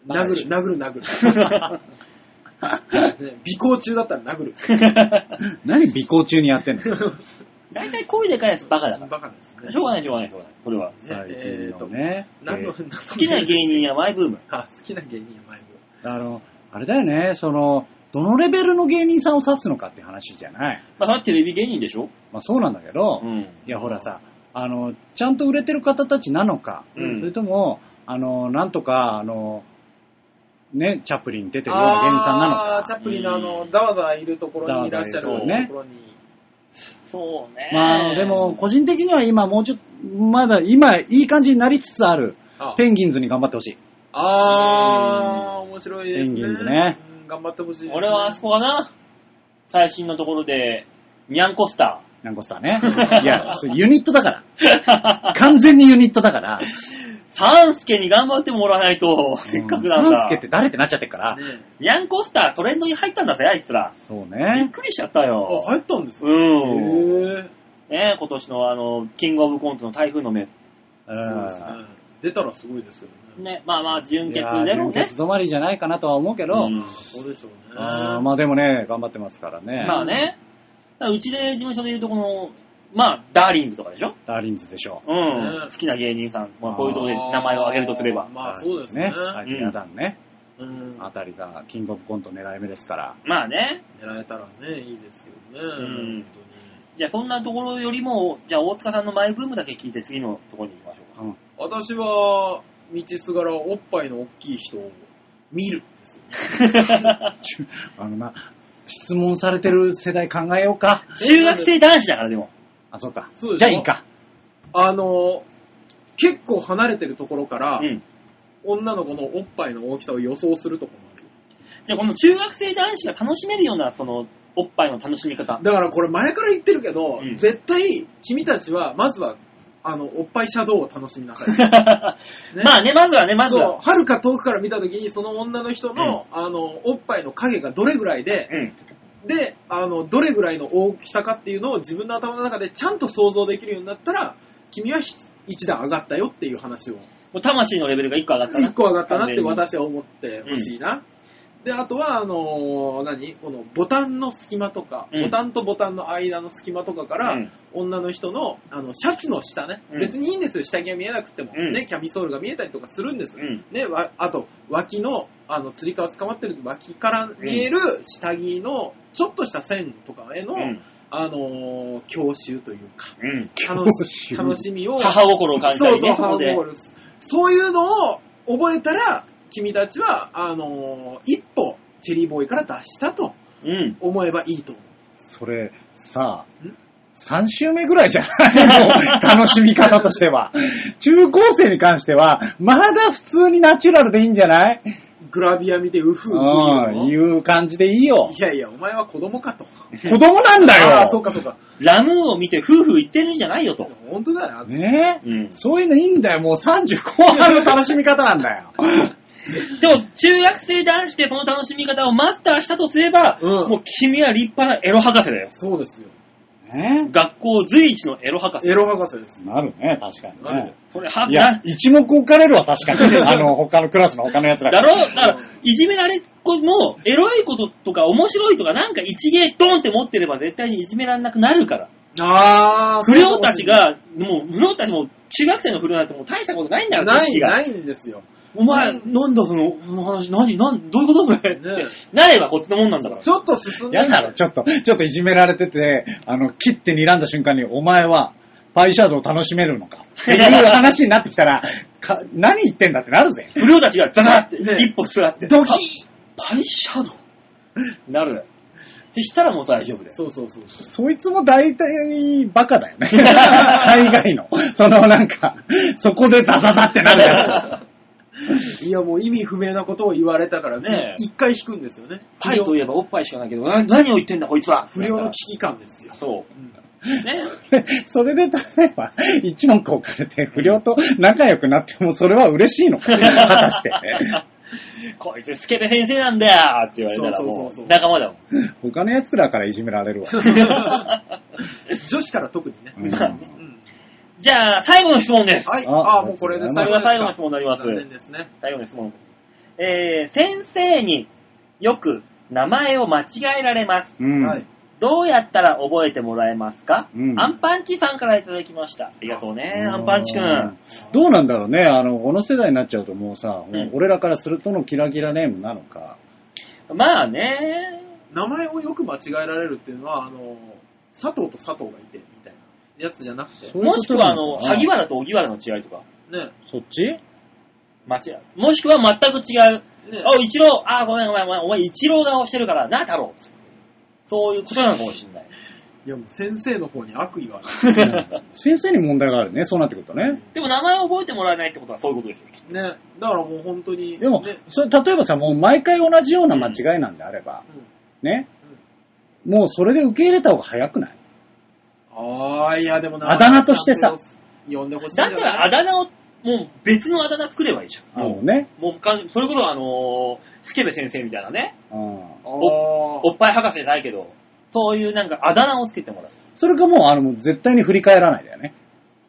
うん殴る、殴る、 殴る。ね尾行中だったら殴る。
何尾行中にやってんの
大体声でかいやつバカだか
バカですね
ら。しょ。うがない、しょうがない、しょうがない。これは。
最近のね。
何の、
えー
好きな芸人やマイブーム。
あ、好きな芸人はマイブ。
あの、あれだよね、その、どのレベルの芸人さんを指すのかって話じゃない。
まあ、それはテレビ芸人でしょ
まあそうなんだけど、
ん。
いやほらさ、あの、ちゃんと売れてる方たちなのか、
うん
それとも、あの、なんとか、あの、ね、チャップリンに出てるような芸人さんなの
あーチャ
か、
ップリンのあ
う
の、
ん
ざわざわいるところにいらっしゃる
ざわざわいる
ところに。
そうね。
まああの、でも、、個人的には今、もうちょっと、まだ、今、いい感じになりつつある、
あ
ペンギンズに頑張ってほしい。
あー、面白いですね。
ペンギンズね
うん。頑張ってほしいですね。
俺はあそこかな。最新のところで、ニャンコスタ
なんこスター ね。いや、そうユニットだから。完全にユニットだから。
ー。サンスケに頑張ってもらわないと、せっかくなんだ。
サンスケって誰ってなっちゃってるから。
ね
ニャンコスタートレンドに入ったんだぜ、あいつら。
そう
びっ
ね。
くりしちゃった
あ、
よ。
入ったんですか
うん。
へー
ねえ今年のあの、キングオブコントの台風の目。
う
そうです
ん。
ね。出たらすごいですよね。
ね、まあまあ、純
い
潔
や
でも
純
ね。
潔止まりじゃないかなとは思うけど、
うん
そうでしょうね。
あーまあでもね、頑張ってますからね。
まあね。だからうちで事務所で言うとこの、まあ、ダーリンズとかでしょ
ダーリンズでしょ
う
ね
ん。好きな芸人さん。まあ、こういうところで名前を挙げるとすれば
あー。
う。
まあそうですね。
ダーリ
うん
ンズね。アキラ団ね、
うん
あたりがキングオブコント狙い目ですから。
まあね。
狙えたらね、いいですけどね。
んじゃあ、そんなところよりも、じゃあ、大塚さんのマイブームだけ聞いて次のところに行きましょうか。
うん。
本当に私は、道すがらおっぱいの大きい人を見るですよね。
あのな、質問されてる世代考えようか。
中学生男子だから、でも。
あ、そうか。
そうでしょ
じゃあいいか。
あの、結構離れてるところから、
うん。
女の子のおっぱいの大きさを予想するところもある。
じゃあ、この中学生男子が楽しめるような、その、おっぱいの楽しみ 方。
だからこれ前から言ってるけど、
うん
絶対君たちはまずはあのおっぱいシャドウを楽しみなさい。ね
まあね、まずはね、まず
そう
は。
遥か遠くから見た時にその女の人の,、あのおっぱいの影がどれぐらいで、
うん。
であのどれぐらいの大きさかっていうのを自分の頭の中でちゃんと想像できるようになったら君はひ一段上がったよっていう話を
もう魂のレベルが一個上がったな
一。個上がったなって私は思ってほしいな。で、あとは、あのー何このボタンの隙間とか、
うん
ボタンとボタンの間の隙間とかから、
うん
女の人の、あの、シャツの下ね、
うん
別にいいんですよ、下着が見えなくても、
うん
ね、キャミソールが見えたりとかするんです。
うん。
ね、わあと、脇の、あの、釣り革捕まってる脇から見える下着の、ちょっとした線とかへの、
うん。
あのー教習というか、
うん。
楽
教習
し楽しみを、
母心を感じた
そう
り
そう
ね、ここで
ハーフボー。ルですそういうのを覚えたら、君たちは、あのー一歩、チェリーボーイから脱したと
うん。
思えばいいと思う。
それ、さあ
ん、
3週目ぐらいじゃ ないの楽しみ方としては。中高生に関しては、まだ普通にナチュラルでいいんじゃない
グラビア見て、うふうふ
うん、
う
いう感じでいいよ
い。やいや、お前は子供かと。
子供なんだよ
ああ、そうかそうか。
ラムーを見て夫婦言ってるんじゃないよと。
本当だよ。
ねえ、
うん
そういうのいいんだよ。もう30後半の楽しみ方なんだよ。
でも、中学生男子でこの楽しみ方をマスターしたとすれば、
うん
もう君は立派なエロ博士だよ。
そうですよ。
ね
学校随一のエロ博士。
エロ博士です。
なるね、確かに
な
ね
る。
それ、は、
いや
な、、
一目置かれるわ、確か に。あの、他のクラスの他の奴ら
だ
が。
ろだから、いじめられっ子も、エロいこととか面白いとか、なんか一芸ドンって持ってれば絶対にいじめられなくなるから。
ああ、
不良たち、が、もう、不良たちも、中学生の不良なんてもう大したことないんだよ、
な
知
い、
識が
ないんですよ。
お前、なんだその、その話、何、何、どういうことそれ、って
ね
なればこっちのもんなんだから。
ちょっと進んで。
やだろ、ちょっと、ちょっといじめられてて、あの、切って睨んだ瞬間に、お前は、パイシャドウを楽しめるのかっていう話になってきたら、か何言ってんだってなるぜ。
不良たちがザザって、
ね
一歩座って、
ドキッ
パイシャドウなる。ってしたらもう大丈夫だよ。
そうそうそうそう。
そいつも大体、バカ だよね。海外の。その、なんか、そこでザザザってなるや
いや、もう意味不明なことを言われたから
ね
ね、一回引くんですよね。
パイといえばおっぱいしかないけど、な何を言ってんだこいつは。
不良の危機感ですよ。
そう
うん。
ね。
つ。それで、例えば、一問置かれて、不良と仲良くなっても、それは嬉しいのか果たして。
こいつスケベ先生なんだよって言われたら
そうそ
も
うそうそうう
仲間だもん。
他の奴らからいじめられる わ。
女子から特にね。
うん
まあ
う
ね
ん
じゃあ、最後の質問です。
はい。
あ
ああ、もうこれで
こ
これが
後ですか
最後の質問になります。
残念ですね。
最後の質問。えー、先生によく名前を間違えられます。
うん。
はい。
どうやったら覚えてもらえますか、
うん
アンパンチさんからいただきました。ありがとうね、アンパンチくん。。
どうなんだろうね。あの、この世代になっちゃうともうさ、
うん
俺らからするとのキラキラネームなのか。
まあね、
名前をよく間違えられるっていうのは、あの、佐藤と佐藤がいて、みたいな。やつじゃなくて。
そういう
も
こ
しく
と
は、あ
なの
の、
かな
萩原と荻原の違いとか。
ね。
そっち
間違い。もしくは全く違う。
ね
あ、一郎、あ、ごめんごめんごめん、お前一郎顔してるから、な、太郎。そういうことなのかもしれない。
いやもう先生の方に悪意がある。
先生に問題があるね、そうなってくるとね。
でも名前を覚えてもらえないってことはそういうことですよ。
ね。だからもう本当に。
でも、
ね。
それ例えばさ、もう毎回同じような間違いなんであれば、
うん
ね、もうそれで受け入れた方が早くない
ああ、いやでもな
あだ名としてさ。
呼んでほしいんじ
だ
ゃ
っ
ない
たらあだ名を、もう別のあだ名作ればいいじゃん。
も
も
うね。
う、もうかんそれこそあのー、スケベ先生みたいなね、
う
あ
ん
ー
おっぱい博士じゃないけど、そういうなんかあだ名をつけてもらう。
それかもう、あの、もう絶対に振り返らないだよね。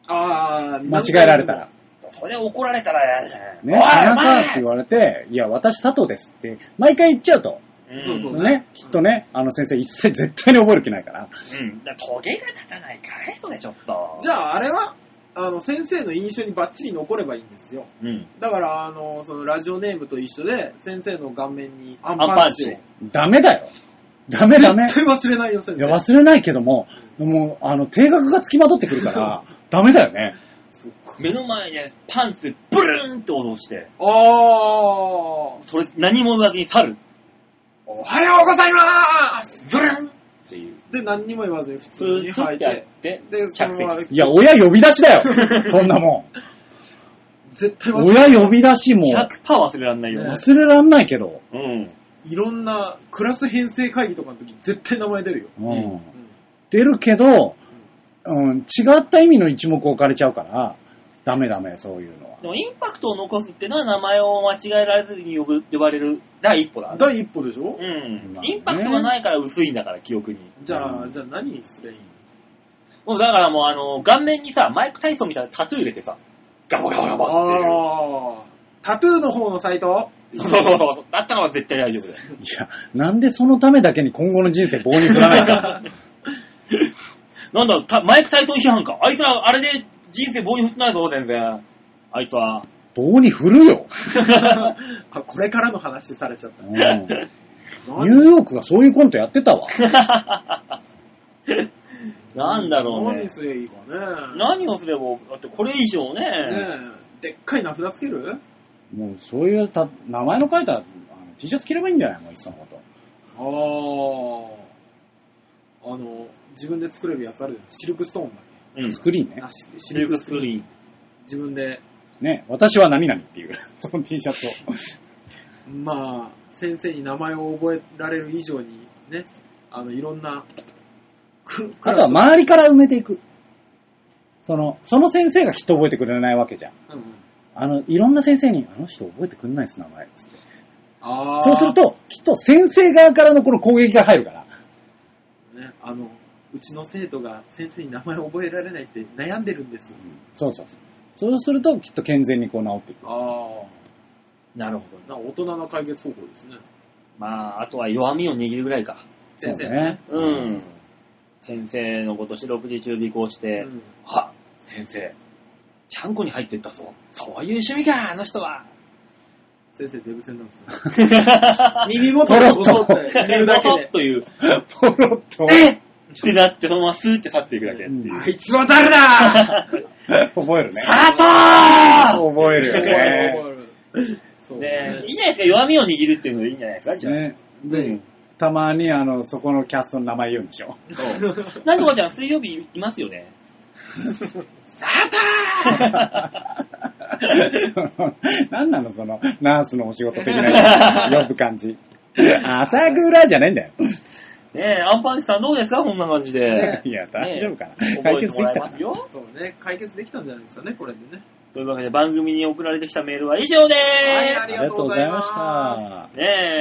あー、
間違えられたら。。
それで怒られたら嫌じゃん。
ね、
おい
田
お前
中って言われて、いや、私佐藤ですって、毎回言っちゃうと、
うん
そうそう
ね、きっとね、あの先生一切絶対に覚える気ないから。
うん。だからトゲが立たないからね、それちょっと。
じゃああれは、あの、先生の印象にバッチリ残ればいいんですよ。
うん。
だから、あの、そのラジオネームと一緒で、先生の顔面にアン
アンパ
パ
ン
ン
チ
チ
を
を。
ダメだよ。ダメダメ。
絶対 忘れないよ、先
い
生。
や、忘れないけども、もう、あの、定額がつきまとってくる から、ダメだよね。
そうか
目の前でパンツブルーンって脅して、
あー、
それ何も言わずに去る。
おはようございます
ブルーンっていう。
で、何にも言わずに普
ス
通に
ーツ
履
っ
い、
てやってて、
で、そ
着
のまま
席。
いや、親呼び出しだよ。そんなも
絶対
ん。
忘れない。
親呼び出しも、
100%忘れられないよ。
ね
忘れらんないけど。
うん。
いろんなクラス編成会議とかの時、絶対名前出るよ。
う
うん
ん。出るけど、うん、違った意味の一目置かれちゃうから、ダメダメ、そういうのは。
でもインパクトを残すってのは名前を間違えられずに呼ぶ、呼ばれる第一歩だ、ね。
第一歩でしょ
うん
まあ。ね
インパクトがないから薄いんだから、記憶に。
じゃ
う
あ、
ん
じゃあ何にすればいい
もうだからもうあの、顔面にさ、マイク・タイソンみたいなタトゥー入れてさ、ガバガバガバっていう。
あー、タトゥーの方のサイト
そうそうそうそう。だったのは絶対大丈夫だよ。
いや、なんでそのためだけに今後の人生棒に振らない か。
なんだ、たマイク・タイソン批判か。あいつら、あれで人生棒に振ってないぞ、全然。あいつは。
棒に振るよ。
あ、これからの話されちゃっ
う
た。
ん ニューヨークがそういうコントやってたわ。
なんだろうね
何。すればいいかね。
何をすれば、だってこれ以上ね。
ねえでっかい名札つける
もうそういうた名前の書いたあの T シャツ着ればいいんじゃないもういっそのこと。
ああ。あの、自分で作れるやつあるじゃん。シルクストーンだね。
うん。
ス
シ
クリーンね
あ。シシ
ルクスクリーン。
自分で。
ね、私は何々っていう、 その T シャツを。
まあ、先生に名前を覚えられる以上に、ね、あの、いろんな、くク
あと
ラ
は周りから埋めていく。その、その先生がきっと覚えてくれないわけじゃん。
スうんうん
あの、いろんな先生に、あの人覚えてくんないです、名前。つって
あー
そうする、と、きっと先生側からのこの攻撃が入るから。
ね、あの、うちの生徒が先生に名前を覚えられないって悩んでるんです。
そうそうそう。そうすると、きっと健全にこう治っていく。
あ
なるほど。
あ。な、大人の解決方法ですね。
まあ、あとは弱みを握るぐらいか。
先生
そうね。
うん。先生のこと四六時中尾行して、
うん
は、先生、ちゃんこに入ってったぞ。そういう趣味か、あの人は。
先生、デブ戦なんですね。 耳元にボソって入れるだけ
ボソ
で
ッ。という、
ポロッと
えっってなって、そのままスーって去っていくだけって
う ん
いう。
あいつは誰 だ
覚えるね。
佐藤
覚えるよね。
そう
ね
ね
いい。んじゃないですか、弱みを握るっていうのでいいんじゃないですか、じゃあ。
ね
うん。
たまに、あの、そこのキャストの名前言うんで しょ。
そうなんとかちゃん、水曜日いますよね。
サーター
何なのその、ナースのお仕事的 な呼ぶ感じ。朝倉じゃねえんだよ。
ねえ、アンパンチさんどうですか、こんな感じで。
いや、大丈夫かな。
覚えて
で
もらえますよ。
そうね、解決できたんじゃないですかね、これでね。
というわけで番組に送られてきたメールは以上で
はい、
あ
あ
り
り
が
が
と
と
う
うご
ござ
ざ
い
い
ま
ま
し
した。
た
す。。ね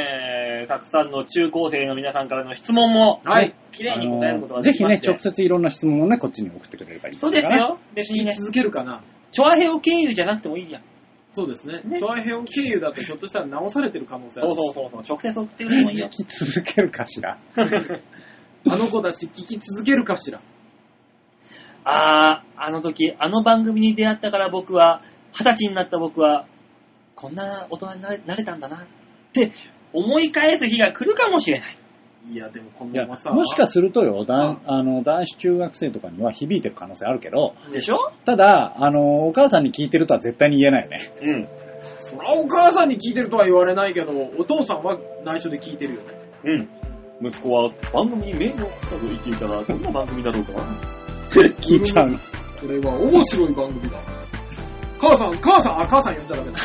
え、たくさんの中高生の皆さんからの質問も、
はい。
綺麗に答えることが
ぜ
でき
ひ
ま
ね
し、て、
直接いろんな質問をね、こっちに送ってくれればいい。
そうです。よ。別
聞
に
き
ね、
続けるかな。
チョアヘオ経由じゃなくてもいいや。
そうですね
ね。
長編を経由だとひょっとしたら直されてる可能性あ
そ
る
う
し。
そうそうそう、直接送ってくれてもい いよ
聞。き 続けるかしら。
あの子たち聞き続けるかしら。
あー、あの時、あの番組に出会ったから僕は、二十歳になった僕は、こんな大人になれなれたんだなって思い返す日が来るかもしれない。
いや、でもこの
いや、
ままさ。
もしかするとよ、男あの男子中学生とかには響いてる可能性あるけど、
でしょ
ただ、あの、お母さんに聞いてるとは絶対に言えないよね。
うん。
そらお母さんに聞いてるとは言われないけど、お父さんは内緒で聞いてるよね。
うん。息子は番組に目をしたと言っていたら、どんな番組だろうかな。
聞いちゃうの。
これは面白い番組だ。母さん、母さん、あ、母さん呼んじゃダ メだ。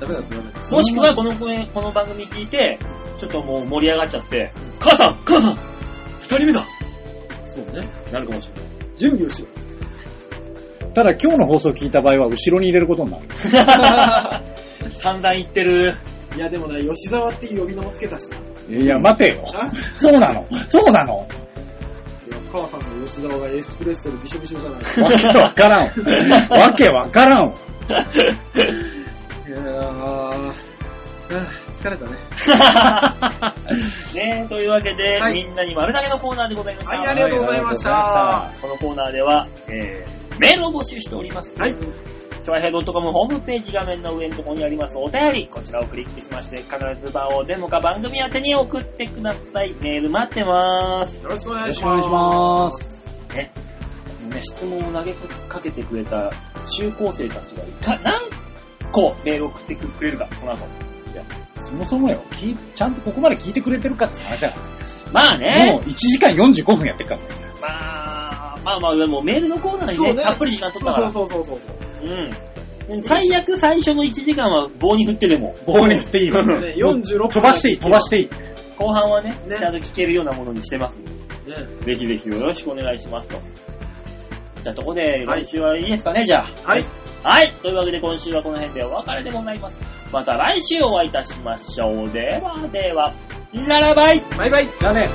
ダメだ、ダメだ。
もしくはこの声この番組聞いて、ちょっともう盛り上がっちゃって、母さん母さん二人目だ
そうね。
なるかもしれない。
準備をしろ。
ただ今日の放送聞いた場合は後ろに入れることになる。
散々言ってる。
いや、でもね、吉沢っていう呼び名もつけたしな。
いや、待てよ。
あ
そうなのそうなの
いや母さんの吉沢がエスプレッソでびしょびしょじゃない。
わけわか らんわ。わけわからんわ。
いやー、あー疲れたね。
ねえ、というわけで、
はい
みんなに丸投げのコーナーでございました。
はいありがとうございました
はいあり
こ
がとうございました
のコーナーでは、えー、メールを募集しております。
はい。
シャワヘッドットコムホームページ画面の上のところにありますお便り、こちらをクリックしまして、必ず場をデモか番組宛てに送ってください。メール待ってまーす。
よろしくお願いし
よ
ま
ろ
す。。
しくお願いします
ね。ね、質問を投げかけてくれた中高生たちがいか、何個メールを送ってくれるか、この後。
そもそもよ、聞いちゃんとここまで聞いてくれてるかって話だか
まあ
ら。
ね
もう、1時間45分やってるからね。
まあ、まあまあ、でもメールのコーナーにね、たっぷり時間取ったから。
そうそうそうそう
うん。最悪最初の1時間は棒に振ってでも、
棒に振ってい いよ。
そう。ね、46分。
飛ばしていい、飛ばしていい。
後半はね、
ね
ちゃんと聞けるようなものにしてますんで
ね。
ぜひぜひよろしくお願いしますと。じゃあ、そこで来週はいいですかね、じゃあ。
はい。
はい。というわけで今週はこの辺でお別れでございます。また来週お会いいたしましょう。ではでは、ならばい
バイバイ。
じゃあね。